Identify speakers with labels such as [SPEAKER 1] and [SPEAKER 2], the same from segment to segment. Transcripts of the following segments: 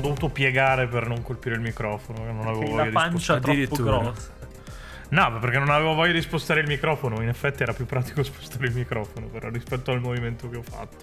[SPEAKER 1] dovuto piegare per non colpire il microfono. che Non avevo
[SPEAKER 2] Perché
[SPEAKER 1] voglia
[SPEAKER 2] la
[SPEAKER 1] di
[SPEAKER 2] pancia
[SPEAKER 1] spostare.
[SPEAKER 2] troppo
[SPEAKER 3] Addirittura.
[SPEAKER 2] grossa.
[SPEAKER 1] No, ma perché non avevo voglia di spostare il microfono. In effetti era più pratico spostare il microfono, però rispetto al movimento che ho fatto.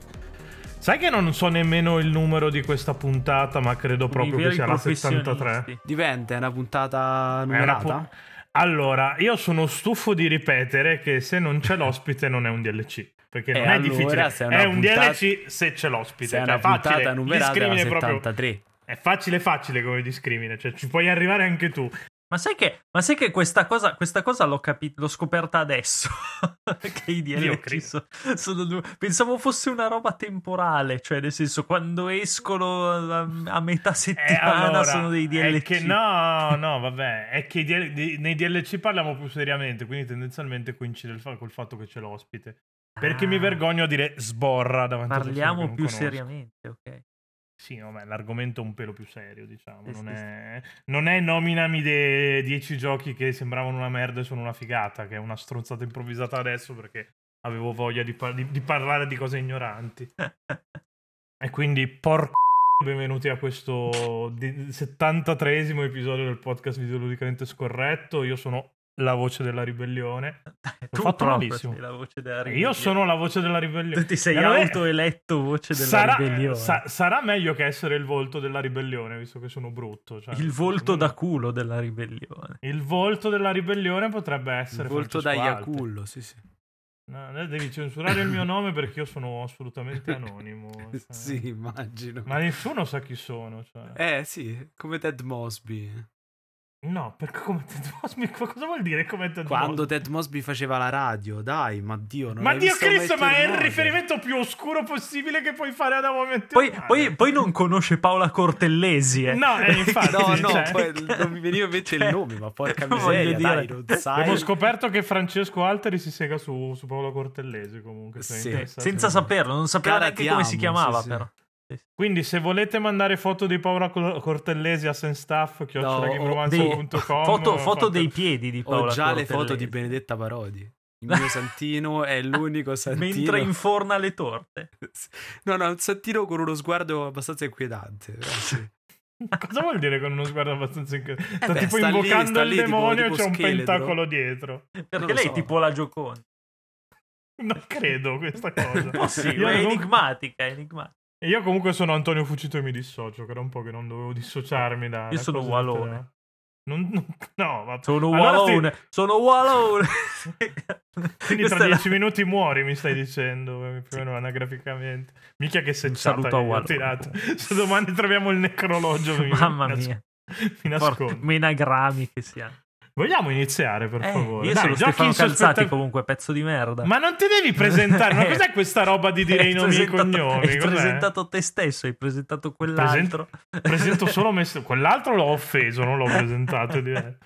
[SPEAKER 1] Sai che non so nemmeno il numero di questa puntata, ma credo proprio
[SPEAKER 2] I
[SPEAKER 1] che
[SPEAKER 2] veri
[SPEAKER 1] sia la 73.
[SPEAKER 2] professionisti.
[SPEAKER 3] Diventa una puntata
[SPEAKER 1] È una
[SPEAKER 3] numerata.
[SPEAKER 1] pu- Allora, io sono stufo di ripetere che se non c'è l'ospite non è un DLC. Perché
[SPEAKER 3] Eh,
[SPEAKER 1] non è
[SPEAKER 3] allora,
[SPEAKER 1] difficile.
[SPEAKER 3] se è una
[SPEAKER 1] È un
[SPEAKER 3] puntata-
[SPEAKER 1] DLC se c'è l'ospite.
[SPEAKER 3] Se è
[SPEAKER 1] Cioè,
[SPEAKER 3] una
[SPEAKER 1] è facile.
[SPEAKER 3] puntata numerata è la
[SPEAKER 1] Discrimine proprio.
[SPEAKER 3] 73.
[SPEAKER 1] È facile facile come discrimine, cioè ci puoi arrivare anche tu.
[SPEAKER 2] Ma sai che, ma sai che questa cosa, questa cosa l'ho, capi- l'ho scoperta adesso? che i
[SPEAKER 1] Io
[SPEAKER 2] DLC
[SPEAKER 1] credo.
[SPEAKER 2] so- sono due- Pensavo fosse una roba temporale, cioè nel senso quando escono a, a metà
[SPEAKER 1] Eh,
[SPEAKER 2] settimana
[SPEAKER 1] allora,
[SPEAKER 2] Ah, sono dei DLC.
[SPEAKER 1] È che no, no, vabbè, è che i DL di- nei DLC parliamo più seriamente, quindi tendenzialmente coincide il fa- col fatto che c'è l'ospite. Perché
[SPEAKER 2] Ah.
[SPEAKER 1] mi vergogno a dire sborra davanti a persone che
[SPEAKER 2] Parliamo
[SPEAKER 1] non
[SPEAKER 2] più
[SPEAKER 1] conosco.
[SPEAKER 2] seriamente, ok?
[SPEAKER 1] Sì, vabbè, l'argomento è un pelo più serio, diciamo.
[SPEAKER 2] Sì,
[SPEAKER 1] Non
[SPEAKER 2] sì,
[SPEAKER 1] è, non è nominami dei 10 giochi che sembravano una merda e sono una figata, che è una stronzata improvvisata adesso perché avevo voglia di, par- di- di parlare di cose ignoranti. e quindi, porco, benvenuti a questo di- 73esimo episodio del podcast Videoludicamente Scorretto. Io sono la voce della ribellione.
[SPEAKER 2] tu
[SPEAKER 1] fatto
[SPEAKER 2] proprio
[SPEAKER 1] malissimo.
[SPEAKER 2] sei la voce della
[SPEAKER 1] Io
[SPEAKER 2] ribellione.
[SPEAKER 1] sono la voce della ribellione.
[SPEAKER 2] Tu ti sei
[SPEAKER 1] Allora,
[SPEAKER 2] autoeletto voce della
[SPEAKER 1] sarà,
[SPEAKER 2] ribellione.
[SPEAKER 1] sa- sarà meglio che essere il volto della ribellione, visto che sono brutto. cioè,
[SPEAKER 2] il volto
[SPEAKER 1] secondo
[SPEAKER 2] da culo della ribellione.
[SPEAKER 1] me- Il volto della ribellione potrebbe essere.
[SPEAKER 3] Il volto da
[SPEAKER 1] Francesco Alti.
[SPEAKER 3] Iacullo, sì, sì.
[SPEAKER 1] No, no, devi censurare il mio nome perché io sono assolutamente anonimo. cioè.
[SPEAKER 3] sì, immagino.
[SPEAKER 1] Ma nessuno sa chi sono. cioè.
[SPEAKER 3] Eh, sì, come Ted Mosby.
[SPEAKER 1] No, perché come Ted Mosby? Co- Cosa vuol dire come Ted
[SPEAKER 3] Quando
[SPEAKER 1] Mosby?
[SPEAKER 3] Ted Mosby faceva la radio, dai, ma Dio, non
[SPEAKER 1] Ma
[SPEAKER 3] hai
[SPEAKER 1] Dio
[SPEAKER 3] visto
[SPEAKER 1] Cristo,
[SPEAKER 3] How I
[SPEAKER 1] ma
[SPEAKER 3] Met
[SPEAKER 1] è
[SPEAKER 3] Your
[SPEAKER 1] il
[SPEAKER 3] Mother?
[SPEAKER 1] riferimento più oscuro possibile che puoi fare ad Ah, eh. un momento.
[SPEAKER 2] Poi, poi- poi non conosce Paola Cortellesi, eh.
[SPEAKER 1] No, eh, infatti,
[SPEAKER 3] No, no,
[SPEAKER 1] cioè-
[SPEAKER 3] poi non mi veniva invece il
[SPEAKER 2] Cioè,
[SPEAKER 3] nome, ma porca
[SPEAKER 2] voglio
[SPEAKER 3] miseria, dai,
[SPEAKER 2] dire-
[SPEAKER 3] non
[SPEAKER 1] Abbiamo
[SPEAKER 3] sai.
[SPEAKER 1] scoperto che Francesco Alteri si sega su, su Paolo Cortellesi comunque. se
[SPEAKER 3] Sì.
[SPEAKER 1] interessate.
[SPEAKER 2] senza saperlo, non sapeva
[SPEAKER 3] Cara,
[SPEAKER 2] neanche
[SPEAKER 3] ti
[SPEAKER 2] come
[SPEAKER 3] amo,
[SPEAKER 2] si chiamava,
[SPEAKER 3] sì, sì.
[SPEAKER 2] però.
[SPEAKER 1] Quindi se volete mandare foto di Paola Cor- Cortellesi a Senstaff,
[SPEAKER 2] dei- oh, foto, foto dei piedi di Paola
[SPEAKER 3] Ho già le
[SPEAKER 2] Cortellesi.
[SPEAKER 3] foto di Benedetta Parodi. Il mio santino è l'unico santino.
[SPEAKER 2] Mentre inforna le torte.
[SPEAKER 3] No, no, un santino con uno sguardo abbastanza inquietante. però sì.
[SPEAKER 1] Cosa vuol dire con uno sguardo abbastanza incredibile? sta
[SPEAKER 3] beh,
[SPEAKER 1] tipo
[SPEAKER 3] sta lì,
[SPEAKER 1] invocando
[SPEAKER 3] sta
[SPEAKER 1] il
[SPEAKER 3] lì, tipo-
[SPEAKER 1] demonio e
[SPEAKER 3] tipo
[SPEAKER 1] c'è un
[SPEAKER 3] scheletro.
[SPEAKER 1] pentacolo dietro.
[SPEAKER 2] Perché
[SPEAKER 3] lo
[SPEAKER 2] lei
[SPEAKER 3] so.
[SPEAKER 2] è tipo la Gioconda.
[SPEAKER 1] Non credo questa cosa.
[SPEAKER 2] Possibile,
[SPEAKER 1] Io
[SPEAKER 2] è
[SPEAKER 1] non-
[SPEAKER 2] enigmatica, è enigmatica.
[SPEAKER 1] E Io comunque sono Antonio Fucito e mi dissocio, che era un po' che non dovevo dissociarmi da...
[SPEAKER 2] Io
[SPEAKER 1] da
[SPEAKER 2] sono
[SPEAKER 1] cose
[SPEAKER 2] Wallone.
[SPEAKER 1] del- Non, non- no, ma...
[SPEAKER 2] Sono
[SPEAKER 1] Allora sì.
[SPEAKER 2] Wallone, sono Wallone.
[SPEAKER 1] Quindi
[SPEAKER 2] Questa
[SPEAKER 1] tra
[SPEAKER 2] è la-
[SPEAKER 1] dieci minuti muori, mi stai dicendo, eh, più o meno anagraficamente. Mica che se
[SPEAKER 2] saluto a Wallone,
[SPEAKER 1] tirato. Se domani troviamo il necrologio, mi,
[SPEAKER 2] Mamma
[SPEAKER 1] mi nas-
[SPEAKER 2] mia.
[SPEAKER 1] mi nascondo.
[SPEAKER 2] Porca- Menagrami che siamo.
[SPEAKER 1] Vogliamo iniziare, per
[SPEAKER 2] Eh,
[SPEAKER 1] favore?
[SPEAKER 2] io
[SPEAKER 1] Dai,
[SPEAKER 2] sono
[SPEAKER 1] giochi
[SPEAKER 2] Stefano Calzati
[SPEAKER 1] insospettac-
[SPEAKER 2] comunque, pezzo di merda.
[SPEAKER 1] Ma non ti devi presentare, ma
[SPEAKER 2] Eh.
[SPEAKER 1] cos'è questa roba di dire i
[SPEAKER 2] Hai
[SPEAKER 1] nomi e i
[SPEAKER 2] presentato-
[SPEAKER 1] cognomi?
[SPEAKER 2] Hai
[SPEAKER 1] Cos'è?
[SPEAKER 2] presentato te stesso, hai presentato quell'altro.
[SPEAKER 1] Presento solo me stesso. Quell'altro l'ho offeso, non l'ho presentato. è diverso.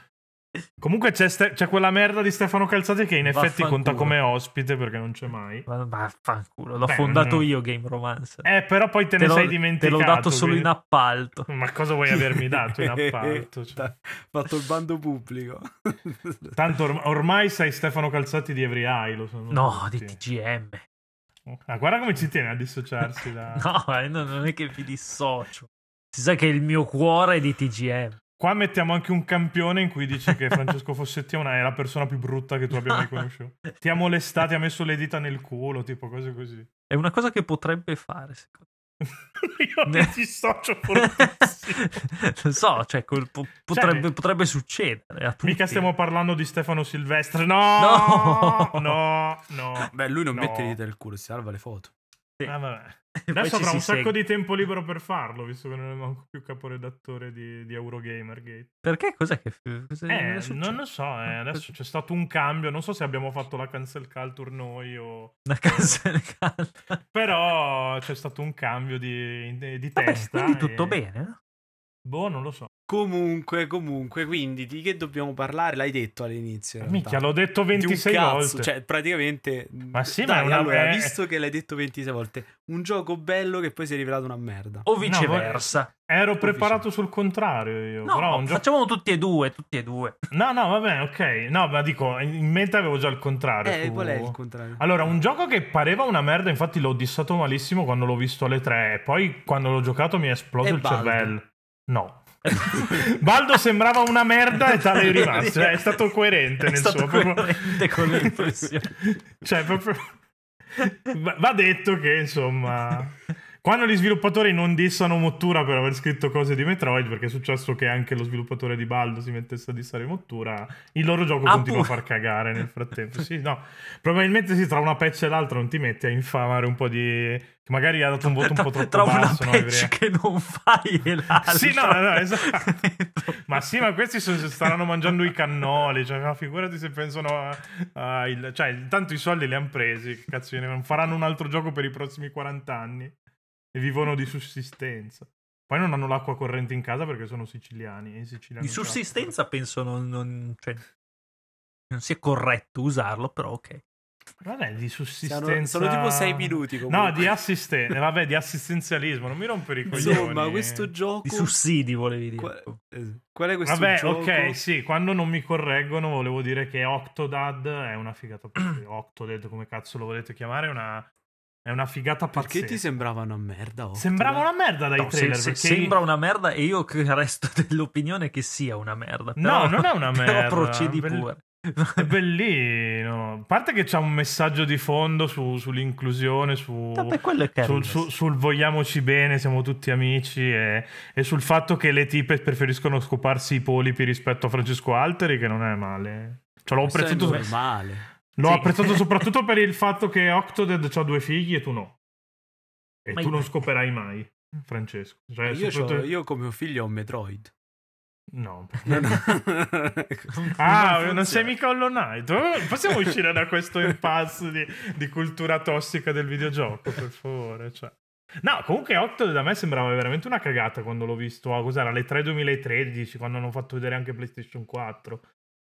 [SPEAKER 1] Comunque c'è, Ste- c'è quella merda di Stefano Calzati che in effetti conta
[SPEAKER 2] Vaffanculo.
[SPEAKER 1] come ospite perché non c'è mai.
[SPEAKER 2] Ma vaffanculo, l'ho
[SPEAKER 1] Beh,
[SPEAKER 2] fondato
[SPEAKER 1] non-
[SPEAKER 2] io Game Romance.
[SPEAKER 1] Eh, però poi te, ne
[SPEAKER 2] l'ho-
[SPEAKER 1] sei dimenticato.
[SPEAKER 2] Te l'ho dato solo
[SPEAKER 1] quindi-
[SPEAKER 2] in appalto.
[SPEAKER 1] Ma cosa vuoi avermi dato in appalto? Cioè,
[SPEAKER 3] Ha Fatto il bando pubblico.
[SPEAKER 1] Tanto orm- ormai sai Stefano Calzati di Every Eye, lo sono.
[SPEAKER 2] No, di
[SPEAKER 1] tutti.
[SPEAKER 2] TGM.
[SPEAKER 1] Ah, guarda come ci tiene a dissociarsi da...
[SPEAKER 2] No, eh, no, non è che mi dissocio. Si sa che il mio cuore è di TGM.
[SPEAKER 1] Qua mettiamo anche un campione in cui dice che Francesco Fossetti è, una- è la persona più brutta che tu abbia mai conosciuto. Ti ha molestato, ti ha messo le dita nel culo, tipo cose così.
[SPEAKER 2] È una cosa che potrebbe fare, secondo
[SPEAKER 1] Io mi
[SPEAKER 2] Ne-
[SPEAKER 1] dissocio
[SPEAKER 2] me.
[SPEAKER 1] fortissimo.
[SPEAKER 2] non so, cioè, quel po- potrebbe,
[SPEAKER 1] Cioè,
[SPEAKER 2] potrebbe succedere a tutti.
[SPEAKER 1] Mica stiamo parlando di Stefano Silvestri. No!
[SPEAKER 2] No!
[SPEAKER 1] No! No!
[SPEAKER 3] Beh, lui non
[SPEAKER 1] No.
[SPEAKER 3] mette le dita nel culo, si salva le foto.
[SPEAKER 1] Ah, vabbè.
[SPEAKER 2] Poi
[SPEAKER 1] Adesso
[SPEAKER 2] ci
[SPEAKER 1] avrà
[SPEAKER 2] si
[SPEAKER 1] un sacco
[SPEAKER 2] segue.
[SPEAKER 1] di tempo libero per farlo, visto che non è manco più caporedattore di, di Eurogamergate.
[SPEAKER 2] Perché cos'è che... cos'è-
[SPEAKER 1] Eh,
[SPEAKER 2] cos'è
[SPEAKER 1] non lo
[SPEAKER 2] successo?
[SPEAKER 1] so, eh, adesso c'è stato un cambio, non so se abbiamo fatto la cancel culture noi o...
[SPEAKER 2] Una casa nel caldo.
[SPEAKER 1] Però c'è stato un cambio di, di
[SPEAKER 2] Vabbè,
[SPEAKER 1] testa.
[SPEAKER 2] quindi tutto
[SPEAKER 1] e-
[SPEAKER 2] bene, no?
[SPEAKER 1] Boh, non lo so.
[SPEAKER 3] Comunque, comunque, quindi di che dobbiamo parlare? L'hai detto all'inizio. in realtà.
[SPEAKER 1] Minchia, l'ho detto
[SPEAKER 3] Di un
[SPEAKER 1] 26
[SPEAKER 3] cazzo,
[SPEAKER 1] volte.
[SPEAKER 3] Cioè, praticamente.
[SPEAKER 1] Ma sì, ma
[SPEAKER 3] Dai,
[SPEAKER 1] è una-
[SPEAKER 3] allora,
[SPEAKER 1] è-
[SPEAKER 3] visto che l'hai detto 26 volte, un gioco bello che poi si è rivelato una merda.
[SPEAKER 1] Oh,
[SPEAKER 2] O viceversa.
[SPEAKER 1] Ero preparato sul contrario io.
[SPEAKER 2] No,
[SPEAKER 1] però un gioco-
[SPEAKER 2] facciamo tutti e due, tutti e due.
[SPEAKER 1] No, no, vabbè, ok. No, ma dico, in mente avevo già il contrario.
[SPEAKER 3] eh,
[SPEAKER 1] su-
[SPEAKER 3] qual è il contrario? Eh,
[SPEAKER 1] Allora, un gioco che pareva una merda, infatti l'ho dissato malissimo quando l'ho visto alle 3. Poi quando l'ho giocato mi è esploso
[SPEAKER 3] È
[SPEAKER 1] il
[SPEAKER 3] Baldur.
[SPEAKER 1] cervello. No. Baldo sembrava una merda e tale è rimasto. Cioè, è stato coerente
[SPEAKER 2] È
[SPEAKER 1] nel
[SPEAKER 2] stato
[SPEAKER 1] suo proprio-
[SPEAKER 2] coerente con le impressioni.
[SPEAKER 1] cioè, proprio... Va va detto che, insomma... Quando gli sviluppatori non dissano Mottura per aver scritto cose di Metroid, perché è successo che anche lo sviluppatore di Baldo si mettesse a dissare Mottura, il loro gioco
[SPEAKER 2] Ah,
[SPEAKER 1] continua a
[SPEAKER 2] pure.
[SPEAKER 1] far cagare nel frattempo. Sì, no. Probabilmente sì, tra una patch e l'altra non ti metti a infamare un po' di... che magari ha dato un voto un
[SPEAKER 2] tra,
[SPEAKER 1] po' troppo
[SPEAKER 2] tra una
[SPEAKER 1] basso. no,
[SPEAKER 2] patch
[SPEAKER 1] Ivrea?
[SPEAKER 2] che non fai e l'altra
[SPEAKER 1] Sì, no, no, esatto. Ma sì, ma questi sono- staranno mangiando i cannoli. Cioè, ma figurati se pensano a, a il- cioè, intanto i soldi li hanno presi. Che cazzo gliene- non faranno un altro gioco per i prossimi 40 anni e vivono di sussistenza. Poi non hanno l'acqua corrente in casa perché sono siciliani. e i siciliani
[SPEAKER 2] di sussistenza penso non, non, cioè, non sia corretto usarlo però ok
[SPEAKER 1] Non è di
[SPEAKER 3] Siano-
[SPEAKER 1] sussistenza.
[SPEAKER 3] Sono tipo 6 minuti
[SPEAKER 1] No,
[SPEAKER 3] comunque.
[SPEAKER 1] di assistenza. Vabbè, di assistenzialismo. Non mi rompere i coglioni.
[SPEAKER 3] Insomma, questo gioco...
[SPEAKER 2] di sussidi volevi dire
[SPEAKER 3] Qua- eh, Qual è questo
[SPEAKER 1] Vabbè,
[SPEAKER 3] gioco?
[SPEAKER 1] ok, sì, quando non mi correggono volevo dire che Octodad è una figata pazzesca. Octodad, come cazzo lo volete chiamare, è una, è una figata
[SPEAKER 3] Perché
[SPEAKER 1] pazzesca.
[SPEAKER 3] ti sembrava una merda? Octodad?
[SPEAKER 1] Sembrava una merda dai
[SPEAKER 2] No, se-
[SPEAKER 1] trailer,
[SPEAKER 2] se-
[SPEAKER 1] perché...
[SPEAKER 2] sembra una merda e io che resto dell'opinione che sia una merda
[SPEAKER 1] No,
[SPEAKER 2] però-
[SPEAKER 1] non è una
[SPEAKER 2] però
[SPEAKER 1] merda.
[SPEAKER 2] procedi
[SPEAKER 1] Bel-
[SPEAKER 2] pure
[SPEAKER 1] È bellino. A parte che c'è un messaggio di fondo su- sull'inclusione, su...
[SPEAKER 2] Vabbè, quello è carino.
[SPEAKER 1] Oh, Sul, su- sul vogliamoci bene, siamo tutti amici e, e sul fatto che le tipe preferiscono scoparsi i polipi rispetto a Francesco Alteri, che non è male. Cioè, l'ho
[SPEAKER 3] Questo è
[SPEAKER 1] apprezzato,
[SPEAKER 3] normale.
[SPEAKER 1] L'ho
[SPEAKER 2] Sì.
[SPEAKER 1] apprezzato soprattutto per il fatto che Octodad ha due figli e tu no. E
[SPEAKER 2] Ma
[SPEAKER 1] tu
[SPEAKER 2] io-
[SPEAKER 1] non scoperai mai, Francesco. Cioè,
[SPEAKER 3] io, c'ho-
[SPEAKER 1] soprattutto-
[SPEAKER 3] io come mio figlio ho un Metroid. Ecco.
[SPEAKER 1] No.
[SPEAKER 3] Non-
[SPEAKER 1] Ah, non,
[SPEAKER 3] funziona.
[SPEAKER 1] sei mica Hollow Knight. Oh, Possiamo uscire da questo impasse di, di cultura tossica del videogioco, per favore. cioè. No, comunque Octodad a me sembrava veramente una cagata quando l'ho visto a cos'era alle 3 2013, quando hanno fatto vedere anche PlayStation 4.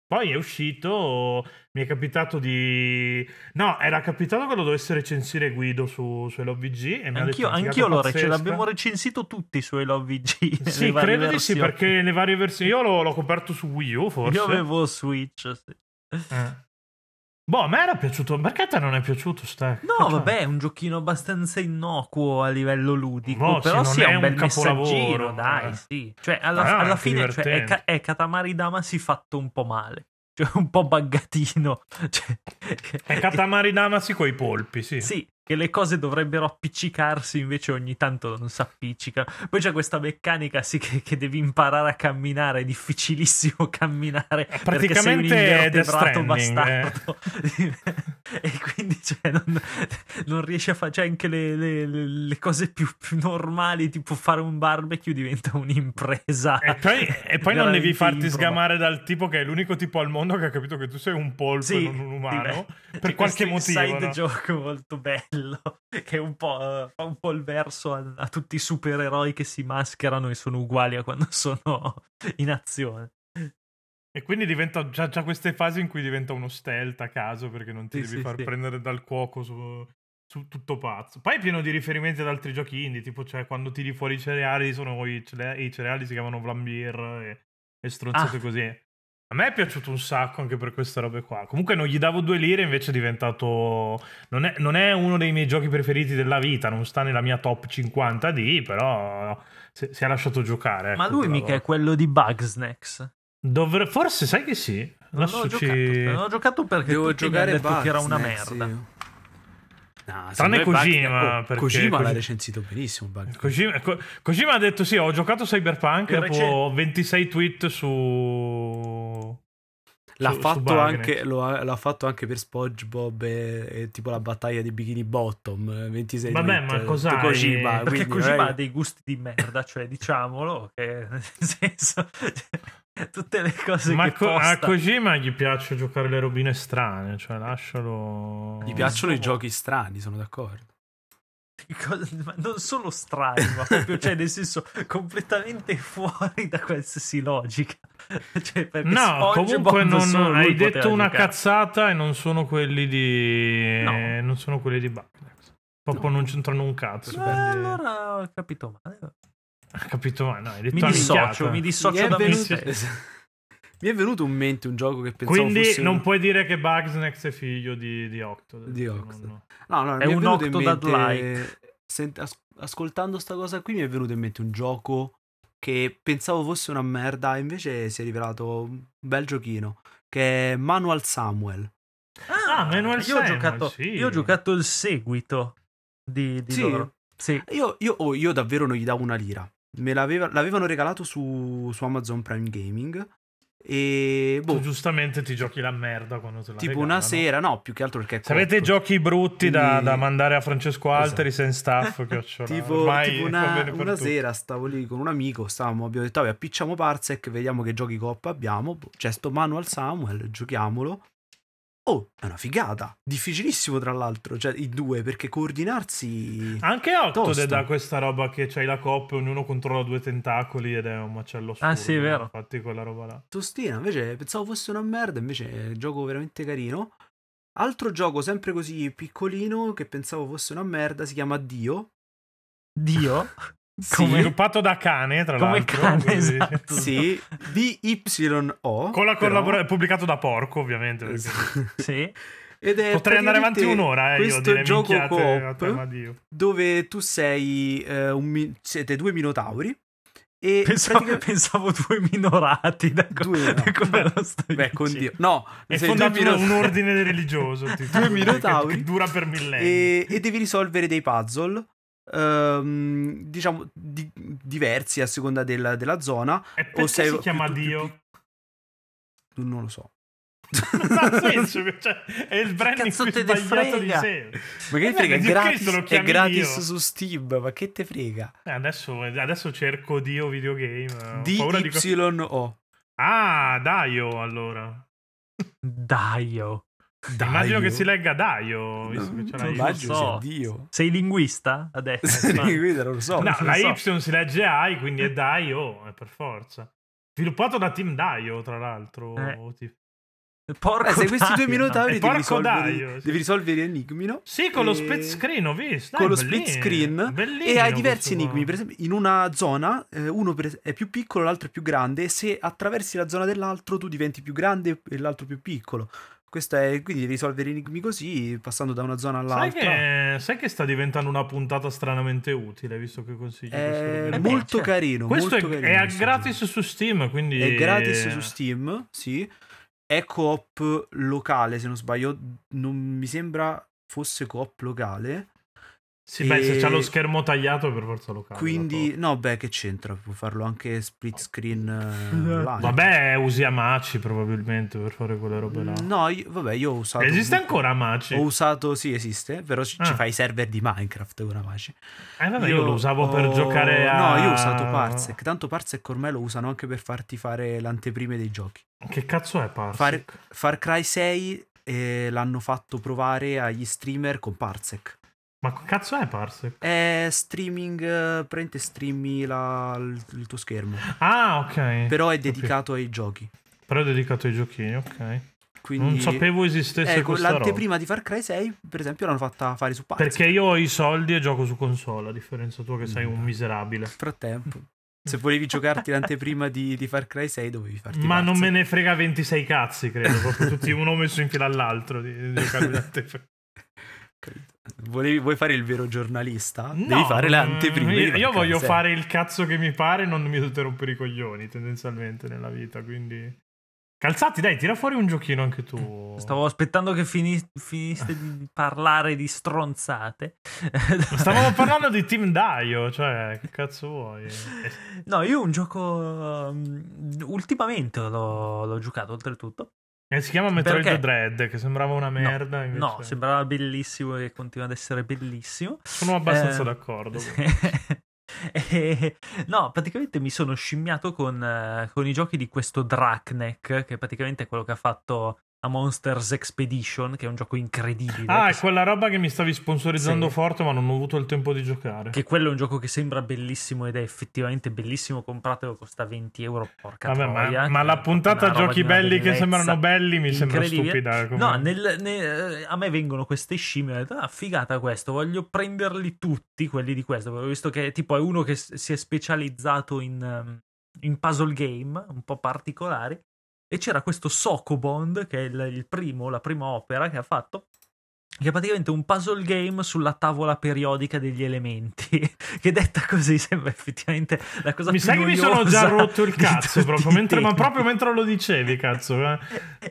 [SPEAKER 1] Poi è uscito, mi è capitato di... No, era capitato che lo dovesse recensire Guido su, su LOVG e mi ha detto...
[SPEAKER 2] Anch'io,
[SPEAKER 1] "Figata
[SPEAKER 2] anch'io l'ho rec-
[SPEAKER 1] pazzesca".
[SPEAKER 2] l'abbiamo recensito tutti sui Love VG. le
[SPEAKER 1] Sì,
[SPEAKER 2] varie
[SPEAKER 1] credo di sì,
[SPEAKER 2] versioni.
[SPEAKER 1] perché le varie versioni... Io l'ho, l'ho coperto su Wii U, forse.
[SPEAKER 2] Io avevo Switch. sì.
[SPEAKER 1] Eh. Boh, a me era piaciuto. Perché a te non è piaciuto, Stack?
[SPEAKER 2] No,
[SPEAKER 1] ah.
[SPEAKER 2] vabbè, è un giochino abbastanza innocuo a livello ludico,
[SPEAKER 1] No, sì,
[SPEAKER 2] però
[SPEAKER 1] non
[SPEAKER 2] sì,
[SPEAKER 1] è
[SPEAKER 2] è un
[SPEAKER 1] un
[SPEAKER 2] bel
[SPEAKER 1] capolavoro,
[SPEAKER 2] messaggino, dai,
[SPEAKER 1] eh.
[SPEAKER 2] sì. Cioè,
[SPEAKER 1] Ma
[SPEAKER 2] alla,
[SPEAKER 1] no, è
[SPEAKER 2] alla
[SPEAKER 1] anche
[SPEAKER 2] fine cioè, è,
[SPEAKER 1] divertente.
[SPEAKER 2] Ka- è Katamari Dama si fatto un po' male, cioè un po' baggatino. Cioè,
[SPEAKER 1] È Katamari Damacy coi polpi, sì.
[SPEAKER 2] Sì, che le cose dovrebbero appiccicarsi, invece ogni tanto non si appiccicano. Poi c'è questa meccanica sì, che, che devi imparare a camminare, è difficilissimo camminare. perché sei un
[SPEAKER 1] Eh, Praticamente è
[SPEAKER 2] invertebrato
[SPEAKER 1] Death Stranding, eh.
[SPEAKER 2] bastardo. e quindi cioè, non, non riesci a fare... Cioè anche le, le- le cose più, più normali, tipo fare un barbecue diventa un'impresa.
[SPEAKER 1] E poi, e poi non
[SPEAKER 2] veramente
[SPEAKER 1] devi farti
[SPEAKER 2] improbabile.
[SPEAKER 1] sgamare dal tipo che è l'unico tipo al mondo che ha capito che tu sei un polpo e non un umano.
[SPEAKER 2] dive-
[SPEAKER 1] per
[SPEAKER 2] di
[SPEAKER 1] qualche
[SPEAKER 2] questo
[SPEAKER 1] motivo,
[SPEAKER 2] Inside
[SPEAKER 1] no?
[SPEAKER 2] gioco molto bello, che è un po', eh, fa un po' il verso a, a tutti i supereroi che si mascherano e sono uguali a quando sono in azione.
[SPEAKER 1] E quindi diventa già, già queste fasi in cui diventa uno stealth a caso perché non ti
[SPEAKER 2] Sì,
[SPEAKER 1] devi
[SPEAKER 2] sì,
[SPEAKER 1] far
[SPEAKER 2] sì.
[SPEAKER 1] prendere dal cuoco su, su tutto pazzo. Poi è pieno di riferimenti ad altri giochi indie, tipo cioè, quando tiri fuori i cereali, sono i, cele- i cereali si chiamano Vlambir e, e stronzate
[SPEAKER 2] Ah.
[SPEAKER 1] così. A me è piaciuto un sacco anche per queste robe qua. Comunque non gli davo due lire, invece è diventato... Non è, non è uno dei miei giochi preferiti della vita, non sta nella mia top 50 di, però si, si è lasciato giocare.
[SPEAKER 2] Ma
[SPEAKER 1] ecco,
[SPEAKER 2] lui
[SPEAKER 1] quella
[SPEAKER 2] mica
[SPEAKER 1] volta.
[SPEAKER 2] è quello di Bugsnax.
[SPEAKER 1] Dovre- Forse sai che sì.
[SPEAKER 2] Non
[SPEAKER 1] Adesso
[SPEAKER 2] l'ho
[SPEAKER 1] ci-
[SPEAKER 2] giocato, non ho giocato perché
[SPEAKER 3] Devo
[SPEAKER 2] tutti mi hanno
[SPEAKER 3] giocare
[SPEAKER 2] detto che era una
[SPEAKER 3] Bugsnax,
[SPEAKER 2] merda.
[SPEAKER 3] io. No,
[SPEAKER 1] Tranne
[SPEAKER 3] secondo me
[SPEAKER 1] Kojima,
[SPEAKER 3] Bugsnax-
[SPEAKER 1] perché
[SPEAKER 3] Kojima l'ha
[SPEAKER 1] Koji-
[SPEAKER 3] recensito benissimo. Bugsnax.
[SPEAKER 1] Kojima, eh, Ko- Kojima ha detto sì, ho giocato Cyberpunk
[SPEAKER 2] Il
[SPEAKER 1] dopo 26 tweet su...
[SPEAKER 3] L'ha,
[SPEAKER 1] su- eh. su
[SPEAKER 3] fatto
[SPEAKER 1] Bagnet.
[SPEAKER 3] anche, lo ha- l'ha fatto anche per SpongeBob e, e tipo la battaglia di Bikini Bottom eh, 26
[SPEAKER 1] Vabbè,
[SPEAKER 3] tweet,
[SPEAKER 1] ma
[SPEAKER 3] eh,
[SPEAKER 1] cos'hai?
[SPEAKER 3] Kojima,
[SPEAKER 2] Perché
[SPEAKER 3] quindi,
[SPEAKER 2] Kojima
[SPEAKER 3] magari-
[SPEAKER 2] ha dei gusti di merda, cioè diciamolo, che nel senso tutte le cose
[SPEAKER 1] Ma
[SPEAKER 2] che
[SPEAKER 1] co- ah, a
[SPEAKER 2] posta
[SPEAKER 1] Kojima gli piace giocare le robine strane, cioè lascialo...
[SPEAKER 3] Gli piacciono i giochi strani, sono d'accordo.
[SPEAKER 2] Cosa- ma non solo strani, ma proprio, cioè, nel senso, completamente fuori da qualsiasi logica. Cioè, perché
[SPEAKER 1] No,
[SPEAKER 2] SpongeBob
[SPEAKER 1] comunque non,
[SPEAKER 2] solo lui
[SPEAKER 1] hai
[SPEAKER 2] poteva
[SPEAKER 1] detto una
[SPEAKER 2] giocare.
[SPEAKER 1] cazzata e non sono quelli di...
[SPEAKER 2] No.
[SPEAKER 1] Non sono quelli di Bugsnax. Proprio non c'entrano un cazzo.
[SPEAKER 2] Ma
[SPEAKER 1] quindi-
[SPEAKER 2] allora ho capito male.
[SPEAKER 1] Ha capito? Ma no, hai detto
[SPEAKER 2] Mi
[SPEAKER 1] una
[SPEAKER 2] dissocio,
[SPEAKER 1] minchiata.
[SPEAKER 2] mi
[SPEAKER 3] Mi è
[SPEAKER 2] dissocio da me
[SPEAKER 3] venuto-
[SPEAKER 2] stesso.
[SPEAKER 3] Mi è venuto in mente un gioco che pensavo
[SPEAKER 1] Quindi
[SPEAKER 3] fosse
[SPEAKER 1] non
[SPEAKER 3] un-
[SPEAKER 1] puoi dire che Bugsnax è figlio di, di Octodad.
[SPEAKER 3] Di
[SPEAKER 1] No,
[SPEAKER 3] Octodad.
[SPEAKER 1] no.
[SPEAKER 3] No, no,
[SPEAKER 2] È
[SPEAKER 3] mi
[SPEAKER 2] un
[SPEAKER 3] venuto in
[SPEAKER 2] Octodad
[SPEAKER 3] mente- sent- as- ascoltando sta cosa qui mi è venuto in mente un gioco che pensavo fosse una merda, invece si è rivelato un bel giochino, che è Manual Samuel.
[SPEAKER 1] Ah, Manuel
[SPEAKER 2] io
[SPEAKER 1] Samuel,
[SPEAKER 2] ho giocato,
[SPEAKER 1] sì.
[SPEAKER 2] Io ho giocato il seguito di, di
[SPEAKER 3] Sì?
[SPEAKER 2] loro. Sì.
[SPEAKER 3] Io, io- oh, io davvero non gli davo una lira. Me l'aveva- l'avevano regalato su, su Amazon Prime Gaming. E boh,
[SPEAKER 1] Tu giustamente ti giochi la merda quando te la
[SPEAKER 3] tipo
[SPEAKER 1] regalano.
[SPEAKER 3] una sera, no, più che altro perché. è
[SPEAKER 1] Se avete
[SPEAKER 3] corto.
[SPEAKER 1] giochi brutti da,
[SPEAKER 3] Quindi- Esatto.
[SPEAKER 1] da mandare a Francesco Alteri senza staff, che ho
[SPEAKER 3] Tipo, tipo una, una sera stavo lì con un amico, stavamo, abbiamo detto, vabbè, appicciamo Parsec, vediamo che giochi coppa abbiamo. Boh, C'è sto Manual Samuel, giochiamolo. Oh, è una figata. Difficilissimo, tra l'altro, cioè i due, perché coordinarsi...
[SPEAKER 1] Anche Octodad
[SPEAKER 3] Tosta.
[SPEAKER 1] da questa roba che c'hai la coppa e ognuno controlla due tentacoli ed è un macello scuro.
[SPEAKER 2] Ah, sì, è vero.
[SPEAKER 1] Infatti quella roba là.
[SPEAKER 3] Tostina, invece pensavo fosse una merda, invece è un gioco veramente carino. Altro gioco sempre così piccolino che pensavo fosse una merda, si chiama Dio.
[SPEAKER 2] Dio come,
[SPEAKER 1] Sviluppato da cane, tra
[SPEAKER 2] come
[SPEAKER 1] l'altro.
[SPEAKER 2] cane,
[SPEAKER 1] quindi-
[SPEAKER 2] esatto.
[SPEAKER 3] Sì, D-Y-O.
[SPEAKER 1] Con la
[SPEAKER 3] però- Eh,
[SPEAKER 1] collaborazione pubblicata da porco, ovviamente. perché-
[SPEAKER 2] Sì.
[SPEAKER 3] Ed è
[SPEAKER 1] Potrei andare avanti
[SPEAKER 3] praticamente
[SPEAKER 1] un'ora, eh, io a
[SPEAKER 3] questo
[SPEAKER 1] dire
[SPEAKER 3] gioco
[SPEAKER 1] minchiate a
[SPEAKER 3] coop.
[SPEAKER 1] tema Dio.
[SPEAKER 3] Dove tu sei, eh, un mi- siete due minotauri e
[SPEAKER 2] Pensavo,
[SPEAKER 3] praticamente...
[SPEAKER 2] pensavo due minorati da, co-
[SPEAKER 3] Due, no.
[SPEAKER 2] da come lo stai
[SPEAKER 3] Beh, con
[SPEAKER 2] dicendo.
[SPEAKER 3] Dio. No,
[SPEAKER 1] È
[SPEAKER 3] sei due
[SPEAKER 1] fondato un- un
[SPEAKER 3] minotauri.
[SPEAKER 1] ordine religioso, tipo,
[SPEAKER 3] Due
[SPEAKER 1] che-
[SPEAKER 3] minotauri.
[SPEAKER 1] che dura per millenni.
[SPEAKER 3] e, e devi risolvere dei puzzle. ehm, diciamo di- diversi a seconda della, della zona
[SPEAKER 1] E perché
[SPEAKER 3] sei-
[SPEAKER 1] si chiama
[SPEAKER 3] più- più-
[SPEAKER 1] Dio?
[SPEAKER 3] non lo so
[SPEAKER 1] Non ha senso, cioè, è il branding
[SPEAKER 2] cazzo
[SPEAKER 1] più
[SPEAKER 2] te ne
[SPEAKER 1] sbagliato di
[SPEAKER 2] frega?
[SPEAKER 1] sempre.
[SPEAKER 3] ma che
[SPEAKER 1] Eh,
[SPEAKER 3] te frega è
[SPEAKER 1] Gesù
[SPEAKER 3] gratis,
[SPEAKER 1] Cristo lo
[SPEAKER 3] è
[SPEAKER 1] chiami
[SPEAKER 3] gratis
[SPEAKER 1] Dio.
[SPEAKER 3] su Steam ma che te frega
[SPEAKER 1] Eh, Adesso, adesso cerco Dio videogame. Ho paura di co-
[SPEAKER 3] DYO
[SPEAKER 1] Ah, Daio allora.
[SPEAKER 2] Dai, io.
[SPEAKER 1] Immagino
[SPEAKER 3] Daio?
[SPEAKER 1] che si legga Daio. visto che c'è
[SPEAKER 3] No,
[SPEAKER 1] la
[SPEAKER 2] non
[SPEAKER 1] Y.
[SPEAKER 2] lo
[SPEAKER 3] immagino sia
[SPEAKER 2] so. Eh,
[SPEAKER 3] Dio
[SPEAKER 2] Sei linguista adesso?
[SPEAKER 3] Quindi non lo so
[SPEAKER 1] No,
[SPEAKER 3] non lo
[SPEAKER 1] la
[SPEAKER 3] so.
[SPEAKER 1] Y si legge AI, quindi è Daio, eh, per forza. Sviluppato da Team Daio, tra l'altro.
[SPEAKER 2] Eh.
[SPEAKER 1] Tipo-
[SPEAKER 2] Porco
[SPEAKER 3] Eh, se questi due
[SPEAKER 2] Daio.
[SPEAKER 3] minotauri
[SPEAKER 1] Eh,
[SPEAKER 3] devi
[SPEAKER 1] porco
[SPEAKER 3] risolvere,
[SPEAKER 1] Daio, sì.
[SPEAKER 3] devi risolvere enigmino
[SPEAKER 1] Sì, con lo
[SPEAKER 3] E-
[SPEAKER 1] split screen, ho visto.
[SPEAKER 3] Eh,
[SPEAKER 1] dai,
[SPEAKER 3] con lo
[SPEAKER 1] bellino,
[SPEAKER 3] split screen e
[SPEAKER 1] bellino
[SPEAKER 3] hai diversi
[SPEAKER 1] questo
[SPEAKER 3] enigmi.
[SPEAKER 1] qua.
[SPEAKER 3] Per esempio, in una zona eh, uno per- è più piccolo, l'altro è più grande. E se attraversi la zona dell'altro, tu diventi più grande e l'altro più piccolo. Questo è quindi devi risolvere enigmi così, passando da una
[SPEAKER 1] Sai
[SPEAKER 3] zona all'altra.
[SPEAKER 1] che, sai che sta diventando una puntata stranamente utile, visto che consigli questo
[SPEAKER 3] È
[SPEAKER 1] argomento?
[SPEAKER 3] Eh, molto
[SPEAKER 2] cioè,
[SPEAKER 3] carino.
[SPEAKER 1] Eh Questo
[SPEAKER 3] molto
[SPEAKER 1] è,
[SPEAKER 3] carino
[SPEAKER 1] è
[SPEAKER 3] questo
[SPEAKER 1] gratis
[SPEAKER 3] gioco.
[SPEAKER 1] su Steam, quindi...
[SPEAKER 3] È gratis su Steam, sì. È coop locale, se non sbaglio. Non mi sembra fosse coop locale.
[SPEAKER 1] Sì, beh, se c'ha
[SPEAKER 3] E-
[SPEAKER 1] lo schermo tagliato è per forza locale.
[SPEAKER 3] Quindi, no, beh, che c'entra? Può farlo anche split screen. eh,
[SPEAKER 1] la
[SPEAKER 3] online.
[SPEAKER 1] cosa. Vabbè, usi Amaci probabilmente per fare quelle robe là. Eh,
[SPEAKER 3] No, io- vabbè, io ho usato.
[SPEAKER 1] Esiste ancora Amaci?
[SPEAKER 3] Ho usato, sì, esiste, però ci, ci
[SPEAKER 1] Ah.
[SPEAKER 3] fai i server di Minecraft con Apache.
[SPEAKER 1] Eh, vabbè, io, lo usavo per
[SPEAKER 3] ho-
[SPEAKER 1] giocare a...
[SPEAKER 3] No, io ho usato Parsec. Tanto Parsec ormai lo usano anche per farti fare l'anteprime dei giochi.
[SPEAKER 1] Che cazzo è Parsec?
[SPEAKER 3] Far, Far Cry 6 eh, l'hanno fatto provare agli streamer con Parsec.
[SPEAKER 1] Ma che cazzo è Parsec?
[SPEAKER 3] È streaming, eh, prende streami la- il, il tuo schermo,
[SPEAKER 1] Ah, ok.
[SPEAKER 3] però è dedicato ai giochi.
[SPEAKER 1] Però è dedicato ai giochini, ok.
[SPEAKER 3] Quindi,
[SPEAKER 1] Non sapevo esistesse
[SPEAKER 3] ecco,
[SPEAKER 1] questa roba.
[SPEAKER 3] l'anteprima di Far Cry 6, per esempio, l'hanno fatta fare su Parsec.
[SPEAKER 1] Perché io ho i soldi e gioco su console, a differenza tua che sei
[SPEAKER 2] Mm.
[SPEAKER 1] un miserabile.
[SPEAKER 3] frattempo. Se volevi giocarti l'anteprima di, di Far Cry 6, dovevi farti.
[SPEAKER 1] Ma non
[SPEAKER 3] pazzo.
[SPEAKER 1] me ne frega 26 cazzi, credo. Proprio tutti uno messo in fila all'altro. Di, di giocare l'anteprima.
[SPEAKER 3] Capito? Volevi, vuoi fare il vero giornalista?
[SPEAKER 1] No, mm,
[SPEAKER 3] Devi fare l'anteprima.
[SPEAKER 1] Io, io
[SPEAKER 3] Eh,
[SPEAKER 1] voglio fare il cazzo che mi pare, non mi dovete rompere i coglioni, tendenzialmente, nella vita. Quindi. Calzati, dai, tira fuori un giochino anche tu.
[SPEAKER 2] Stavo aspettando che fini- finiste di parlare di stronzate.
[SPEAKER 1] Stavamo parlando di Team Daio, cioè, che cazzo vuoi? Eh,
[SPEAKER 2] No, io un gioco. um, Ultimamente l'ho, l'ho giocato, oltretutto.
[SPEAKER 1] eh, si chiama Metroid
[SPEAKER 2] Perché?
[SPEAKER 1] Dread, che sembrava una merda. invece...
[SPEAKER 2] No, sembrava bellissimo e continua ad essere bellissimo.
[SPEAKER 1] Sono abbastanza
[SPEAKER 2] Eh,
[SPEAKER 1] d'accordo.
[SPEAKER 2] E- no, praticamente mi sono scimmiato con, eh, con i giochi di questo Draknek, che praticamente è quello che ha fatto a Monsters Expedition, che è un gioco incredibile.
[SPEAKER 1] Ah,
[SPEAKER 2] che
[SPEAKER 1] è quella roba che mi stavi sponsorizzando
[SPEAKER 2] Sì.
[SPEAKER 1] forte, ma non ho avuto il tempo di giocare.
[SPEAKER 2] Che quello è un gioco che sembra bellissimo ed è effettivamente bellissimo. Compratelo, costa 20 euro. Porca
[SPEAKER 1] Vabbè, ma,
[SPEAKER 2] troia,
[SPEAKER 1] ma
[SPEAKER 2] che
[SPEAKER 1] la
[SPEAKER 2] è
[SPEAKER 1] puntata
[SPEAKER 2] proprio una roba
[SPEAKER 1] giochi
[SPEAKER 2] di una
[SPEAKER 1] belli che
[SPEAKER 2] bellezza.
[SPEAKER 1] sembrano belli mi sembra
[SPEAKER 2] incredibile.
[SPEAKER 1] stupida. come-
[SPEAKER 2] No, nel- ne- eh, a me vengono queste scimmie. Ho detto, ah, figata questo, voglio prenderli tutti quelli di questo. Perché ho visto che tipo è uno che s- si è specializzato in, ehm, in puzzle game un po' particolari. E c'era questo Socobond, che è il, il primo, la prima opera che ha fatto. che è praticamente un puzzle game sulla tavola periodica degli elementi. che detta così sembra effettivamente la cosa
[SPEAKER 1] mi
[SPEAKER 2] più
[SPEAKER 1] sa che mi sono
[SPEAKER 2] noiosa
[SPEAKER 1] già rotto il
[SPEAKER 2] di tutti
[SPEAKER 1] cazzo
[SPEAKER 2] i
[SPEAKER 1] proprio mentre, ma
[SPEAKER 2] tempi.
[SPEAKER 1] proprio mentre lo dicevi cazzo eh.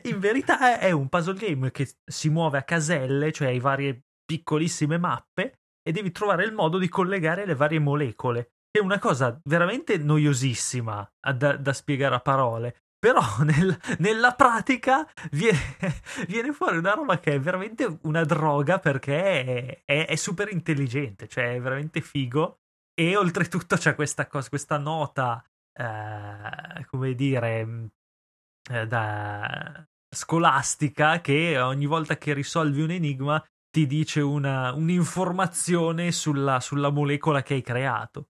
[SPEAKER 2] In verità è un puzzle game che si muove a caselle, cioè hai varie piccolissime mappe, e devi trovare il modo di collegare le varie molecole. Che è una cosa veramente noiosissima a- da, da spiegare a parole. Però nel- nella pratica viene, viene fuori una roba che è veramente una droga perché è, è- è super intelligente, cioè è veramente figo. E oltretutto c'è questa cosa, questa nota, eh, come dire, mh, eh, da scolastica che ogni volta che risolvi un enigma ti dice una- un'informazione sulla, sulla molecola che hai creato.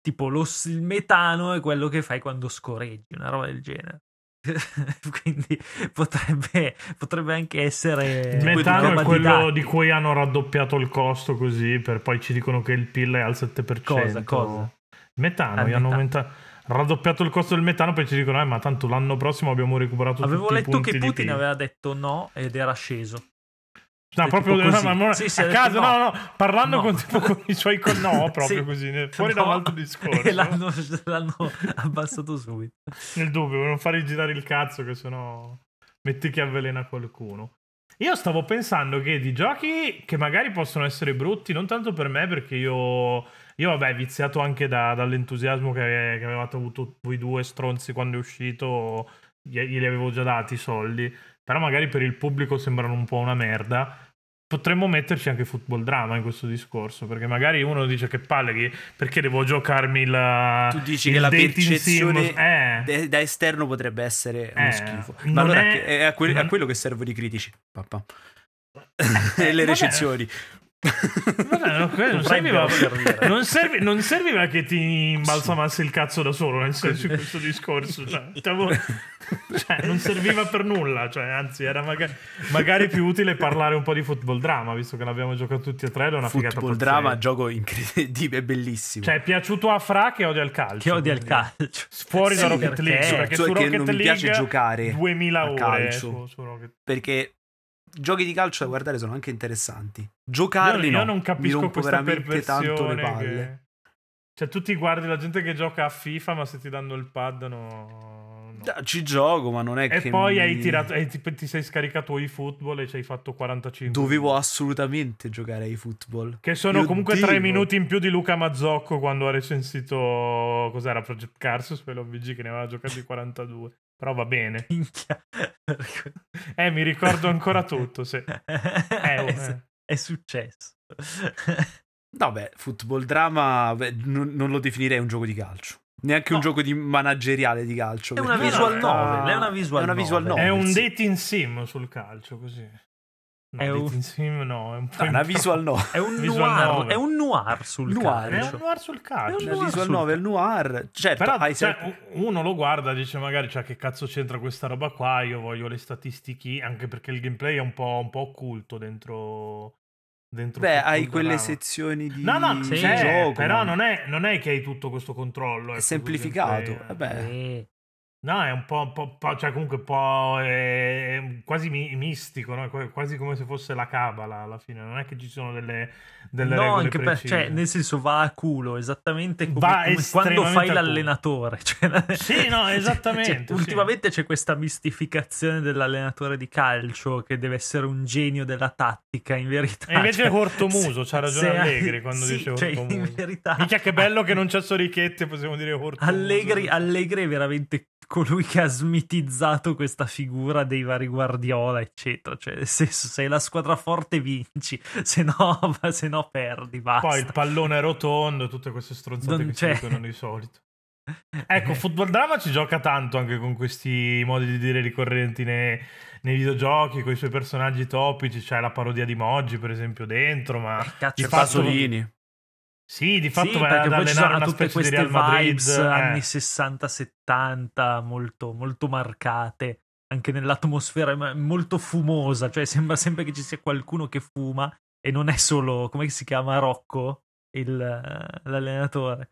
[SPEAKER 2] Tipo lo, s- il metano è quello che fai quando scoreggi, una roba del genere. Quindi potrebbe, potrebbe anche essere
[SPEAKER 1] il metano
[SPEAKER 2] roba
[SPEAKER 1] è quello
[SPEAKER 2] didattica.
[SPEAKER 1] di cui hanno raddoppiato il costo così per poi ci dicono che il PIL è al 7%
[SPEAKER 2] Cosa, cosa?
[SPEAKER 1] metano
[SPEAKER 2] Al
[SPEAKER 1] gli hanno
[SPEAKER 2] metano.
[SPEAKER 1] aumenta- raddoppiato il costo del metano poi ci dicono eh ma tanto l'anno prossimo abbiamo recuperato
[SPEAKER 2] Avevo
[SPEAKER 1] tutti i
[SPEAKER 2] letto
[SPEAKER 1] punti
[SPEAKER 2] che
[SPEAKER 1] di
[SPEAKER 2] Putin
[SPEAKER 1] PIL.
[SPEAKER 2] aveva detto no ed era sceso.
[SPEAKER 1] No,
[SPEAKER 2] Tipo
[SPEAKER 1] proprio
[SPEAKER 2] così.
[SPEAKER 1] no, ma-
[SPEAKER 2] Sì, sì,
[SPEAKER 1] a
[SPEAKER 2] ha detto
[SPEAKER 1] caso,
[SPEAKER 2] no.
[SPEAKER 1] no, no, parlando
[SPEAKER 2] No.
[SPEAKER 1] con, tipo, con i suoi con no, proprio
[SPEAKER 2] Sì.
[SPEAKER 1] così, ne- fuori da
[SPEAKER 2] No.
[SPEAKER 1] un altro discorso.
[SPEAKER 2] E l'hanno, l'hanno abbassato subito.
[SPEAKER 1] Nel dubbio, non fare girare il cazzo, che sennò metti che avvelena qualcuno. Io stavo pensando che di giochi che magari possono essere brutti, non tanto per me, perché io, io vabbè, viziato anche da- dall'entusiasmo che, che avevate avuto voi due stronzi quando è uscito, gli- glieli avevo già dati i soldi, però magari per il pubblico sembrano un po' una merda. Potremmo metterci anche football drama in questo discorso, perché magari uno dice che palle, che- perché devo giocarmi la...
[SPEAKER 3] Tu dici
[SPEAKER 1] il
[SPEAKER 3] che la
[SPEAKER 1] dating
[SPEAKER 3] percezione
[SPEAKER 1] sim? Eh.
[SPEAKER 3] de- da esterno potrebbe essere uno
[SPEAKER 1] Eh,
[SPEAKER 3] schifo.
[SPEAKER 1] non
[SPEAKER 3] Ma allora
[SPEAKER 1] è-
[SPEAKER 3] che- è, a quel-
[SPEAKER 1] non-
[SPEAKER 3] a quello che servono i critici. Papà. e le
[SPEAKER 1] vabbè.
[SPEAKER 3] recensioni.
[SPEAKER 1] Vabbè, no, quello non, serviva,
[SPEAKER 2] Dovrebbero servire.
[SPEAKER 1] non, servi- non serviva che ti imbalsamasse il cazzo da solo nel senso di questo discorso cioè, stavo- cioè, non serviva per nulla cioè, anzi era maga- magari più utile parlare un po' di football drama visto che l'abbiamo giocato tutti e tre ed è una figata
[SPEAKER 3] Football
[SPEAKER 1] pazzesca.
[SPEAKER 3] drama, gioco incredibile, è bellissimo.
[SPEAKER 1] cioè è piaciuto a Fra che odia il calcio
[SPEAKER 2] Che odia il
[SPEAKER 1] quindi.
[SPEAKER 2] calcio.
[SPEAKER 1] fuori da
[SPEAKER 2] Sì,
[SPEAKER 1] Rocket
[SPEAKER 2] perché-
[SPEAKER 1] League perché
[SPEAKER 3] Cioè
[SPEAKER 1] su
[SPEAKER 3] che
[SPEAKER 1] Rocket
[SPEAKER 3] non mi
[SPEAKER 1] League
[SPEAKER 3] piace giocare
[SPEAKER 1] 2000
[SPEAKER 3] a
[SPEAKER 1] ore
[SPEAKER 3] calcio.
[SPEAKER 1] su- su Rocket-
[SPEAKER 3] Perché giochi di calcio da guardare sono anche interessanti.
[SPEAKER 1] io,
[SPEAKER 3] Giocarli
[SPEAKER 1] io
[SPEAKER 3] no,
[SPEAKER 1] non
[SPEAKER 3] mi
[SPEAKER 1] capisco
[SPEAKER 3] rompo
[SPEAKER 1] questa
[SPEAKER 3] veramente tanto le
[SPEAKER 1] perversione
[SPEAKER 3] palle.
[SPEAKER 1] che- Cioè, tu ti guardi la gente che gioca a FIFA, ma se ti danno il pad, no. no.
[SPEAKER 3] Da- Ci gioco, ma non è
[SPEAKER 1] E
[SPEAKER 3] che
[SPEAKER 1] poi
[SPEAKER 3] mi-
[SPEAKER 1] hai tirato, hai- ti, ti sei scaricato eFootball e ci hai fatto 45.
[SPEAKER 3] Dovevo assolutamente giocare ai football.
[SPEAKER 1] Che sono
[SPEAKER 3] Io
[SPEAKER 1] comunque
[SPEAKER 3] dico-
[SPEAKER 1] tre minuti in più di Luca Mazzocco quando ha recensito. Cos'era Project Cars per l'OVG che ne aveva giocati 42. Però va bene.
[SPEAKER 2] Minchia.
[SPEAKER 1] Eh, mi ricordo ancora tutto. sì. Eh, oh,
[SPEAKER 2] È su-
[SPEAKER 1] eh.
[SPEAKER 2] è successo.
[SPEAKER 3] No, beh, football drama beh, non, non lo definirei un gioco di calcio. Neanche un
[SPEAKER 2] No.
[SPEAKER 3] gioco di manageriale di calcio.
[SPEAKER 2] È una
[SPEAKER 3] perché-
[SPEAKER 1] visual
[SPEAKER 3] Ah,
[SPEAKER 2] novel, è una visual
[SPEAKER 3] è una
[SPEAKER 2] novel.
[SPEAKER 1] È
[SPEAKER 3] novel,
[SPEAKER 1] un
[SPEAKER 3] sì.
[SPEAKER 1] dating sim sul calcio, così. No,
[SPEAKER 2] È un-
[SPEAKER 1] dating sim no, è un po'
[SPEAKER 3] Ah, una
[SPEAKER 1] improprio.
[SPEAKER 3] visual novel.
[SPEAKER 2] È un
[SPEAKER 1] Visual
[SPEAKER 2] noir,
[SPEAKER 1] novel.
[SPEAKER 2] è un noir sul
[SPEAKER 3] Noir.
[SPEAKER 1] È
[SPEAKER 2] calcio.
[SPEAKER 1] un noir sul
[SPEAKER 2] È
[SPEAKER 1] calcio.
[SPEAKER 2] un
[SPEAKER 3] Una visual
[SPEAKER 2] assolutamente.
[SPEAKER 3] novel noir. Certo,
[SPEAKER 1] Però
[SPEAKER 3] hai
[SPEAKER 1] cioè,
[SPEAKER 3] sempre-
[SPEAKER 1] u- uno lo guarda e dice magari cioè, che cazzo c'entra questa roba qua, io voglio le statistiche, anche perché il gameplay è un po', un po' occulto dentro... dentro
[SPEAKER 3] Beh,
[SPEAKER 1] tutto
[SPEAKER 3] hai
[SPEAKER 1] il
[SPEAKER 3] quelle
[SPEAKER 1] drama.
[SPEAKER 3] sezioni di
[SPEAKER 1] No, no,
[SPEAKER 2] Sì.
[SPEAKER 1] c'è,
[SPEAKER 3] gioco.
[SPEAKER 1] però
[SPEAKER 3] ma-
[SPEAKER 1] non è, non è che hai tutto questo controllo.
[SPEAKER 3] È
[SPEAKER 1] ecco, sul
[SPEAKER 3] semplificato.
[SPEAKER 1] gameplay.
[SPEAKER 3] Vabbè.
[SPEAKER 2] Eh,
[SPEAKER 1] No, è un po', un po'- un po', cioè comunque un po' eh, quasi mi- mistico, no? Qu- quasi come se fosse la cabala alla fine. Non è che ci sono delle, delle
[SPEAKER 2] no,
[SPEAKER 1] regole
[SPEAKER 2] anche per,
[SPEAKER 1] precise.
[SPEAKER 2] cioè, nel senso va a culo, esattamente come,
[SPEAKER 1] Va
[SPEAKER 2] come quando
[SPEAKER 1] estremamente
[SPEAKER 2] fai
[SPEAKER 1] a culo.
[SPEAKER 2] l'allenatore. Cioè,
[SPEAKER 1] Sì, no, esattamente, sì.
[SPEAKER 2] Ultimamente c'è questa mistificazione dell'allenatore di calcio che deve essere un genio della tattica, in verità.
[SPEAKER 1] E invece è
[SPEAKER 2] cioè,
[SPEAKER 1] Cortomuso,
[SPEAKER 2] se-
[SPEAKER 1] c'ha ragione
[SPEAKER 2] se-
[SPEAKER 1] Allegri quando
[SPEAKER 2] sì,
[SPEAKER 1] dice
[SPEAKER 2] cioè,
[SPEAKER 1] Cortomuso.
[SPEAKER 2] in verità,
[SPEAKER 1] Minchia che bello che non c'è Sorichette, possiamo dire Cortomuso.
[SPEAKER 2] Allegri, Allegri è veramente colui che ha smitizzato questa figura dei vari Guardiola, eccetera. Cioè, nel senso, sei la squadra forte, vinci, se no, ma se no perdi. Basta.
[SPEAKER 1] Poi il pallone rotondo, tutte queste stronzate
[SPEAKER 2] Non
[SPEAKER 1] che
[SPEAKER 2] c'è. Eh.
[SPEAKER 1] si dicono di solito. Ecco, Football Drama ci gioca tanto anche con questi modi di dire ricorrenti nei, nei videogiochi, con i suoi personaggi topici, c'è la parodia di Moggi per esempio dentro, ma
[SPEAKER 2] Eh, cazzo,
[SPEAKER 1] di
[SPEAKER 3] C'è
[SPEAKER 1] fatto-
[SPEAKER 3] Pasolini.
[SPEAKER 1] sì, di fatto
[SPEAKER 2] sì,
[SPEAKER 1] va
[SPEAKER 2] perché
[SPEAKER 1] ad
[SPEAKER 2] poi ci
[SPEAKER 1] allenare
[SPEAKER 2] sono
[SPEAKER 1] una
[SPEAKER 2] tutte
[SPEAKER 1] specie di
[SPEAKER 2] queste
[SPEAKER 1] Real Madrid.
[SPEAKER 2] vibes
[SPEAKER 1] eh.
[SPEAKER 2] anni 60-70 molto, molto marcate, anche nell'atmosfera ma- molto fumosa, cioè sembra sempre che ci sia qualcuno che fuma e non è solo, come si chiama, Rocco, il, eh, l'allenatore.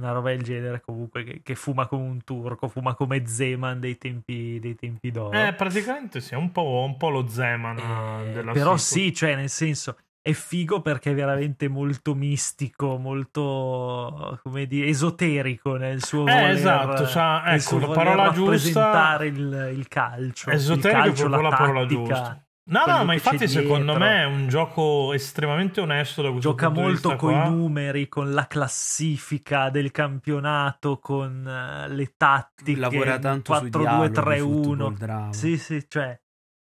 [SPEAKER 2] una roba del genere comunque che, che, fuma come un turco, fuma come Zeman dei tempi, dei tempi d'oro.
[SPEAKER 1] Eh, praticamente sì, è un po', un po lo Zeman eh, della
[SPEAKER 2] Però sì, cioè nel senso è figo perché è veramente molto mistico, molto come dire, esoterico nel suo eh, voler,
[SPEAKER 1] esatto, cioè, ecco, la parola giusta
[SPEAKER 2] il, il calcio,
[SPEAKER 1] esoterico
[SPEAKER 2] il calcio,
[SPEAKER 1] è proprio la, la parola tattica, giusta. No, no, ma infatti secondo dietro. me è un gioco estremamente onesto da questo
[SPEAKER 2] Gioca molto
[SPEAKER 1] con i
[SPEAKER 2] numeri, con la classifica del campionato, con uh, le tattiche.
[SPEAKER 3] Lavora tanto 4-2-3-1.
[SPEAKER 2] Sì, sì, cioè,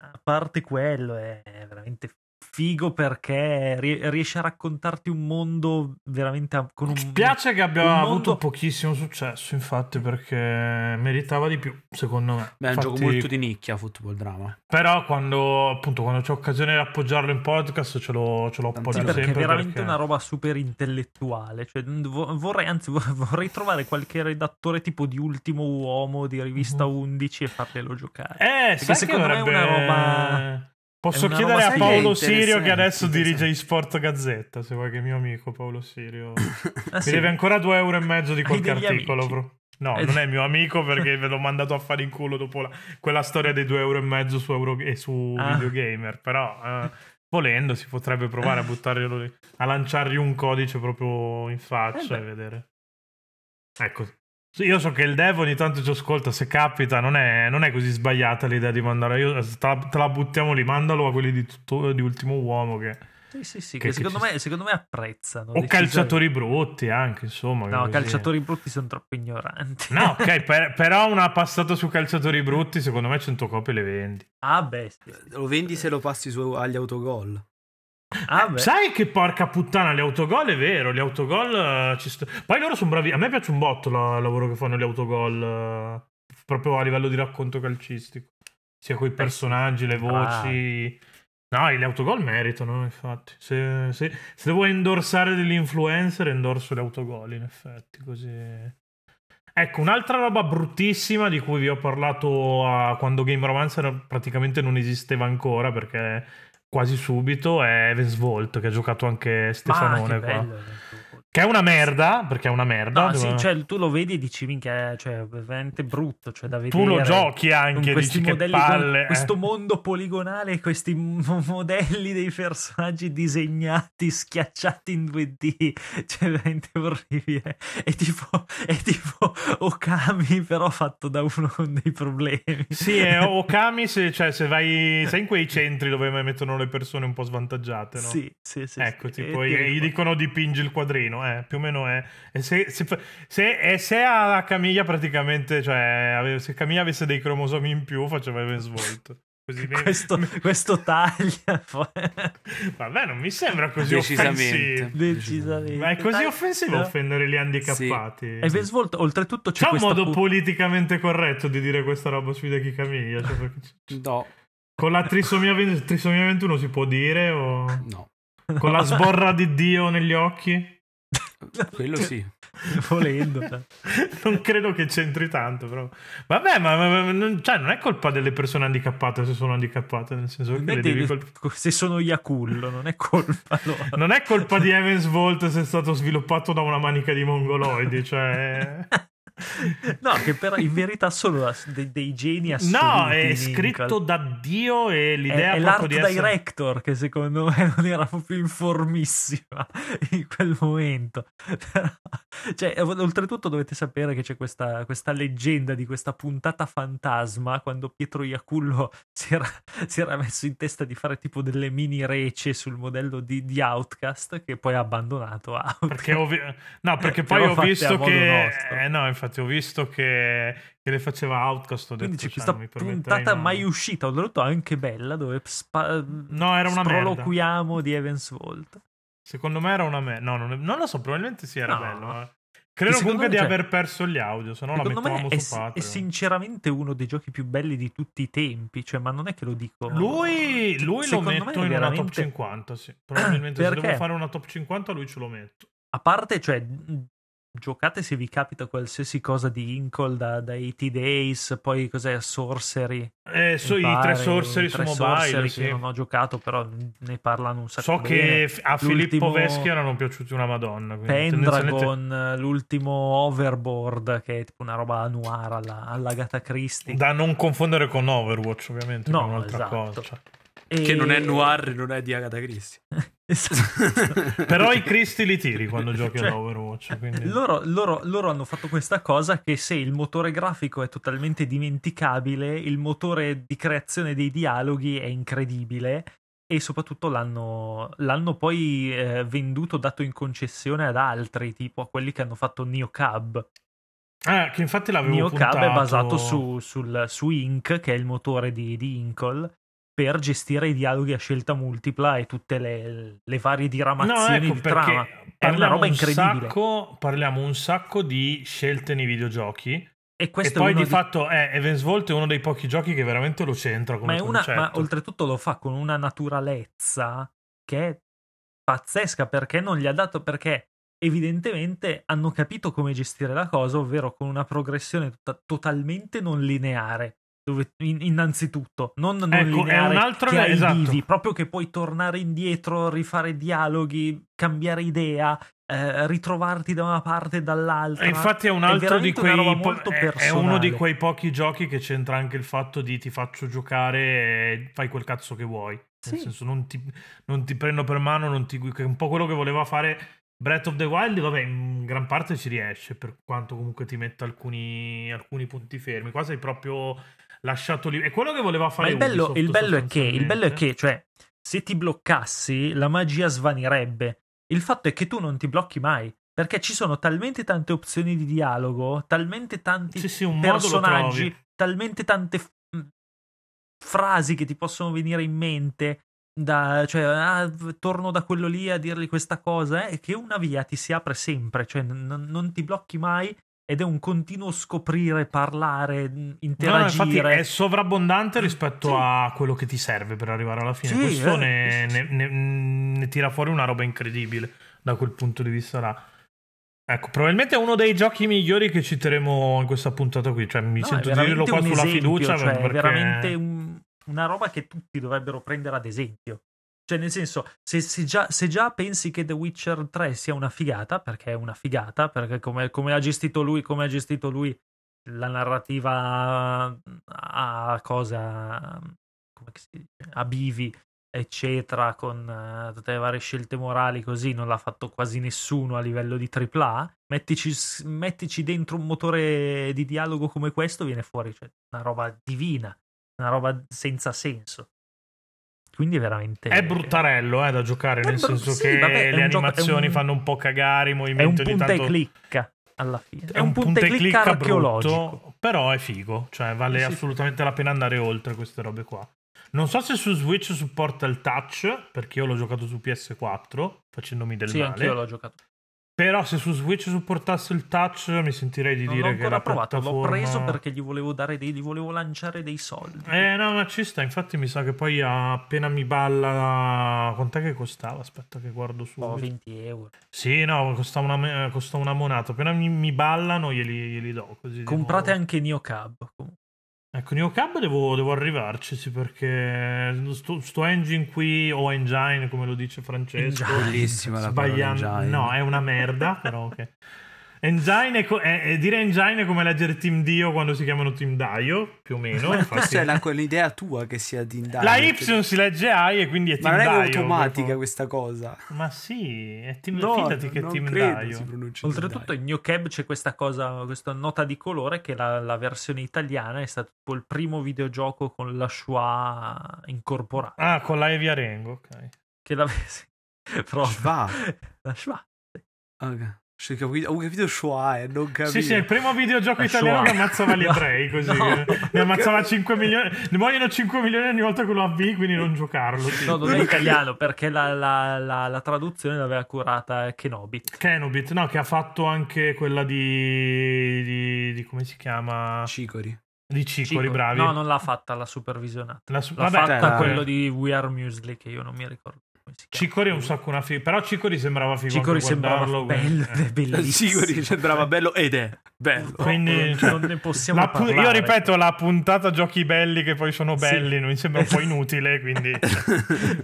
[SPEAKER 2] a parte quello è veramente figo perché riesce a raccontarti un mondo veramente con un
[SPEAKER 1] spiace che abbia un mondo... avuto pochissimo successo infatti perché meritava di più secondo me
[SPEAKER 3] Beh, è un
[SPEAKER 1] infatti...
[SPEAKER 3] gioco molto di nicchia football drama
[SPEAKER 1] però quando appunto quando c'è occasione di appoggiarlo in podcast ce lo, ce lo appoggio sì,
[SPEAKER 2] perché
[SPEAKER 1] sempre
[SPEAKER 2] è veramente perché... una roba super intellettuale cioè, vorrei anzi vorrei trovare qualche redattore tipo di Ultimo Uomo di Rivista mm-hmm. 11 e farglielo giocare
[SPEAKER 1] eh perché
[SPEAKER 2] secondo
[SPEAKER 1] dovrebbe...
[SPEAKER 2] me è una roba
[SPEAKER 1] Posso chiedere a Paolo Sirio che adesso dirige eSport Gazzetta, se vuoi che è mio amico Paolo Sirio. ah, sì. Mi deve ancora 2 euro e mezzo di qualche articolo, bro. No, non è mio amico perché ve l'ho mandato a fare in culo dopo la, quella storia dei 2 euro e mezzo su, euro, e su ah. Videogamer, però eh, volendo si potrebbe provare a buttarglielo lì, a lanciargli un codice proprio in faccia eh e vedere. Ecco, io so che il dev ogni tanto ci ascolta, se capita, non è, non è così sbagliata l'idea di mandare. Io, eh, te la buttiamo lì, mandalo a quelli di, tutto, di Ultimo Uomo che...
[SPEAKER 2] Sì, sì, sì, che, che secondo, ci... me, secondo, me, apprezzano.
[SPEAKER 1] O calciatori brutti anche, insomma.
[SPEAKER 2] No, calciatori brutti sono troppo ignoranti.
[SPEAKER 1] No, ok, per, però una passata su calciatori brutti, secondo me 100 copie le vendi.
[SPEAKER 2] Ah, beh. Sì,
[SPEAKER 3] sì, lo vendi se lo passi su, agli autogol.
[SPEAKER 1] Ah, Sai che porca puttana, gli autogol è vero, gli autogol uh, ci st- Poi loro sono bravi, a me piace un botto la- il lavoro che fanno gli autogol, uh, proprio a livello di racconto calcistico, sia con i personaggi, le voci. Ah. No, gli autogol meritano, infatti. Se, se, se devo indorsare degli influencer, endorso gli autogol, in effetti, così... Ecco, un'altra roba bruttissima di cui vi ho parlato uh, quando Game Romancer praticamente non esisteva ancora perché quasi subito è Evans Volt che ha giocato anche Stefanone ah, che qua. Bello.
[SPEAKER 2] eh,
[SPEAKER 1] Che è una merda, perché è una merda.
[SPEAKER 2] No, sì, cioè, tu lo vedi e dici, minchia, cioè, è veramente brutto. Cioè, da vedere
[SPEAKER 1] tu lo giochi anche,
[SPEAKER 2] questi
[SPEAKER 1] dici
[SPEAKER 2] modelli,
[SPEAKER 1] che palle.
[SPEAKER 2] Eh. Questo mondo poligonale, questi modelli dei personaggi disegnati, schiacciati in 2D. Cioè, veramente orribile. È tipo, è tipo Okami, però fatto da uno con dei problemi.
[SPEAKER 1] Sì, è Okami se, cioè, se vai sei in quei centri dove mettono le persone un po' svantaggiate, no?
[SPEAKER 2] Sì, sì, sì.
[SPEAKER 1] Ecco,
[SPEAKER 2] sì,
[SPEAKER 1] tipo, gli, gli dicono dipingi il quadrino. Eh, più o meno è. E se, se, se, e se a Camilla praticamente, cioè, ave, se Camilla avesse dei cromosomi in più, faceva Even Svolt. Così
[SPEAKER 2] questo, mi... questo taglia.
[SPEAKER 1] Vabbè, non mi sembra così Decisamente. offensivo.
[SPEAKER 2] Decisamente.
[SPEAKER 1] Ma è così Dai, offensivo no. offendere gli handicappati.
[SPEAKER 2] Sì. Even Svolt, oltretutto, c'è,
[SPEAKER 1] c'è
[SPEAKER 2] un
[SPEAKER 1] modo pu... politicamente corretto di dire questa roba sui Deki Camilla. Cioè
[SPEAKER 3] no.
[SPEAKER 1] Con la trisomia, 20, trisomia 21 si può dire? O...
[SPEAKER 3] No.
[SPEAKER 1] Con la sborra di Dio negli occhi?
[SPEAKER 3] quello sì
[SPEAKER 2] volendo
[SPEAKER 1] non credo che c'entri tanto però vabbè ma, ma, ma non, cioè, non, è colpa delle persone handicappate se sono handicappate nel senso non che
[SPEAKER 2] devi, colp- se sono Iacullo non è colpa loro.
[SPEAKER 1] non è colpa di Evans Volt se è stato sviluppato da una manica di mongoloidi cioè
[SPEAKER 2] No, che però in verità sono dei, dei geni assoluti.
[SPEAKER 1] No, è scritto da Dio e l'idea
[SPEAKER 2] è, è
[SPEAKER 1] l'art
[SPEAKER 2] di essere... director che secondo me non era proprio informissima in quel momento. Però, cioè, oltretutto dovete sapere che c'è questa, questa, leggenda di questa puntata fantasma quando Pietro Iacullo si era, si era, messo in testa di fare tipo delle mini rece sul modello di, di Outcast che poi ha abbandonato Outcast.
[SPEAKER 1] Perché vi...
[SPEAKER 2] Eh,
[SPEAKER 1] No, perché poi ho visto che... Nostro. Eh no, infatti ho visto che, che, le faceva Outcast. Ho detto,
[SPEAKER 2] Quindi c'è questa cioè, puntata mai no. uscita, ho detto anche bella, dove spa-
[SPEAKER 1] no, era una
[SPEAKER 2] proloquiamo di Evans Volt.
[SPEAKER 1] Secondo me era una me. No, non, è- non lo so, probabilmente sì, era no. bello. Eh. Credo comunque me, di cioè, aver perso gli audio, se no la mettevamo
[SPEAKER 2] me
[SPEAKER 1] su Patreon.
[SPEAKER 2] È sinceramente uno dei giochi più belli di tutti i tempi, cioè, ma non è che lo dico.
[SPEAKER 1] Lui, lui lo metto me in veramente... una top 50, sì. Probabilmente se devo fare una top 50 lui ce lo metto.
[SPEAKER 2] A parte, cioè, giocate se vi capita qualsiasi cosa di Inkle da, da 80 Days, poi cos'è Sorcery?
[SPEAKER 1] Eh, so, I tre Sorcery su
[SPEAKER 2] tre
[SPEAKER 1] mobile.
[SPEAKER 2] Sorcery
[SPEAKER 1] sì.
[SPEAKER 2] che non ho giocato, però ne parlano un sacco.
[SPEAKER 1] So
[SPEAKER 2] bene.
[SPEAKER 1] che f- a Filippo
[SPEAKER 2] L'ultimo-
[SPEAKER 1] Veschi erano piaciuti una madonna. quindi tendenzialmente-
[SPEAKER 2] Pendragon, l'ultimo Overboard, che è tipo una roba noir alla, alla Agatha Christie.
[SPEAKER 1] Da non confondere con Overwatch, ovviamente,
[SPEAKER 2] No,
[SPEAKER 1] che è un'altra
[SPEAKER 2] esatto.
[SPEAKER 1] cosa. cioè.
[SPEAKER 3] Che
[SPEAKER 2] E-
[SPEAKER 3] non è noir, non è di Agatha Christie.
[SPEAKER 2] Esatto.
[SPEAKER 1] Però i cristi li tiri quando giochi
[SPEAKER 2] Cioè,
[SPEAKER 1] ad Overwatch. Quindi...
[SPEAKER 2] Loro, loro- loro hanno fatto questa cosa che se il motore grafico è totalmente dimenticabile, il motore di creazione dei dialoghi è incredibile e soprattutto l'hanno, l'hanno poi eh, venduto, dato in concessione ad altri, tipo a quelli che hanno fatto Neocab.
[SPEAKER 1] Ah, che infatti l'avevo
[SPEAKER 2] Neocab è
[SPEAKER 1] puntato-
[SPEAKER 2] basato su, sul- su Inc, che è il motore di, di Inkle, per gestire i dialoghi a scelta multipla e tutte le, le varie
[SPEAKER 1] No,
[SPEAKER 2] diramazioni
[SPEAKER 1] ecco
[SPEAKER 2] di
[SPEAKER 1] perché
[SPEAKER 2] trama.
[SPEAKER 1] parliamo
[SPEAKER 2] roba
[SPEAKER 1] un
[SPEAKER 2] incredibile.
[SPEAKER 1] sacco- parliamo un sacco di scelte nei videogiochi.
[SPEAKER 2] E
[SPEAKER 1] E
[SPEAKER 2] questo è
[SPEAKER 1] poi
[SPEAKER 2] uno
[SPEAKER 1] di
[SPEAKER 2] di-
[SPEAKER 1] fatto eh, Evans Volt è uno dei pochi giochi che veramente lo c'entra come
[SPEAKER 2] ma, è una,
[SPEAKER 1] concetto.
[SPEAKER 2] ma oltretutto lo fa con una naturalezza che è pazzesca perché non gli ha dato perché evidentemente hanno capito come gestire la cosa ovvero con una progressione tutta- totalmente non lineare dove in- innanzitutto non, non
[SPEAKER 1] Ecco, è
[SPEAKER 2] lineare
[SPEAKER 1] un altro-
[SPEAKER 2] che hai i
[SPEAKER 1] esatto.
[SPEAKER 2] bivi, proprio che puoi tornare indietro rifare dialoghi cambiare idea eh, ritrovarti da una parte e dall'altra
[SPEAKER 1] E Eh, infatti è un altro di
[SPEAKER 2] veramente una
[SPEAKER 1] quei
[SPEAKER 2] roba
[SPEAKER 1] po-
[SPEAKER 2] molto
[SPEAKER 1] è- è uno di
[SPEAKER 2] personale.
[SPEAKER 1] quei pochi giochi che c'entra anche il fatto di ti faccio giocare e fai quel cazzo che vuoi. Nel
[SPEAKER 2] Sì.
[SPEAKER 1] senso non ti, non ti prendo per mano, non ti guido, che è un po' quello che voleva fare Breath of the Wild, vabbè, in gran parte ci riesce per quanto comunque ti metta alcuni, alcuni punti fermi. Qua sei proprio lasciato lì. È quello che voleva
[SPEAKER 2] Ma
[SPEAKER 1] fare
[SPEAKER 2] il bello,
[SPEAKER 1] Ubisoft,
[SPEAKER 2] il bello è che, il bello è
[SPEAKER 1] sostanzialmente.
[SPEAKER 2] che, cioè, se ti bloccassi, la magia svanirebbe. Il fatto è che tu non ti blocchi mai, perché ci sono talmente tante opzioni di dialogo, talmente tanti
[SPEAKER 1] Sì, sì, un modo lo
[SPEAKER 2] personaggi,
[SPEAKER 1] trovi.
[SPEAKER 2] talmente tante f- mh, frasi che ti possono venire in mente. Da, cioè, ah, v- torno da quello lì a dirgli questa cosa, eh, che una via ti si apre sempre, cioè n- non- non ti blocchi mai ed è un continuo scoprire, parlare, mh,
[SPEAKER 1] No, no,
[SPEAKER 2] interagire.
[SPEAKER 1] infatti è sovrabbondante rispetto
[SPEAKER 2] Sì.
[SPEAKER 1] a quello che ti serve per arrivare alla fine.
[SPEAKER 2] Sì,
[SPEAKER 1] Questo
[SPEAKER 2] eh,
[SPEAKER 1] ne,
[SPEAKER 2] sì, sì,
[SPEAKER 1] ne- ne- ne tira fuori una roba incredibile da quel punto di vista là. Ecco, probabilmente è uno dei giochi migliori che citeremo in questa puntata qui. Cioè, mi
[SPEAKER 2] No,
[SPEAKER 1] sento
[SPEAKER 2] è
[SPEAKER 1] di dirlo
[SPEAKER 2] veramente
[SPEAKER 1] qua
[SPEAKER 2] un
[SPEAKER 1] sulla
[SPEAKER 2] esempio,
[SPEAKER 1] fiducia.
[SPEAKER 2] cioè, è
[SPEAKER 1] perché-
[SPEAKER 2] veramente un- una roba che tutti dovrebbero prendere ad esempio. Cioè, nel senso, se, se già, se già pensi che The Witcher 3 sia una figata, perché è una figata, perché come, come ha gestito lui, come ha gestito lui la narrativa a cosa come che si dice? a bivi, eccetera, con eh, tutte le varie scelte morali così, non l'ha fatto quasi nessuno a livello di AAA. Mettici, s- mettici dentro un motore di dialogo come questo, viene fuori cioè, una roba divina, una roba senza senso. Quindi è veramente...
[SPEAKER 1] È bruttarello eh, da giocare,
[SPEAKER 2] È
[SPEAKER 1] nel
[SPEAKER 2] brut-
[SPEAKER 1] senso
[SPEAKER 2] sì,
[SPEAKER 1] che
[SPEAKER 2] vabbè, è
[SPEAKER 1] le
[SPEAKER 2] un gioco- è
[SPEAKER 1] animazioni
[SPEAKER 2] un-
[SPEAKER 1] fanno un po' cagare, i
[SPEAKER 2] È un
[SPEAKER 1] movimenti ogni
[SPEAKER 2] punta
[SPEAKER 1] tanto...
[SPEAKER 2] e clicca alla fine.
[SPEAKER 1] è un punto e clicca
[SPEAKER 2] archeologico.
[SPEAKER 1] brutto, però è figo, cioè vale
[SPEAKER 2] Sì, sì.
[SPEAKER 1] assolutamente la pena andare oltre queste robe qua. Non so se su Switch supporta il touch, perché io l'ho giocato su PS4 facendomi del
[SPEAKER 2] Sì, anch'io
[SPEAKER 1] male.
[SPEAKER 2] l'ho giocato.
[SPEAKER 1] Però se su Switch supportasse il touch mi sentirei di
[SPEAKER 2] Non l'ho
[SPEAKER 1] dire che
[SPEAKER 2] ancora
[SPEAKER 1] la
[SPEAKER 2] provato,
[SPEAKER 1] piattaforma
[SPEAKER 2] l'ho preso perché gli volevo dare dei, gli volevo lanciare dei soldi.
[SPEAKER 1] Eh no, ma ci sta, infatti mi sa che poi appena mi balla quant'è che costava? Aspetta che guardo su.
[SPEAKER 2] Oh, 20 euro.
[SPEAKER 1] Sì, no, costa una, me- costa una monata. Appena mi, mi ballano glieli, glieli do. Così di
[SPEAKER 2] Comprate
[SPEAKER 1] nuovo.
[SPEAKER 2] anche Neocab. comunque.
[SPEAKER 1] Ecco, NeoCab devo, devo arrivarci, sì, perché sto, sto engine qui, o engine come lo dice Francesco,
[SPEAKER 2] Engine.
[SPEAKER 3] Bellissima la parola
[SPEAKER 1] sbagliando.
[SPEAKER 3] engine.
[SPEAKER 1] No, è una merda, però ok. Engine è co- è- è- dire engine è come leggere Team Dio quando si chiamano Team Dio, più o meno. infatti.
[SPEAKER 3] Cioè, la, quell'idea tua che sia di indagine.
[SPEAKER 1] La Y si legge I e quindi è
[SPEAKER 3] Ma
[SPEAKER 1] Team
[SPEAKER 3] non è
[SPEAKER 1] Dio.
[SPEAKER 3] automatica
[SPEAKER 1] proprio.
[SPEAKER 3] questa cosa.
[SPEAKER 1] Ma sì, è team,
[SPEAKER 3] No,
[SPEAKER 1] fidati che è
[SPEAKER 3] non
[SPEAKER 1] Team
[SPEAKER 3] credo
[SPEAKER 1] Dio.
[SPEAKER 3] si pronunci
[SPEAKER 2] Oltretutto in Neocab c'è questa cosa, questa nota di colore che la, la versione italiana è stato tipo il primo videogioco con la Schwa incorporata.
[SPEAKER 1] Ah, con la Evia Rengo, ok.
[SPEAKER 2] Che la... sì, proprio.
[SPEAKER 3] Schwa.
[SPEAKER 2] La Schwa.
[SPEAKER 3] Ok. Cioè, ho capito- ho capito Shoah e non capito.
[SPEAKER 1] Sì, sì, è il primo videogioco
[SPEAKER 2] La
[SPEAKER 1] italiano
[SPEAKER 2] Shoah.
[SPEAKER 1] che ammazzava gli
[SPEAKER 2] No.
[SPEAKER 1] ebrei, così.
[SPEAKER 2] No.
[SPEAKER 1] Ne ammazzava 5 milioni, ne vogliono 5 milioni ogni volta che lo avvii, quindi non giocarlo. sì.
[SPEAKER 2] No, non è italiano perché la, la- la- la traduzione l'aveva curata Kenobi.
[SPEAKER 1] Kenobit, no, che ha fatto anche quella di... di, di- come si chiama?
[SPEAKER 3] Cicori.
[SPEAKER 1] Di Cicori,
[SPEAKER 2] Cicori.
[SPEAKER 1] bravi.
[SPEAKER 2] No, non l'ha fatta la supervisionata.
[SPEAKER 1] La su-
[SPEAKER 2] L'ha
[SPEAKER 1] vabbè,
[SPEAKER 2] fatta
[SPEAKER 1] eh,
[SPEAKER 2] quello di We Are Muesli che io non mi ricordo. come si chiama?
[SPEAKER 1] Cicori è un sacco una figa, però Cicori sembrava figo.
[SPEAKER 2] Cicori
[SPEAKER 1] anche
[SPEAKER 2] sembrava
[SPEAKER 1] guardarlo,
[SPEAKER 2] bello,
[SPEAKER 1] quindi, eh.
[SPEAKER 2] è bellissimo.
[SPEAKER 3] Sicuri sembrava cioè, bello ed è bello.
[SPEAKER 1] Quindi,
[SPEAKER 2] non ne possiamo
[SPEAKER 1] La pu- io
[SPEAKER 2] parlare.
[SPEAKER 1] ripeto, la puntata giochi belli che poi sono
[SPEAKER 2] Sì.
[SPEAKER 1] belli mi sembra un po' inutile, quindi...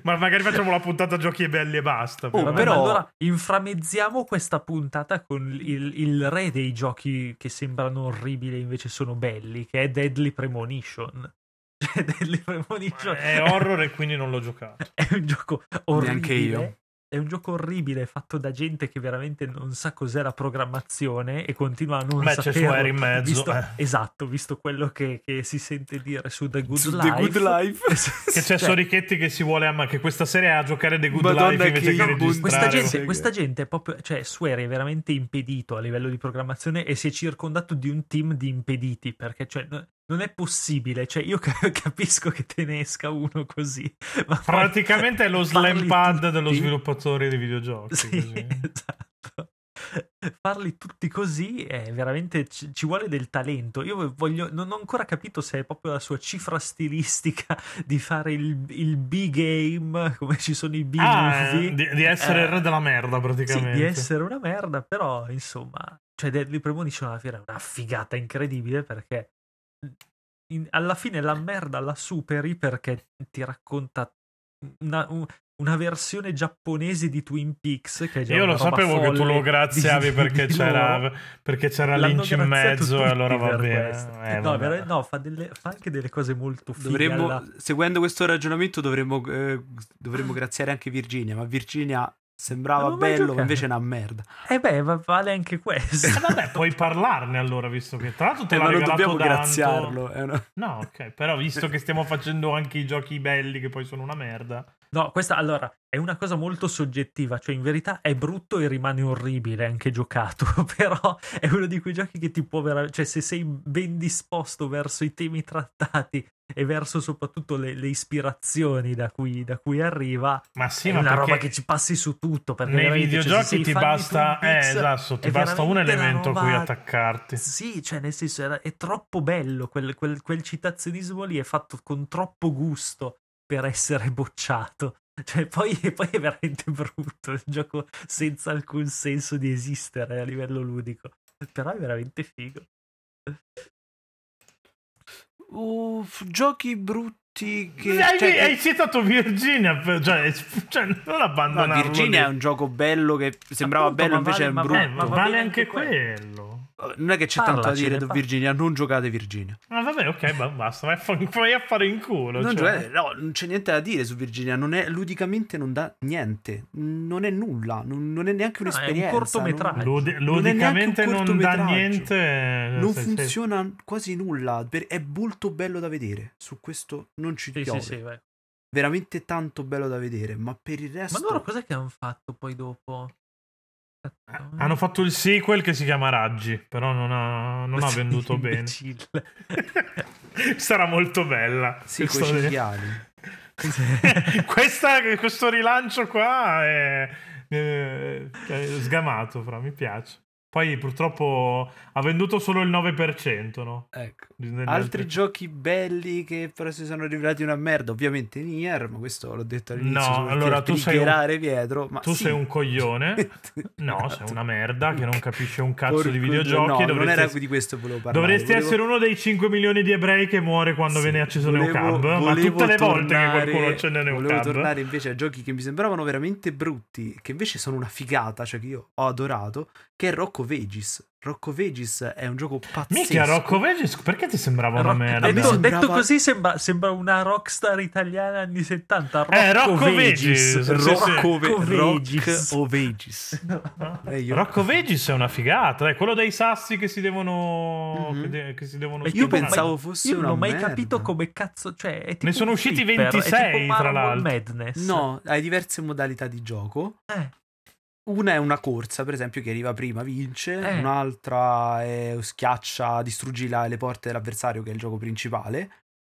[SPEAKER 1] Ma magari facciamo la puntata giochi belli e basta.
[SPEAKER 3] Oh,
[SPEAKER 1] però.
[SPEAKER 2] Vabbè, ma
[SPEAKER 3] però-
[SPEAKER 2] allora inframezziamo questa puntata con il, il re dei giochi che sembrano orribili e invece sono belli, che è Deadly Premonition. Cioè, Deadly Premonition
[SPEAKER 1] È horror e quindi non l'ho giocato.
[SPEAKER 2] è un gioco orribile.
[SPEAKER 3] Neanche io.
[SPEAKER 2] È un gioco orribile fatto da gente che veramente non sa cos'è la programmazione e continua a non
[SPEAKER 1] Beh, c'è
[SPEAKER 2] sapere.
[SPEAKER 1] Swear in mezzo,
[SPEAKER 2] visto-
[SPEAKER 1] eh.
[SPEAKER 2] Esatto, visto quello che, che si sente dire su The Good
[SPEAKER 3] Su
[SPEAKER 2] Life.
[SPEAKER 3] The Good Life.
[SPEAKER 1] Che c'è
[SPEAKER 2] Cioè,
[SPEAKER 1] Sorichetti che si vuole amma, che questa serie è a giocare The Good
[SPEAKER 3] Madonna,
[SPEAKER 1] Life invece
[SPEAKER 3] che
[SPEAKER 1] che
[SPEAKER 3] abuso.
[SPEAKER 1] registrare.
[SPEAKER 2] questa
[SPEAKER 3] Sì,
[SPEAKER 2] gente,
[SPEAKER 3] che-
[SPEAKER 2] questa gente è proprio, cioè Swear è veramente impedito a livello di programmazione e si è circondato di un team di impediti perché cioè, no- non è possibile, cioè io ca- capisco che te ne esca uno così, ma poi
[SPEAKER 1] Praticamente è lo
[SPEAKER 2] parli
[SPEAKER 1] slam pad dello
[SPEAKER 2] tutti-
[SPEAKER 1] sviluppatore di videogiochi.
[SPEAKER 2] Sì,
[SPEAKER 1] così.
[SPEAKER 2] esatto. Farli tutti così è veramente ci, ci vuole del talento. Io voglio, non ho ancora capito se è proprio la sua cifra stilistica di fare il, il B-game, come ci sono i
[SPEAKER 1] Ah,
[SPEAKER 2] B-movie.
[SPEAKER 1] eh, di, di essere
[SPEAKER 2] Eh,
[SPEAKER 1] il re della merda
[SPEAKER 2] sì,
[SPEAKER 1] praticamente.
[SPEAKER 2] di essere una merda, però insomma, cioè Deadly Premonition alla fine è una figata incredibile perché in- alla fine la merda la superi perché ti racconta una, un- una versione giapponese di Twin Peaks che è già
[SPEAKER 1] Io
[SPEAKER 2] una
[SPEAKER 1] lo
[SPEAKER 2] roba
[SPEAKER 1] sapevo che tu
[SPEAKER 2] folle
[SPEAKER 1] lo
[SPEAKER 2] di-
[SPEAKER 1] graziavi
[SPEAKER 2] di-
[SPEAKER 1] perché,
[SPEAKER 2] di loro.
[SPEAKER 1] c'era, perché c'era
[SPEAKER 2] L'hanno
[SPEAKER 1] Lynch in
[SPEAKER 2] graziato
[SPEAKER 1] mezzo e
[SPEAKER 2] tutti
[SPEAKER 1] allora va
[SPEAKER 2] per
[SPEAKER 1] bene.
[SPEAKER 2] questo.
[SPEAKER 1] Eh,
[SPEAKER 2] no,
[SPEAKER 1] vabbè.
[SPEAKER 2] vera- no, fa, delle- fa anche delle cose molto fighe
[SPEAKER 3] Dovremmo,
[SPEAKER 2] alla-
[SPEAKER 3] seguendo questo ragionamento, dovremmo, eh, dovremmo graziare anche Virginia. Ma Virginia sembrava
[SPEAKER 2] Non ho mai
[SPEAKER 3] bello,
[SPEAKER 2] giocato.
[SPEAKER 3] invece è una merda.
[SPEAKER 2] Eh beh, va- vale anche
[SPEAKER 1] Eh,
[SPEAKER 2] questo.
[SPEAKER 1] vabbè, puoi parlarne allora, visto che tra l'altro te
[SPEAKER 3] Eh,
[SPEAKER 1] l'ha
[SPEAKER 3] ma non
[SPEAKER 1] regalato
[SPEAKER 3] dobbiamo
[SPEAKER 1] Danto.
[SPEAKER 3] graziarlo. è una-
[SPEAKER 1] No, ok, però visto che stiamo facendo anche i giochi belli che poi sono una merda.
[SPEAKER 2] No, questa allora è una cosa molto soggettiva, cioè in verità è brutto e rimane orribile anche giocato, però è uno di quei giochi che ti può veramente, cioè se sei ben disposto verso i temi trattati e verso soprattutto le, le ispirazioni da cui, da cui arriva,
[SPEAKER 1] Ma sì,
[SPEAKER 2] è
[SPEAKER 1] ma
[SPEAKER 2] una roba
[SPEAKER 1] perché
[SPEAKER 2] che ci passi su tutto, perché
[SPEAKER 1] nei
[SPEAKER 2] veramente, cioè, se
[SPEAKER 1] videogiochi
[SPEAKER 2] sei
[SPEAKER 1] ti
[SPEAKER 2] fan di
[SPEAKER 1] basta,
[SPEAKER 2] Twin
[SPEAKER 1] eh,
[SPEAKER 2] Peaks,
[SPEAKER 1] esatto, ti
[SPEAKER 2] è
[SPEAKER 1] basta un
[SPEAKER 2] veramente una
[SPEAKER 1] elemento a cui
[SPEAKER 2] roba-
[SPEAKER 1] attaccarti.
[SPEAKER 2] Sì, cioè nel senso era- è troppo bello, quel, quel- quel citazionismo lì è fatto con troppo gusto per essere bocciato. Cioè, poi, e poi è veramente brutto, è un gioco senza alcun senso di esistere a livello ludico. Però è veramente figo.
[SPEAKER 3] Uff, giochi brutti che.
[SPEAKER 1] Hai,
[SPEAKER 3] cioè,
[SPEAKER 1] hai citato Virginia, per- cioè, cioè, non
[SPEAKER 3] no,
[SPEAKER 1] abbandonarlo.
[SPEAKER 3] Virginia è
[SPEAKER 1] lì.
[SPEAKER 3] un gioco bello che sembrava
[SPEAKER 2] Appunto,
[SPEAKER 3] bello,
[SPEAKER 2] ma vale-
[SPEAKER 3] invece è
[SPEAKER 2] ma
[SPEAKER 3] brutto.
[SPEAKER 1] Eh, ma
[SPEAKER 2] Va
[SPEAKER 1] vale
[SPEAKER 2] bene
[SPEAKER 1] anche
[SPEAKER 2] anche quello.
[SPEAKER 1] quello.
[SPEAKER 3] Non è che c'è tanto da
[SPEAKER 2] Parlacene,
[SPEAKER 3] dire di
[SPEAKER 2] parla.
[SPEAKER 3] Virginia. Non giocate Virginia.
[SPEAKER 1] Ma vabbè, ok, ba- basta, vai a, fa- vai a fare in culo. cioè.
[SPEAKER 3] Non, giocate- no, non c'è niente da dire su Virginia. Non è, ludicamente non dà niente. Non è nulla. Non, non è neanche
[SPEAKER 2] No, è un
[SPEAKER 3] un'esperienza. non-
[SPEAKER 2] cortometraggio.
[SPEAKER 1] Ludi-
[SPEAKER 3] cioè, Non è neanche un
[SPEAKER 1] ludicamente non, dà
[SPEAKER 3] cortometraggio.
[SPEAKER 1] niente.
[SPEAKER 3] non
[SPEAKER 1] Eh, Sì, sì.
[SPEAKER 3] funziona quasi nulla. per- è molto bello da vedere. Su questo non ci
[SPEAKER 2] Sì,
[SPEAKER 3] piove.
[SPEAKER 2] sì, sì, vai.
[SPEAKER 3] Veramente tanto bello da vedere. Ma per il
[SPEAKER 2] Ma
[SPEAKER 3] resto.
[SPEAKER 2] loro cos'è che hanno fatto poi dopo?
[SPEAKER 1] Ah, Hanno fatto il sequel che si chiama Raggi, però non ha, non ha venduto bene.
[SPEAKER 2] Imbecille.
[SPEAKER 1] Sarà molto bella.
[SPEAKER 3] Sì, coi
[SPEAKER 1] Questo-
[SPEAKER 3] cinghiali.
[SPEAKER 2] Cioè,
[SPEAKER 1] Questa- questo rilancio qua è, eh, è sgamato, fra, mi piace. Poi purtroppo ha venduto solo il 9%, no?
[SPEAKER 3] Ecco.
[SPEAKER 1] Negli
[SPEAKER 3] Altri giochi belli che però si sono rivelati una merda, ovviamente Nier, ma questo l'ho detto all'inizio.
[SPEAKER 1] No,
[SPEAKER 3] solo per
[SPEAKER 1] allora tu sei un-
[SPEAKER 3] triggerare Pietro, ma
[SPEAKER 1] Tu
[SPEAKER 3] sì. Esatto.
[SPEAKER 1] sei un coglione. No, sei una merda che non capisce un cazzo
[SPEAKER 3] Porco
[SPEAKER 1] di
[SPEAKER 3] Dio,
[SPEAKER 1] videogiochi.
[SPEAKER 3] No,
[SPEAKER 1] e
[SPEAKER 3] non
[SPEAKER 1] dovresti
[SPEAKER 3] era
[SPEAKER 1] essere-
[SPEAKER 3] di questo che volevo parlare.
[SPEAKER 1] Dovresti
[SPEAKER 3] volevo-
[SPEAKER 1] essere uno dei 5 milioni di ebrei che muore quando
[SPEAKER 3] Sì,
[SPEAKER 1] viene acceso
[SPEAKER 3] volevo-
[SPEAKER 1] Neocab. Ma
[SPEAKER 3] volevo
[SPEAKER 1] tutte le volte che
[SPEAKER 3] tornare-
[SPEAKER 1] qualcuno accende
[SPEAKER 3] Volevo
[SPEAKER 1] Neocab.
[SPEAKER 3] tornare invece a giochi che mi sembravano veramente brutti, che invece sono una figata, cioè che io ho adorato, che è Rocco Vegis. Rocco Vegis è un gioco pazzesco.
[SPEAKER 1] Mica Rocco Vegas, perché ti sembrava una
[SPEAKER 2] Rock-
[SPEAKER 1] merda?
[SPEAKER 2] detto,
[SPEAKER 3] me sembrava-
[SPEAKER 2] detto così sembra, sembra una rockstar italiana anni 70. Rocco,
[SPEAKER 1] Eh, Rocco
[SPEAKER 2] Vegis.
[SPEAKER 1] Vegis, sì, sì.
[SPEAKER 3] Rocco, Ve-
[SPEAKER 2] Rocco Vegis.
[SPEAKER 3] Rock o Vegis. Meglio.
[SPEAKER 1] Rocco Vegis è una figata, è quello dei sassi che si devono.
[SPEAKER 3] Mhm.
[SPEAKER 1] che, de- che si devono
[SPEAKER 2] Ma
[SPEAKER 3] Io
[SPEAKER 1] schiovare.
[SPEAKER 3] pensavo fosse
[SPEAKER 2] Io non
[SPEAKER 3] una
[SPEAKER 2] ho mai
[SPEAKER 3] merda.
[SPEAKER 2] capito come cazzo. Cioè, è tipo
[SPEAKER 1] Ne sono
[SPEAKER 2] un
[SPEAKER 1] usciti
[SPEAKER 2] flipper, è tipo
[SPEAKER 1] 26, tra
[SPEAKER 2] Marble
[SPEAKER 1] l'altro.
[SPEAKER 2] Madness.
[SPEAKER 3] No, hai diverse modalità di gioco.
[SPEAKER 2] Eh,
[SPEAKER 3] Una è una corsa, per esempio, che arriva prima, vince,
[SPEAKER 2] Eh.
[SPEAKER 3] un'altra è schiaccia, distruggi la- le porte dell'avversario, che è il gioco principale,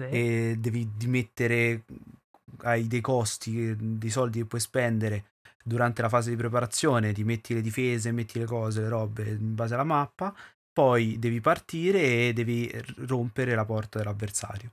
[SPEAKER 2] sì.
[SPEAKER 3] e devi dimettere, hai dei costi, eh, dei soldi che puoi spendere durante la fase di preparazione, ti metti le difese, metti le cose, le robe in base alla mappa, poi devi partire e devi rompere la porta dell'avversario.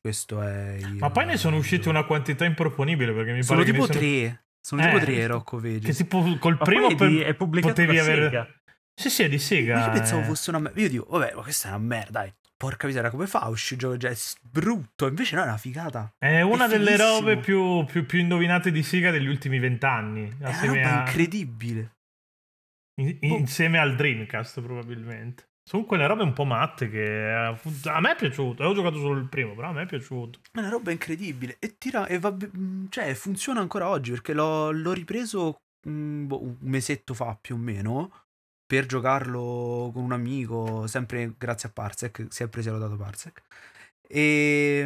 [SPEAKER 3] Questo è. Il...
[SPEAKER 1] Ma poi ne sono uscite una quantità improponibile perché mi
[SPEAKER 3] sono
[SPEAKER 1] pare
[SPEAKER 3] tipo
[SPEAKER 1] che ne
[SPEAKER 3] tre. Sono
[SPEAKER 1] Eh,
[SPEAKER 3] tipo tre Rocco Vedi.
[SPEAKER 1] Che tipo col
[SPEAKER 2] Ma
[SPEAKER 1] primo
[SPEAKER 2] poi è, di- è pubblicato
[SPEAKER 1] potevi
[SPEAKER 2] da
[SPEAKER 1] avere-
[SPEAKER 2] Sega.
[SPEAKER 1] Sì, sì, è di Sega.
[SPEAKER 3] Io pensavo
[SPEAKER 1] eh.
[SPEAKER 3] fosse una merda. Io dico, vabbè, ma questa è una merda. dai. Porca miseria, come fa? Usci un gioco già è brutto. Invece no, è una figata.
[SPEAKER 1] È una
[SPEAKER 3] è
[SPEAKER 1] delle
[SPEAKER 3] fighissimo.
[SPEAKER 1] robe più, più- più indovinate di Sega degli ultimi vent'anni.
[SPEAKER 3] È una
[SPEAKER 1] Assieme,
[SPEAKER 3] roba Oh.
[SPEAKER 1] a-
[SPEAKER 3] incredibile.
[SPEAKER 1] in- insieme al Dreamcast, probabilmente. Sono quelle robe un po' matte che eh, fu- a me è piaciuto. eh, Ho giocato solo il primo, però a me è piaciuto.
[SPEAKER 3] Ma è una roba incredibile. E tira. E va be- mh, cioè, funziona ancora oggi perché l'ho, l'ho ripreso mh, boh, un mesetto fa più o meno. Per giocarlo con un amico, sempre grazie a Parsec. Sempre si era dato Parsec. Ehm,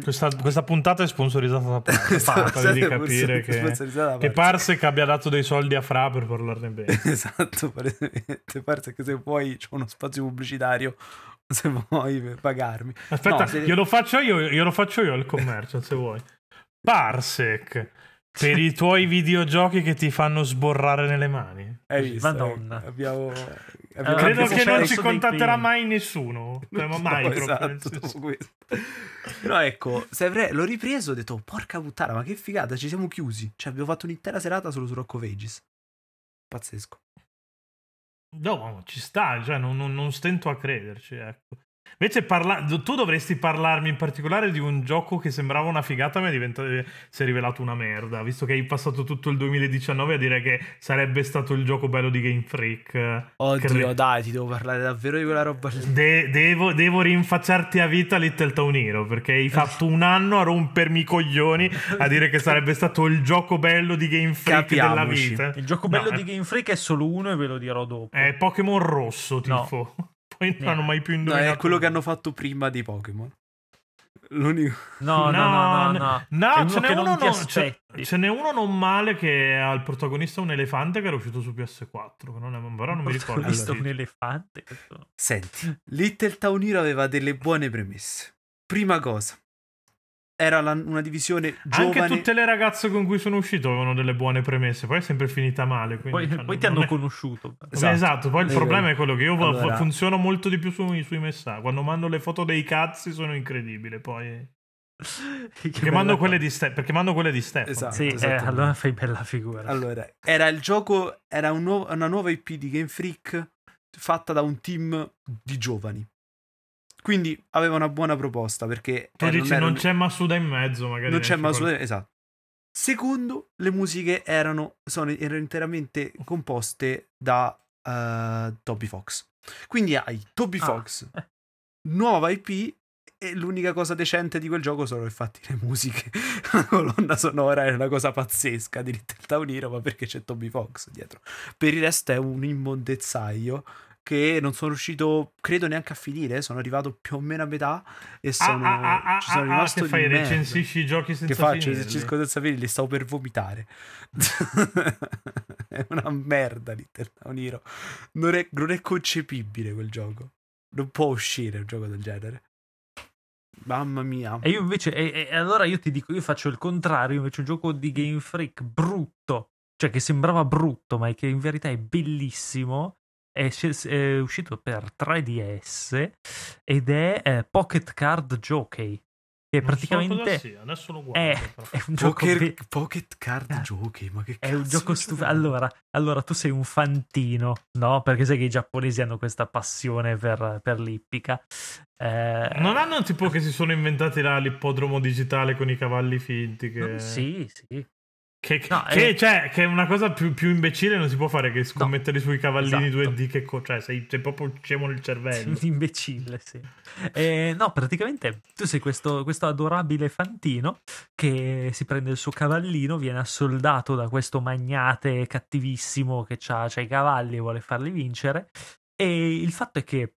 [SPEAKER 3] E. mh,
[SPEAKER 1] Questa, questa puntata è sponsorizzata da Parsec.
[SPEAKER 3] stavo-
[SPEAKER 1] Fatemi
[SPEAKER 3] stavo
[SPEAKER 1] capire
[SPEAKER 3] pensando-
[SPEAKER 1] che,
[SPEAKER 3] Esatto, sponsorizzata da
[SPEAKER 1] che
[SPEAKER 3] Parsec.
[SPEAKER 1] Parsec abbia dato dei soldi a Fra per parlarne bene.
[SPEAKER 3] Esatto, palesemente. Forse che se vuoi c'è uno spazio pubblicitario, se vuoi per pagarmi.
[SPEAKER 1] Aspetta,
[SPEAKER 3] No, se-
[SPEAKER 1] glielo faccio io, glielo faccio io al commercio se vuoi. Parsec, per i tuoi videogiochi che ti fanno sborrare nelle mani.
[SPEAKER 3] Hai visto?
[SPEAKER 2] Madonna.
[SPEAKER 3] Eh, Abbiamo, abbiamo
[SPEAKER 2] Allora,
[SPEAKER 1] Credo
[SPEAKER 2] anche
[SPEAKER 1] che non
[SPEAKER 2] se c'è
[SPEAKER 1] ci
[SPEAKER 2] adesso dei
[SPEAKER 1] contatterà
[SPEAKER 2] clienti.
[SPEAKER 1] mai nessuno. Cioè, ma mai
[SPEAKER 3] No,
[SPEAKER 1] proprio. nel
[SPEAKER 3] esatto,
[SPEAKER 1] senso.
[SPEAKER 3] questo. Però ecco, se avrei- l'ho ripreso e ho detto, "Oh, porca puttana, ma che figata, ci siamo chiusi. Cioè abbiamo fatto un'intera serata solo su Rock of Ages. Pazzesco.
[SPEAKER 1] No, ma ci sta, cioè, non, non- non stento a crederci. Ecco. Invece parla- tu dovresti parlarmi in particolare di un gioco che sembrava una figata ma è diventato- si è rivelato una merda, visto che hai passato tutto il 2019 a dire che sarebbe stato il gioco bello di Game Freak.
[SPEAKER 3] Oddio,
[SPEAKER 1] Cre-
[SPEAKER 3] dai, ti devo parlare davvero di quella roba lì.
[SPEAKER 1] De- devo, devo rinfacciarti a vita Little Town Hero perché hai fatto un anno a rompermi i coglioni a dire che sarebbe stato il gioco bello di Game Freak della
[SPEAKER 3] Capiamoci.
[SPEAKER 1] vita.
[SPEAKER 2] Il gioco
[SPEAKER 1] No, eh.
[SPEAKER 2] bello
[SPEAKER 1] è-
[SPEAKER 2] di Game Freak è solo uno e ve lo dirò dopo.
[SPEAKER 1] È Pokémon rosso,
[SPEAKER 2] No.
[SPEAKER 1] tifo. Poi non
[SPEAKER 2] Eh.
[SPEAKER 1] hanno mai più
[SPEAKER 3] No,
[SPEAKER 1] indovinato.
[SPEAKER 3] è quello che hanno fatto prima dei Pokémon. L'unico...
[SPEAKER 2] No, no, no, no,
[SPEAKER 1] no,
[SPEAKER 2] no.
[SPEAKER 1] no,
[SPEAKER 2] È uno
[SPEAKER 1] ce n'è
[SPEAKER 2] che
[SPEAKER 1] uno,
[SPEAKER 2] non ti
[SPEAKER 1] non- ce,
[SPEAKER 2] aspetti.
[SPEAKER 1] ce n'è uno non male che ha il protagonista un elefante che era uscito su PS4. che non è- però non mi ricordo.
[SPEAKER 2] Ho visto
[SPEAKER 1] il
[SPEAKER 2] un
[SPEAKER 1] titolo.
[SPEAKER 2] elefante. questo-
[SPEAKER 3] Senti, Little Town Hero aveva delle buone premesse. Prima cosa, era la- una divisione giovane.
[SPEAKER 1] Anche tutte le ragazze con cui sono uscito avevano delle buone premesse, poi è sempre finita male. quindi,
[SPEAKER 2] Poi,
[SPEAKER 1] cioè,
[SPEAKER 2] poi
[SPEAKER 1] non-
[SPEAKER 2] ti hanno
[SPEAKER 1] non è-
[SPEAKER 2] conosciuto.
[SPEAKER 1] Esatto. poi il
[SPEAKER 3] Eh,
[SPEAKER 1] problema
[SPEAKER 3] vero.
[SPEAKER 1] è quello che io vo-
[SPEAKER 3] Allora-
[SPEAKER 1] funziono molto di più sui, sui messaggi. Quando mando le foto dei cazzi sono incredibile. Poi. Perché,
[SPEAKER 2] che
[SPEAKER 1] mando
[SPEAKER 2] bella-
[SPEAKER 1] quelle di Ste- perché mando quelle di Stefano.
[SPEAKER 3] Esatto.
[SPEAKER 2] Sì, eh,
[SPEAKER 3] Esattamente.
[SPEAKER 2] allora fai bella figura.
[SPEAKER 3] Allora, era il gioco, era un nuovo- una nuova IP di Game Freak fatta da un team di giovani. Quindi aveva una buona proposta perché...
[SPEAKER 1] Tu
[SPEAKER 3] eh,
[SPEAKER 1] dici
[SPEAKER 3] era
[SPEAKER 1] non
[SPEAKER 3] un-
[SPEAKER 1] c'è Masuda in mezzo, magari.
[SPEAKER 3] non c'è
[SPEAKER 1] neanche
[SPEAKER 3] Masuda, esatto. Secondo, le musiche erano, sono, erano interamente composte da eh, Toby Fox. Quindi hai Toby
[SPEAKER 2] Ah.
[SPEAKER 3] Fox, nuova IP e l'unica cosa decente di quel gioco sono infatti le musiche. La colonna sonora è una cosa pazzesca di Little Town Hero, ma perché c'è Toby Fox dietro. Per il resto è un immondezzaio che non sono riuscito, credo neanche a finire, sono arrivato più o meno a metà e
[SPEAKER 1] Ah,
[SPEAKER 3] sono,
[SPEAKER 1] ah, ah,
[SPEAKER 3] ci sono
[SPEAKER 1] ah, ah,
[SPEAKER 3] rimasto
[SPEAKER 1] che
[SPEAKER 3] di
[SPEAKER 1] fai
[SPEAKER 3] merda.
[SPEAKER 1] recensisci i giochi senza eh,
[SPEAKER 3] Che faccio?
[SPEAKER 1] finirli.
[SPEAKER 3] Se cerco di sapere, li stavo per vomitare. è una merda Little Town Hero. Non è, non è concepibile quel gioco. Non può uscire un gioco del genere. Mamma mia.
[SPEAKER 2] E io invece, e, e allora io ti dico, io faccio il contrario, invece un gioco di Game Freak brutto, cioè che sembrava brutto, ma che in verità è bellissimo, è, sc- è uscito per 3DS ed è eh, Pocket Card Jockey, che è
[SPEAKER 1] Non so cosa
[SPEAKER 2] praticamente
[SPEAKER 1] sia, Adesso lo guardo.
[SPEAKER 2] è,
[SPEAKER 1] però.
[SPEAKER 2] è un gioco
[SPEAKER 3] Poker,
[SPEAKER 2] be-
[SPEAKER 3] Pocket Card
[SPEAKER 2] Eh,
[SPEAKER 3] Jockey, ma che
[SPEAKER 2] È
[SPEAKER 3] cazzo
[SPEAKER 2] un
[SPEAKER 3] di
[SPEAKER 2] gioco stupido.
[SPEAKER 3] è?
[SPEAKER 2] Allora, allora, tu sei un fantino, no? Perché sai che i giapponesi hanno questa passione per, per l'ippica. Eh,
[SPEAKER 1] Non hanno tipo che si sono inventati là l'ippodromo digitale con i cavalli finti. Che...
[SPEAKER 2] Mm, Sì, sì.
[SPEAKER 1] Che, che-
[SPEAKER 2] No,
[SPEAKER 1] che-
[SPEAKER 2] eh.
[SPEAKER 1] cioè, che è una cosa più, più imbecille non si può fare che scommettere sui cavallini
[SPEAKER 2] esatto.
[SPEAKER 1] 2D. Che co- cioè, sei, sei proprio scemo nel cervello.
[SPEAKER 2] Un imbecille, sì. Eh, no, praticamente tu sei questo, questo adorabile fantino che si prende il suo cavallino, viene assoldato da questo magnate cattivissimo che ha i cavalli e vuole farli vincere. E il fatto è che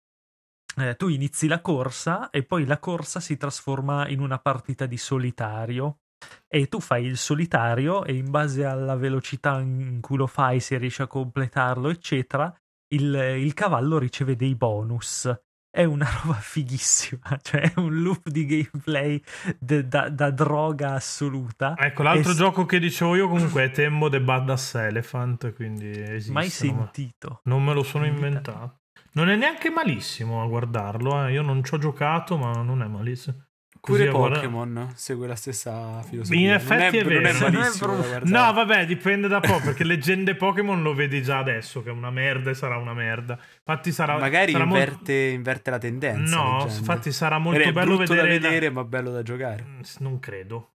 [SPEAKER 2] eh, tu inizi la corsa e poi la corsa si trasforma in una partita di solitario. E tu fai il solitario e in base alla velocità in cui lo fai, se riesci a completarlo, eccetera, il, il cavallo riceve dei bonus. È una roba fighissima, cioè è un loop di gameplay de- da, da droga assoluta.
[SPEAKER 1] Ecco, l'altro
[SPEAKER 2] Es-
[SPEAKER 1] gioco che dicevo io comunque è Tembo the Badass Elephant, quindi esiste.
[SPEAKER 2] Mai
[SPEAKER 1] no? Ma
[SPEAKER 2] sentito.
[SPEAKER 1] Non me lo sono
[SPEAKER 2] Invita-
[SPEAKER 1] inventato. Non è neanche malissimo a guardarlo, eh. io non ci ho giocato, ma non è malissimo. Così
[SPEAKER 3] Pure
[SPEAKER 1] a guarda-
[SPEAKER 3] Pokémon segue la stessa filosofia.
[SPEAKER 1] In
[SPEAKER 3] Non
[SPEAKER 1] effetti
[SPEAKER 3] è,
[SPEAKER 1] è vero.
[SPEAKER 3] Non è
[SPEAKER 1] Non
[SPEAKER 2] è
[SPEAKER 3] malissimo
[SPEAKER 2] proprio-
[SPEAKER 3] da guardare.
[SPEAKER 1] No, vabbè, dipende da po', perché leggende Pokémon lo vedi già adesso, che è una merda e sarà una merda. Infatti sarà...
[SPEAKER 3] Magari
[SPEAKER 1] sarà molto-
[SPEAKER 3] inverte, inverte la tendenza.
[SPEAKER 1] No,
[SPEAKER 3] leggendo.
[SPEAKER 1] infatti sarà
[SPEAKER 3] È
[SPEAKER 1] molto bello
[SPEAKER 3] brutto
[SPEAKER 1] vedere...
[SPEAKER 3] da vedere, ma bello da giocare.
[SPEAKER 1] Mm, s- Non credo.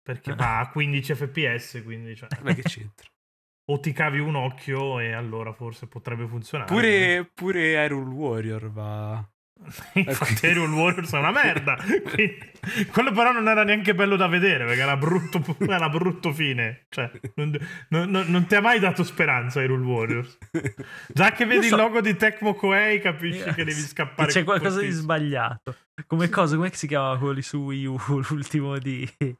[SPEAKER 1] Perché va a 15 fps, quindi cioè,
[SPEAKER 3] Ma che c'entra?
[SPEAKER 1] o ti cavi un occhio e allora forse potrebbe funzionare.
[SPEAKER 3] Pure, pure Iron Warrior va.
[SPEAKER 1] Infatti Aerial Warriors è una merda. Quindi- Quello però non era neanche bello da vedere perché era brutto, era brutto fine. Cioè, non, non- non- non ti ha mai dato speranza Aerial Warriors. Già che vedi
[SPEAKER 2] so- Eh,
[SPEAKER 1] il logo di Tecmo Koei capisci che devi scappare.
[SPEAKER 2] C'è qualcosa di
[SPEAKER 1] fortissimo.
[SPEAKER 2] sbagliato. Come cosa? Come si chiamava quello lì su Wii U? L'ultimo di. di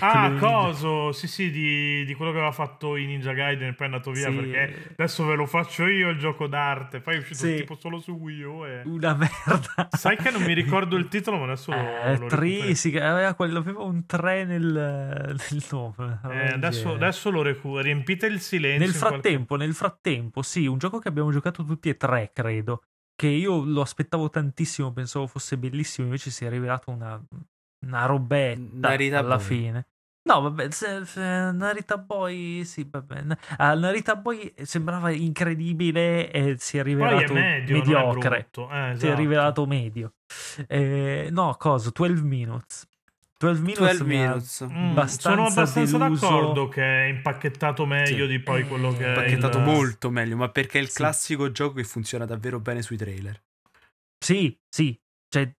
[SPEAKER 1] Ah,
[SPEAKER 2] quello-
[SPEAKER 1] coso, sì sì, di, di quello che aveva fatto in Ninja Gaiden e poi è andato via
[SPEAKER 2] Sì.
[SPEAKER 1] perché adesso ve lo faccio io il gioco d'arte, poi è uscito
[SPEAKER 2] Sì.
[SPEAKER 1] tipo solo su Wii U e...
[SPEAKER 2] Una merda.
[SPEAKER 1] Sai che non mi ricordo il titolo ma adesso lo-
[SPEAKER 2] Eh,
[SPEAKER 1] lo
[SPEAKER 2] Tri,
[SPEAKER 1] recupero.
[SPEAKER 2] sì, aveva, quello, aveva un 3 nel, nel nome.
[SPEAKER 1] Eh,
[SPEAKER 2] roba del
[SPEAKER 1] adesso,
[SPEAKER 2] genere.
[SPEAKER 1] adesso lo recupero, riempite il silenzio.
[SPEAKER 2] Nel
[SPEAKER 1] in qualche-
[SPEAKER 2] frattempo, nel frattempo, sì, un gioco che abbiamo giocato tutti e tre, credo. Che io lo aspettavo tantissimo, pensavo fosse bellissimo, invece si è rivelato una, una robetta
[SPEAKER 3] Narita
[SPEAKER 2] alla
[SPEAKER 3] Boy.
[SPEAKER 2] fine. No, vabbè, se- se- Narita Boy, sì, vabbè. n- ah, Narita Boy sembrava incredibile e si è
[SPEAKER 1] Poi è
[SPEAKER 2] rivelato
[SPEAKER 1] medio, non è
[SPEAKER 2] mediocre.
[SPEAKER 1] brutto. Eh,
[SPEAKER 2] Si è
[SPEAKER 1] esatto.
[SPEAKER 2] rivelato medio. Eh, no, cosa? 12 Minutes. 12 Minutes,
[SPEAKER 3] 12
[SPEAKER 2] mi ha-
[SPEAKER 3] minutes.
[SPEAKER 1] Mm,
[SPEAKER 2] abbastanza
[SPEAKER 1] sono abbastanza
[SPEAKER 2] deluso.
[SPEAKER 1] d'accordo che è impacchettato meglio
[SPEAKER 3] Sì.
[SPEAKER 1] di poi quello che è
[SPEAKER 3] Impacchettato
[SPEAKER 1] il-
[SPEAKER 3] molto meglio, ma perché è il
[SPEAKER 2] Sì.
[SPEAKER 3] classico gioco che funziona davvero bene sui trailer.
[SPEAKER 2] Sì, sì. Cioè,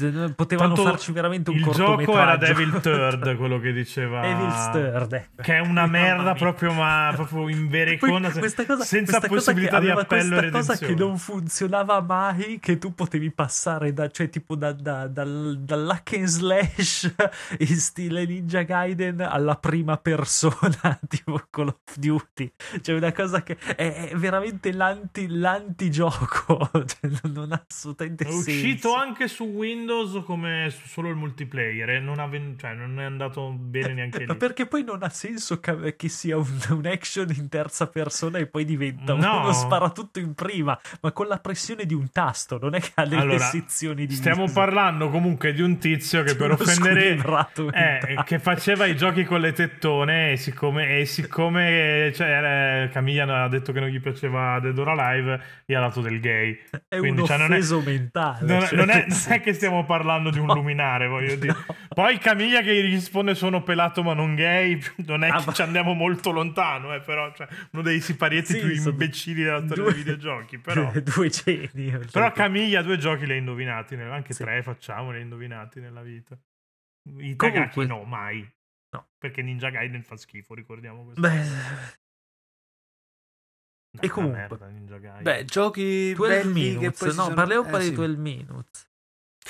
[SPEAKER 2] eh, potevano
[SPEAKER 1] Tanto
[SPEAKER 2] farci veramente un
[SPEAKER 1] Il
[SPEAKER 2] cortometraggio.
[SPEAKER 1] gioco era Devil Third, quello che diceva
[SPEAKER 2] Devil's Third, ecco.
[SPEAKER 1] che è una
[SPEAKER 2] Mamma
[SPEAKER 1] merda
[SPEAKER 2] mia.
[SPEAKER 1] proprio, ma proprio in vera
[SPEAKER 2] Poi
[SPEAKER 1] icona, se-
[SPEAKER 2] questa cosa,
[SPEAKER 1] senza
[SPEAKER 2] questa cosa
[SPEAKER 1] possibilità
[SPEAKER 2] che
[SPEAKER 1] di
[SPEAKER 2] aveva
[SPEAKER 1] appello e
[SPEAKER 2] questa cosa che
[SPEAKER 1] redenzione.
[SPEAKER 2] non funzionava mai che tu potevi passare da cioè tipo da, da, dal, dall'hack and slash in stile Ninja Gaiden alla prima persona tipo Call of Duty cioè una cosa che è, è veramente l'anti, l'antigioco cioè, non- non ha assolutamente
[SPEAKER 1] è
[SPEAKER 2] senso
[SPEAKER 1] uscito anche su Windows come su solo il multiplayer e non, ha ven- cioè, non è andato bene neanche
[SPEAKER 2] Ma
[SPEAKER 1] lì.
[SPEAKER 2] perché poi non ha senso che, che sia un, un action in terza persona e poi diventa
[SPEAKER 1] No.
[SPEAKER 2] uno sparatutto in prima, ma con la pressione di un tasto, non è che ha delle
[SPEAKER 1] Allora,
[SPEAKER 2] sezioni di
[SPEAKER 1] Stiamo parlando comunque di un tizio che per
[SPEAKER 2] Uno
[SPEAKER 1] offendere
[SPEAKER 2] squilibrato
[SPEAKER 1] eh,
[SPEAKER 2] mentale.
[SPEAKER 1] che faceva i giochi con le tettone e siccome, e siccome cioè, era- Camilla ha detto che non gli piaceva Dead or Alive gli ha dato del gay
[SPEAKER 2] è
[SPEAKER 1] quindi,
[SPEAKER 2] un
[SPEAKER 1] cioè, non è-
[SPEAKER 2] offeso mentale.
[SPEAKER 1] non, è,
[SPEAKER 2] cioè,
[SPEAKER 1] non è-
[SPEAKER 2] nel
[SPEAKER 1] non è che stiamo parlando di un
[SPEAKER 2] No.
[SPEAKER 1] luminare voglio dire
[SPEAKER 2] No.
[SPEAKER 1] poi Camilla che gli risponde sono pelato ma non gay non è
[SPEAKER 2] Ah,
[SPEAKER 1] che
[SPEAKER 2] ma-
[SPEAKER 1] ci andiamo molto lontano eh, però cioè, uno dei siparietti
[SPEAKER 2] Sì,
[SPEAKER 1] più
[SPEAKER 2] sono
[SPEAKER 1] imbecilli della storia
[SPEAKER 2] due-
[SPEAKER 1] dei videogiochi però
[SPEAKER 2] due geni. cioè.
[SPEAKER 1] però Camiglia due giochi li ha indovinati, ne- anche
[SPEAKER 2] Certo. Sì.
[SPEAKER 1] tre facciamo, li ha indovinati nella vita. I
[SPEAKER 2] Comunque-
[SPEAKER 1] Tagaki no, mai.
[SPEAKER 2] No.
[SPEAKER 1] Perché Ninja Gaiden fa schifo, ricordiamo questo.
[SPEAKER 2] Beh,
[SPEAKER 1] No,
[SPEAKER 2] e
[SPEAKER 1] una
[SPEAKER 2] comunque-
[SPEAKER 1] merda, Ninja Gaiden.
[SPEAKER 3] Beh, giochi
[SPEAKER 2] 12
[SPEAKER 3] belli che
[SPEAKER 2] minutes.
[SPEAKER 3] poi
[SPEAKER 2] No,
[SPEAKER 3] si sono...
[SPEAKER 2] parliamo un
[SPEAKER 3] eh,
[SPEAKER 2] po' di
[SPEAKER 3] sì.
[SPEAKER 2] 12 minutes.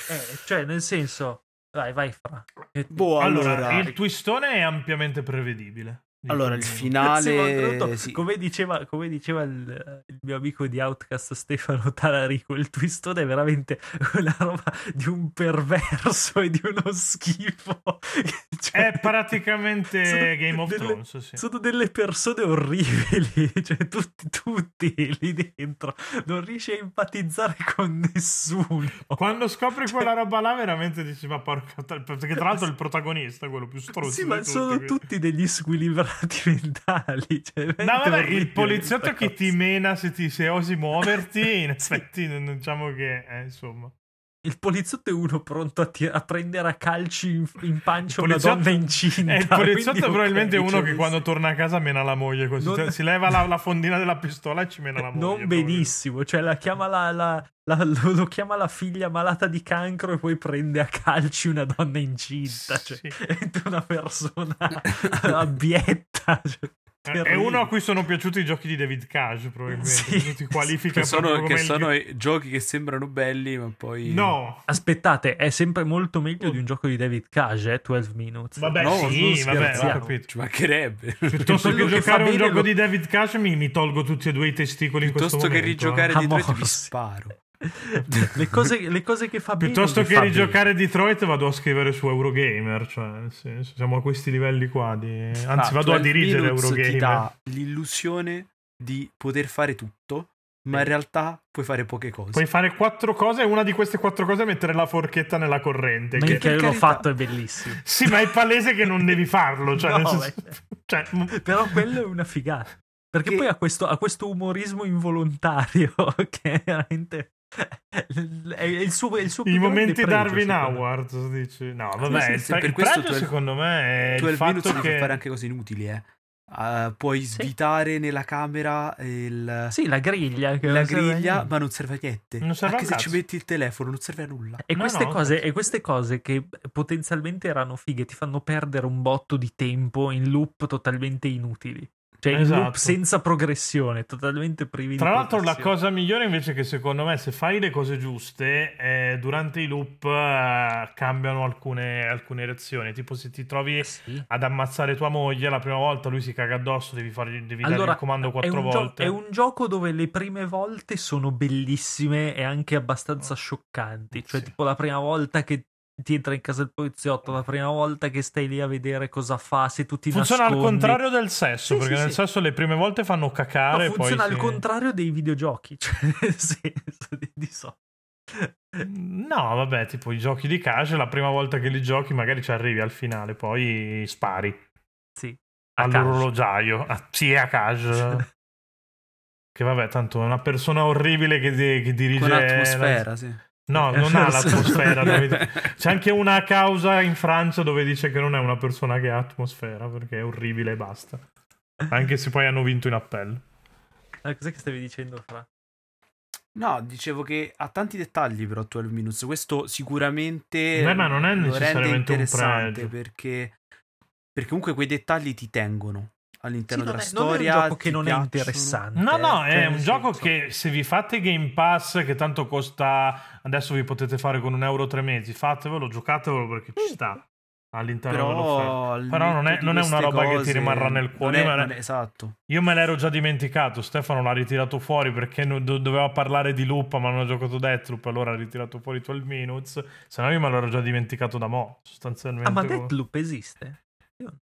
[SPEAKER 2] Eh, cioè, nel senso, vai, vai fra. Che-
[SPEAKER 3] Boh,
[SPEAKER 1] allora,
[SPEAKER 3] allora,
[SPEAKER 1] il twistone è ampiamente prevedibile. Dico-
[SPEAKER 3] allora, il
[SPEAKER 2] Sì, ma oltretutto,
[SPEAKER 3] finale sì.
[SPEAKER 2] come diceva, come diceva il, il mio amico di Outcast Stefano Talarico, il twistone è veramente una roba di un perverso e di uno schifo. Cioè,
[SPEAKER 1] È praticamente
[SPEAKER 2] sono
[SPEAKER 1] Game of
[SPEAKER 2] delle-
[SPEAKER 1] Thrones, sì.
[SPEAKER 2] Sono delle persone orribili, cioè tutti, tutti lì dentro. Non riesci a empatizzare con nessuno.
[SPEAKER 1] Quando scopri quella
[SPEAKER 2] cioè
[SPEAKER 1] roba là, veramente dici, ma porca... tal-" Perché tra l'altro il protagonista è quello più stronzo
[SPEAKER 2] Sì,
[SPEAKER 1] di
[SPEAKER 2] ma
[SPEAKER 1] tutti,
[SPEAKER 2] sono
[SPEAKER 1] quindi-
[SPEAKER 2] tutti degli squilibrati mentali. Cioè,
[SPEAKER 1] No,
[SPEAKER 2] veramente
[SPEAKER 1] vabbè,
[SPEAKER 2] orribile
[SPEAKER 1] il poliziotto
[SPEAKER 2] questa
[SPEAKER 1] che
[SPEAKER 2] cosa.
[SPEAKER 1] ti mena se, ti, se osi muoverti, in effetti, non- diciamo che, eh, insomma.
[SPEAKER 2] Il poliziotto è uno pronto a, ti- a prendere a calci in, in pancia
[SPEAKER 1] Il
[SPEAKER 2] una
[SPEAKER 1] poliziotto-
[SPEAKER 2] donna incinta.
[SPEAKER 1] Eh, il poliziotto
[SPEAKER 2] quindi, ok,
[SPEAKER 1] probabilmente è uno
[SPEAKER 2] cioè,
[SPEAKER 1] che quando torna a casa mena la moglie così.
[SPEAKER 2] Non-
[SPEAKER 1] cioè, si leva la, la fondina della pistola e ci mena la moglie.
[SPEAKER 2] Non
[SPEAKER 1] proprio.
[SPEAKER 2] benissimo, cioè la chiama la- la- la- lo, lo chiama la figlia malata di cancro e poi prende a calci una donna incinta. Cioè,
[SPEAKER 1] Sì.
[SPEAKER 2] È una persona abietta. cioè,
[SPEAKER 1] Eh, È
[SPEAKER 2] terribile.
[SPEAKER 1] uno a cui sono piaciuti i giochi di David Cage, probabilmente.
[SPEAKER 2] Sì.
[SPEAKER 1] perché Ti qualifica
[SPEAKER 3] che sono,
[SPEAKER 1] proprio
[SPEAKER 3] che
[SPEAKER 1] come il-
[SPEAKER 3] sono i giochi che sembrano belli, ma poi
[SPEAKER 1] No,
[SPEAKER 2] Aspettate, è sempre molto meglio di un gioco di David Cage, eh, 12 Minutes.
[SPEAKER 1] vabbè,
[SPEAKER 3] No,
[SPEAKER 1] sì,
[SPEAKER 3] non
[SPEAKER 1] vabbè, ho
[SPEAKER 2] scherziamo.
[SPEAKER 1] capito.
[SPEAKER 3] ci mancherebbe.
[SPEAKER 1] Piuttosto che
[SPEAKER 2] Quello che fa
[SPEAKER 1] giocare a un
[SPEAKER 2] bene
[SPEAKER 1] gioco
[SPEAKER 2] lo-
[SPEAKER 1] di David Cage mi, mi tolgo tutti e due i testicoli in questo
[SPEAKER 3] Piuttosto che
[SPEAKER 1] momento. eh.
[SPEAKER 3] rigiocare
[SPEAKER 2] eh.
[SPEAKER 3] di Detroit vi
[SPEAKER 2] Amorsi.
[SPEAKER 3] sparo.
[SPEAKER 2] le, cose, le cose che fa bene
[SPEAKER 1] Piuttosto
[SPEAKER 2] le
[SPEAKER 1] che
[SPEAKER 2] fa bene.
[SPEAKER 1] rigiocare Detroit vado a scrivere su Eurogamer, cioè nel senso, siamo a questi livelli qua di... Anzi
[SPEAKER 3] Ah,
[SPEAKER 1] vado a
[SPEAKER 3] 12
[SPEAKER 1] dirigere
[SPEAKER 3] Minutes
[SPEAKER 1] Eurogamer.
[SPEAKER 3] Ti dà l'illusione di poter fare tutto ma in realtà puoi fare poche cose.
[SPEAKER 1] Eh. Puoi fare quattro cose e una di queste quattro cose è mettere la forchetta nella corrente.
[SPEAKER 2] Ma che, che l'ho fatto è bellissimo.
[SPEAKER 1] sì, ma è palese che non devi farlo. Cioè, no, senso... cioè...
[SPEAKER 2] Però quello è una figata. Perché che... poi ha questo, ha questo umorismo involontario che è veramente... È il suo, è il suo
[SPEAKER 1] I momenti pregio, Darwin Awards dici? No, vabbè, sì, sì, il, per il questo pregio, secondo me è il fatto che...
[SPEAKER 3] fare anche cose inutili, eh. Uh, puoi svitare sì. nella camera il...
[SPEAKER 2] sì, la griglia,
[SPEAKER 3] la griglia ma non serve a niente. Non serve Anche se ci metti il telefono, non serve a nulla.
[SPEAKER 2] E, no, queste no, cose, no. e queste cose che potenzialmente erano fighe ti fanno perdere un botto di tempo in loop totalmente inutili. Cioè, esatto. in loop senza progressione, totalmente privi
[SPEAKER 1] Tra l'altro, la cosa migliore invece che secondo me, se fai le cose giuste, eh, durante i loop eh, cambiano alcune, alcune reazioni. Tipo, se ti
[SPEAKER 2] Eh
[SPEAKER 1] trovi sì. ad ammazzare tua moglie la prima volta, lui si caga addosso, devi, fargli, devi allora, dare il comando quattro volte.
[SPEAKER 2] Gio- è un gioco dove le prime volte sono bellissime e anche
[SPEAKER 1] Mm.
[SPEAKER 2] abbastanza scioccanti. Cioè, sì. tipo, la prima volta che ti entra in casa il poliziotto la prima volta che stai lì a vedere cosa fa, se tu ti
[SPEAKER 1] Funziona
[SPEAKER 2] nascondi.
[SPEAKER 1] al contrario del sesso, sì, perché sì, nel sì. sesso le prime volte fanno cacare no,
[SPEAKER 2] funziona
[SPEAKER 1] poi
[SPEAKER 2] al contrario dei videogiochi, cioè nel senso di, di so.
[SPEAKER 1] Mm, No, vabbè, tipo i giochi di cage, la prima volta che li giochi magari ci arrivi al finale, poi spari.
[SPEAKER 2] Sì.
[SPEAKER 1] All'orologiaio. Ah, sì, a cage. che vabbè, tanto è una persona orribile che, di, che dirige...
[SPEAKER 3] Con l'atmosfera, la... sì.
[SPEAKER 1] No, non ha
[SPEAKER 2] Esatto.
[SPEAKER 1] l'atmosfera. Dove... C'è anche una causa in Francia dove dice che non è una persona che ha atmosfera perché è orribile e basta. Anche se poi hanno vinto in appello.
[SPEAKER 2] Ah, cos'è che stavi dicendo, Fra?
[SPEAKER 3] No, dicevo che ha tanti dettagli però 12 Minutes. Questo sicuramente.
[SPEAKER 1] Beh, ma non è necessariamente un
[SPEAKER 3] pregio. Perché, perché comunque quei dettagli ti tengono all'interno sì, della è, storia.
[SPEAKER 2] è un gioco che non piacciono. è interessante. Cioè,
[SPEAKER 1] No, no, è un gioco che se vi fate Game Pass, che tanto costa, adesso vi potete fare con un euro tre mesi, fatevelo, giocatelo perché
[SPEAKER 2] Mm.
[SPEAKER 1] ci sta. All'interno
[SPEAKER 3] però,
[SPEAKER 1] dell'offerta. Però non è, non è una roba che ti rimarrà nel cuore.
[SPEAKER 3] Non è, non è, esatto.
[SPEAKER 1] Io me l'ero già dimenticato. Stefano l'ha ritirato fuori perché do- doveva parlare di Loop, ma non ha giocato Deathloop. Allora ha ritirato fuori 12 Minutes. Se no, io me l'ero già dimenticato da mo'. Sostanzialmente.
[SPEAKER 2] Ah, ma Deathloop esiste?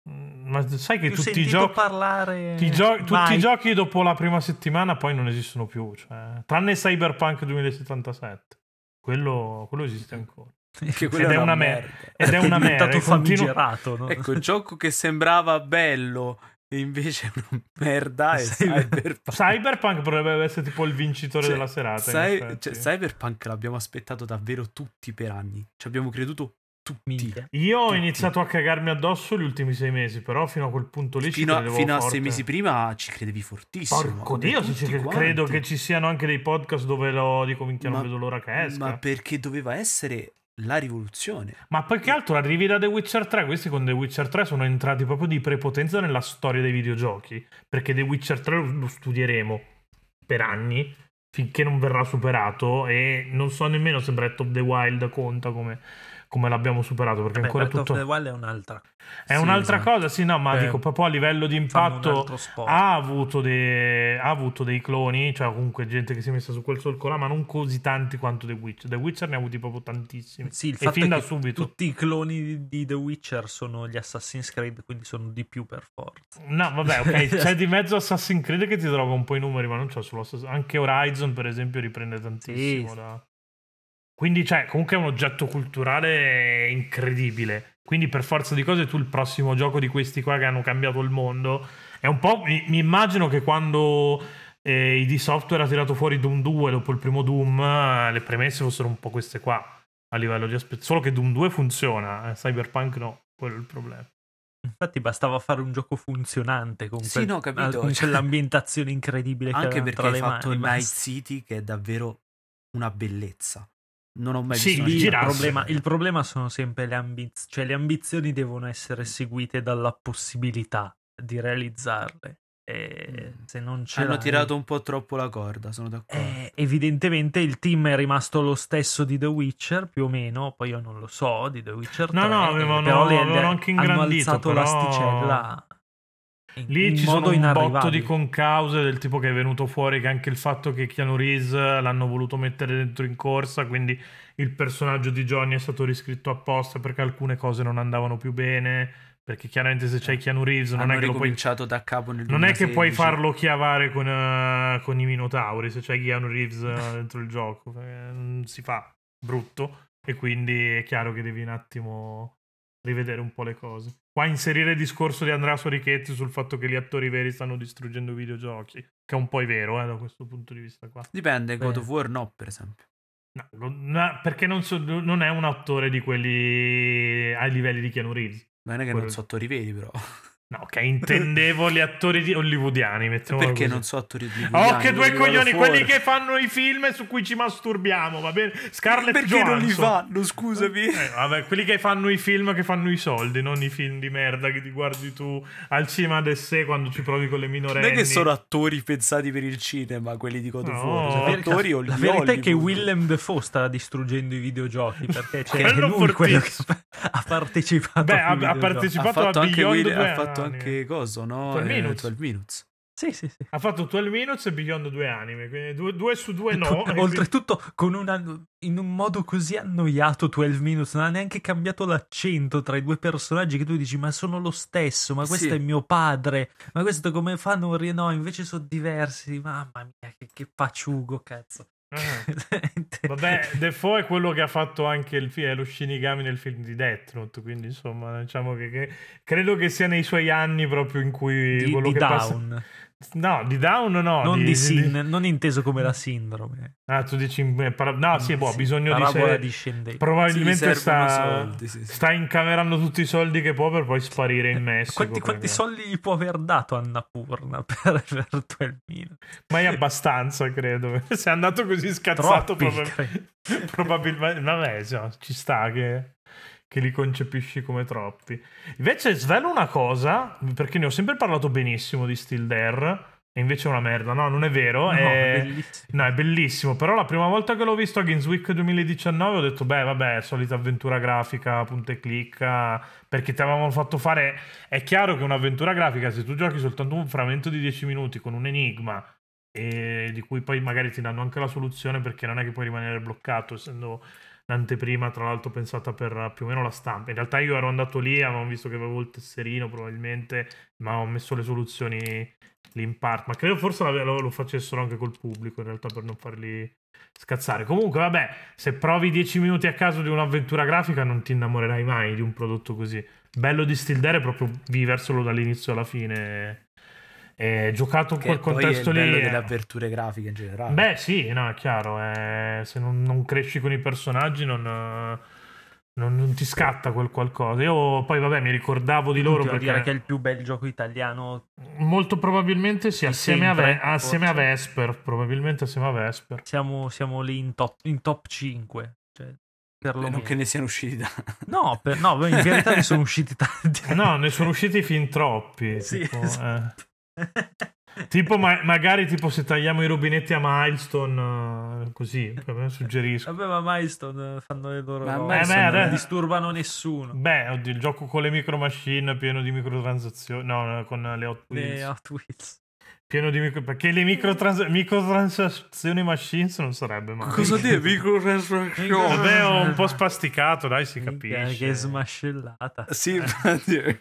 [SPEAKER 1] Mm, Ma sai che tutti i, giochi,
[SPEAKER 2] parlare...
[SPEAKER 1] tutti, i giochi, tutti i giochi dopo la prima settimana poi non esistono più, cioè, tranne Cyberpunk 2077. Quello, quello esiste ancora.
[SPEAKER 3] Che ed,
[SPEAKER 1] è una merda. merda. Eh, ed è una merda. È
[SPEAKER 2] famigerato. No?
[SPEAKER 3] Ecco, il gioco che sembrava bello e invece è una merda è Cyber... Cyberpunk.
[SPEAKER 1] Cyberpunk potrebbe essere tipo il vincitore cioè, della serata.
[SPEAKER 3] Cy... Cioè, Cyberpunk l'abbiamo aspettato davvero tutti per anni. Ci abbiamo creduto tutti.
[SPEAKER 1] Io ho iniziato a cagarmi addosso gli ultimi sei mesi, però fino a quel punto lì
[SPEAKER 3] fino,
[SPEAKER 1] ci credevo
[SPEAKER 3] Fino
[SPEAKER 1] forte.
[SPEAKER 3] a sei mesi prima ci credevi fortissimo.
[SPEAKER 1] Porco Dio, credo, credo che ci siano anche dei podcast dove lo dico minchia non vedo l'ora che esca.
[SPEAKER 3] Ma perché doveva essere la rivoluzione.
[SPEAKER 1] Ma poi che altro arrivi da The Witcher 3, questi con The Witcher 3 sono entrati proprio di prepotenza nella storia dei videogiochi, perché The Witcher 3 lo studieremo per anni finché non verrà superato e non so nemmeno se Breath of the Wild conta come come l'abbiamo superato perché Vabbè, ancora
[SPEAKER 2] Breath
[SPEAKER 1] tutto
[SPEAKER 2] of the Wild è un'altra
[SPEAKER 1] è sì, un'altra esatto. cosa sì no ma Beh, dico proprio a livello di impatto ha avuto, dei, ha avuto, dei, cloni cioè comunque gente che si è messa su quel solco là ma non così tanti quanto The Witcher The Witcher ne ha avuti proprio tantissimi
[SPEAKER 2] sì, il
[SPEAKER 1] e fin da
[SPEAKER 2] che
[SPEAKER 1] subito
[SPEAKER 2] tutti i cloni di The Witcher sono gli Assassin's Creed quindi sono di più per forza
[SPEAKER 1] no vabbè ok c'è di mezzo Assassin's Creed che ti trova un po' i numeri ma non c'è solo Assassin's anche Horizon per esempio riprende tantissimo sì. da... Quindi, cioè, comunque è un oggetto culturale incredibile. Quindi, per forza di cose, tu il prossimo gioco di questi qua che hanno cambiato il mondo. È un po'. Mi, mi immagino che quando eh, ID Software ha tirato fuori Doom 2 dopo il primo Doom, eh, le premesse fossero un po' queste qua. A livello di aspetto. Solo che Doom 2 funziona, eh, Cyberpunk no, quello è il problema.
[SPEAKER 2] Infatti bastava fare un gioco funzionante con,
[SPEAKER 3] sì, quel, no, capito,
[SPEAKER 2] con
[SPEAKER 3] cioè...
[SPEAKER 2] l'ambientazione incredibile
[SPEAKER 3] Anche
[SPEAKER 2] che
[SPEAKER 3] Anche perché hai fatto
[SPEAKER 2] mani,
[SPEAKER 3] Night City che è davvero una bellezza non ho mai
[SPEAKER 1] sì,
[SPEAKER 3] visto
[SPEAKER 1] lì,
[SPEAKER 2] il, problema, il problema sono sempre le ambizioni cioè le ambizioni devono essere seguite dalla possibilità di realizzarle e mm. se non c'è
[SPEAKER 3] hanno l'hai... tirato un po' troppo la corda sono d'accordo
[SPEAKER 2] eh, evidentemente il team è rimasto lo stesso di The Witcher più o meno poi io non lo so di The Witcher 3,
[SPEAKER 1] no no avevano,
[SPEAKER 2] però
[SPEAKER 1] le, avevano anche ingrandito
[SPEAKER 2] hanno alzato
[SPEAKER 1] però...
[SPEAKER 2] l'asticella in,
[SPEAKER 1] Lì
[SPEAKER 2] in
[SPEAKER 1] ci sono
[SPEAKER 2] un
[SPEAKER 1] botto di concause del tipo che è venuto fuori che anche il fatto che Keanu Reeves l'hanno voluto mettere dentro in corsa, quindi il personaggio di Johnny è stato riscritto apposta perché alcune cose non andavano più bene, Perché chiaramente se c'è Keanu Reeves non
[SPEAKER 3] Eh. Hanno
[SPEAKER 1] è che lo puoi...
[SPEAKER 3] ricominciato da capo nel
[SPEAKER 1] Non è che puoi
[SPEAKER 3] 2016.
[SPEAKER 1] farlo chiavare con, eh, con i Minotauri se c'è Keanu Reeves eh, dentro il gioco. perché non si fa brutto e quindi è chiaro che devi un attimo rivedere un po' le cose. Qua inserire il discorso di Andrea Sorichetti sul fatto che gli attori veri stanno distruggendo i videogiochi, che è un po' è vero eh, da questo punto di vista qua.
[SPEAKER 3] Dipende, God
[SPEAKER 2] Beh.
[SPEAKER 3] of War no, per esempio.
[SPEAKER 1] No, non- no, perché non, so- non è un attore di quelli ai livelli di Keanu Reeves.
[SPEAKER 3] Non è che
[SPEAKER 1] Quello-
[SPEAKER 3] non so attori veri, però.
[SPEAKER 1] No, ok, intendevo gli attori di- hollywoodiani, mettiamolo
[SPEAKER 3] Perché
[SPEAKER 1] così.
[SPEAKER 3] non so attori di
[SPEAKER 1] Oh, che due
[SPEAKER 3] quelli
[SPEAKER 1] coglioni,
[SPEAKER 3] vanno
[SPEAKER 1] quelli
[SPEAKER 3] fuori.
[SPEAKER 1] che fanno i film su cui ci masturbiamo, va bene? Scarlett
[SPEAKER 3] Perché
[SPEAKER 1] Johansson.
[SPEAKER 3] non li fanno, scusami.
[SPEAKER 1] Eh, vabbè, quelli che fanno i film che fanno i soldi, non i film di merda che ti guardi tu al cinema del sé quando ci provi con le
[SPEAKER 3] Non
[SPEAKER 1] minorenni.
[SPEAKER 3] è che sono attori pensati per il cinema, quelli di God of War.
[SPEAKER 1] No.
[SPEAKER 3] sono
[SPEAKER 1] La
[SPEAKER 3] attori o
[SPEAKER 2] la
[SPEAKER 3] gli
[SPEAKER 2] verità è che
[SPEAKER 3] Hollywood.
[SPEAKER 2] Willem Dafoe sta distruggendo i videogiochi perché c'è
[SPEAKER 1] Quello
[SPEAKER 2] lui quello che
[SPEAKER 1] fortissimo.
[SPEAKER 2] ha partecipato
[SPEAKER 1] Beh,
[SPEAKER 2] a
[SPEAKER 1] ha- ha
[SPEAKER 2] videogiochi.
[SPEAKER 1] partecipato-
[SPEAKER 3] ha fatto
[SPEAKER 1] a
[SPEAKER 3] anche,
[SPEAKER 1] Beyond
[SPEAKER 3] Will-
[SPEAKER 1] due
[SPEAKER 3] ha fatto
[SPEAKER 1] anni.
[SPEAKER 3] anche coso, no?
[SPEAKER 1] 12
[SPEAKER 3] Eh,
[SPEAKER 1] minutes.
[SPEAKER 3] 12 minutes.
[SPEAKER 2] Sì, sì, sì.
[SPEAKER 1] Ha fatto 12 Minutes e Beyond due anime, quindi due, due su due no. eh, e quindi-
[SPEAKER 2] Oltretutto, con una- in un modo così annoiato, 12 Minutes non ha neanche cambiato l'accento tra i due personaggi che tu dici: Ma sono lo stesso, ma questo
[SPEAKER 3] Sì.
[SPEAKER 2] è mio padre, ma questo come fa? Non ri- no, invece sono diversi. Mamma mia, che, che paciugo, cazzo.
[SPEAKER 1] Ah.
[SPEAKER 2] Veramente.
[SPEAKER 1] Vabbè, Defoe è quello che ha fatto anche il fi- eh, lo Shinigami nel film di Death Note, quindi insomma, diciamo che, che- credo che sia nei suoi anni proprio in cui
[SPEAKER 2] Di,
[SPEAKER 1] quello
[SPEAKER 2] di
[SPEAKER 1] che passa-
[SPEAKER 2] Down,
[SPEAKER 1] No, di Down no,
[SPEAKER 2] non di, sin, non inteso come la sindrome.
[SPEAKER 1] Ah, tu dici eh, para- No, sì, boh, ha
[SPEAKER 2] Sì,
[SPEAKER 1] bisogno di
[SPEAKER 2] parabola
[SPEAKER 1] sé.
[SPEAKER 2] discendente.
[SPEAKER 1] Probabilmente
[SPEAKER 3] Sì, servono
[SPEAKER 1] sta
[SPEAKER 3] soldi, sì, sì.
[SPEAKER 1] sta incamerando tutti i soldi che può per poi sparire in Messico.
[SPEAKER 2] Eh, Quanti, quanti
[SPEAKER 1] perché-
[SPEAKER 2] soldi gli può aver dato Annapurna per, per 12 Minutes?
[SPEAKER 1] Mai abbastanza, credo. Se è andato così scazzato,
[SPEAKER 2] Troppi,
[SPEAKER 1] probab-
[SPEAKER 2] credo.
[SPEAKER 1] probabilmente. Vabbè, sì, no, ci sta che, che li concepisci come troppi. Invece, svelo una cosa, perché ne ho sempre parlato benissimo di Still There, e invece è una merda. No, non è vero.
[SPEAKER 2] No,
[SPEAKER 1] è...
[SPEAKER 2] bellissimo.
[SPEAKER 1] No, è bellissimo, però la prima volta che l'ho visto a Ginswick 2019 ho detto, beh, vabbè, solita avventura grafica, punta e clicca, perché ti avevamo fatto fare... È chiaro che un'avventura grafica, se tu giochi soltanto un frammento di 10 minuti con un enigma, e di cui poi magari ti danno anche la soluzione, perché non è che puoi rimanere bloccato, essendo l'anteprima, tra l'altro, pensata per eh, più o meno la stampa. In realtà io ero andato lì, avevamo visto che avevo il tesserino, probabilmente, ma ho messo le soluzioni lì in parte. Ma credo forse la- lo, lo facessero anche col pubblico, in realtà, per non farli scazzare. Comunque, vabbè, se provi 10 minuti a caso di un'avventura grafica, non ti innamorerai mai di un prodotto così. Bello di Stildare è proprio viverselo dall'inizio alla fine. Eh, giocato in
[SPEAKER 3] Che
[SPEAKER 1] quel
[SPEAKER 3] poi
[SPEAKER 1] contesto
[SPEAKER 3] è il
[SPEAKER 1] lì.
[SPEAKER 3] bello
[SPEAKER 1] eh,
[SPEAKER 3] delle avverture grafiche in generale.
[SPEAKER 1] Beh, sì, no, è chiaro. eh, se non, non cresci con i personaggi, non, eh, non- non ti scatta quel qualcosa. Io poi, vabbè, mi ricordavo di loro
[SPEAKER 2] Continua a
[SPEAKER 1] perché
[SPEAKER 2] dire che è il più bel gioco italiano
[SPEAKER 1] molto probabilmente sì,
[SPEAKER 2] Di
[SPEAKER 1] assieme, a, Ve-
[SPEAKER 2] sempre,
[SPEAKER 1] assieme a
[SPEAKER 2] forse.
[SPEAKER 1] Vesper. Probabilmente assieme a Vesper.
[SPEAKER 2] siamo, siamo lì in top, in top 5 cioè, per lo
[SPEAKER 3] Eh, non
[SPEAKER 2] meno.
[SPEAKER 3] che ne siano usciti da...
[SPEAKER 2] no, per- no, in verità ne sono usciti tanti
[SPEAKER 1] Eh, No, ne sono usciti fin troppi.
[SPEAKER 2] Sì,
[SPEAKER 1] tipo,
[SPEAKER 2] esatto.
[SPEAKER 1] eh. Tipo, ma- magari tipo se tagliamo i rubinetti a milestone, eh, così eh, suggerisco.
[SPEAKER 2] vabbè ma Milestone eh, fanno le loro
[SPEAKER 3] Ma
[SPEAKER 2] cose,
[SPEAKER 1] Milestone
[SPEAKER 2] non
[SPEAKER 1] adesso-
[SPEAKER 2] disturbano nessuno
[SPEAKER 1] Beh, oddio, il gioco con le micro machine pieno di microtransazioni. No, con le hot wheels.
[SPEAKER 2] le Eh, Hot Wheels.
[SPEAKER 1] Pieno di micro... Perché le microtrans- microtransazioni machines non sarebbe male.
[SPEAKER 3] Cosa dire?
[SPEAKER 1] Vabbè,
[SPEAKER 3] Microtransaction.
[SPEAKER 1] ho un po' spasticato, dai, si
[SPEAKER 2] Minchia,
[SPEAKER 1] capisce.
[SPEAKER 2] che smascellata
[SPEAKER 3] Sì,
[SPEAKER 1] Eh.
[SPEAKER 3] infatti.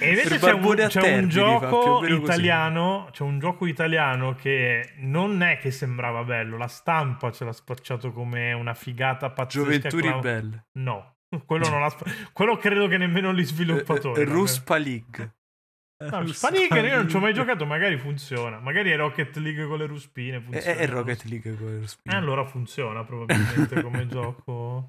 [SPEAKER 1] E invece
[SPEAKER 3] Per
[SPEAKER 1] c'è un,
[SPEAKER 3] barbone a
[SPEAKER 1] c'è un
[SPEAKER 3] Termini fa più o
[SPEAKER 1] gioco
[SPEAKER 3] meno così.
[SPEAKER 1] italiano. C'è un gioco italiano che non è che sembrava bello. La stampa ce l'ha spacciato come una figata pazzesca.
[SPEAKER 3] Gioventù
[SPEAKER 1] con la-
[SPEAKER 3] ribelle.
[SPEAKER 1] No, quello non l'ha spa- Quello credo che nemmeno gli sviluppatori.
[SPEAKER 3] Eh, Eh, eh, Ruspa League.
[SPEAKER 2] Eh,
[SPEAKER 1] No, Spaniger io non ci ho mai giocato, magari funziona. Magari è Rocket League con le ruspine.
[SPEAKER 3] È,
[SPEAKER 1] Funziona,
[SPEAKER 3] è è Eh, Rocket League con Ruspa.
[SPEAKER 1] Eh, allora funziona probabilmente come gioco.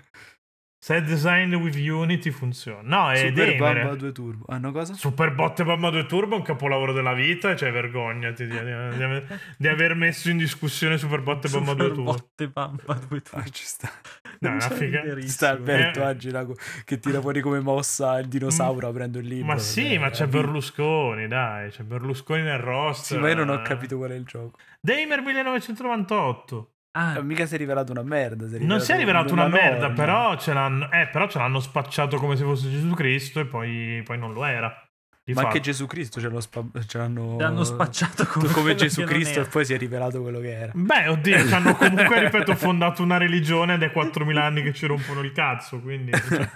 [SPEAKER 1] Se è designed with Unity funziona. No, è eh.
[SPEAKER 3] Super
[SPEAKER 1] Demere.
[SPEAKER 3] Bamba 2 Turbo. Ah, no, cosa?
[SPEAKER 1] Super Botte Mamma 2 Turbo è un capolavoro della vita, cioè vergognati di, di- di- di aver messo in discussione Super Botte Mamma 2 Turbo.
[SPEAKER 2] Superbotte Bamba 2 Turbo
[SPEAKER 3] Ah, ci sta.
[SPEAKER 1] No, è una
[SPEAKER 2] Sono
[SPEAKER 1] figa-
[SPEAKER 2] riderissimo.
[SPEAKER 3] Ci sta Alberto
[SPEAKER 1] Eh.
[SPEAKER 3] oggi là, che tira fuori come mossa il dinosauro aprendo il libro.
[SPEAKER 1] Ma sì,
[SPEAKER 3] Eh,
[SPEAKER 1] ma c'è
[SPEAKER 3] eh,
[SPEAKER 1] Berlusconi, dai, c'è Berlusconi nel roster.
[SPEAKER 3] Sì, ma io non ho capito qual è il gioco.
[SPEAKER 1] Damer 1998.
[SPEAKER 2] Ah,
[SPEAKER 3] Eh, mica si è rivelato una merda.
[SPEAKER 1] Non si è rivelato una merda,
[SPEAKER 3] norma.
[SPEAKER 1] però ce, l'hanno, eh, però ce l'hanno spacciato come se fosse Gesù Cristo e poi, poi non lo era. Di
[SPEAKER 3] Ma anche
[SPEAKER 1] fatto.
[SPEAKER 3] Gesù Cristo ce, l'ho spa- ce l'hanno,
[SPEAKER 2] L'hanno spacciato come,
[SPEAKER 3] come
[SPEAKER 2] quello
[SPEAKER 3] Gesù
[SPEAKER 2] che non
[SPEAKER 3] Cristo e
[SPEAKER 2] era.
[SPEAKER 3] poi si è rivelato quello che era.
[SPEAKER 1] Beh, oddio, ci hanno comunque, ripeto, fondato una religione ed è 4.000 anni che ci rompono il cazzo, quindi cioè,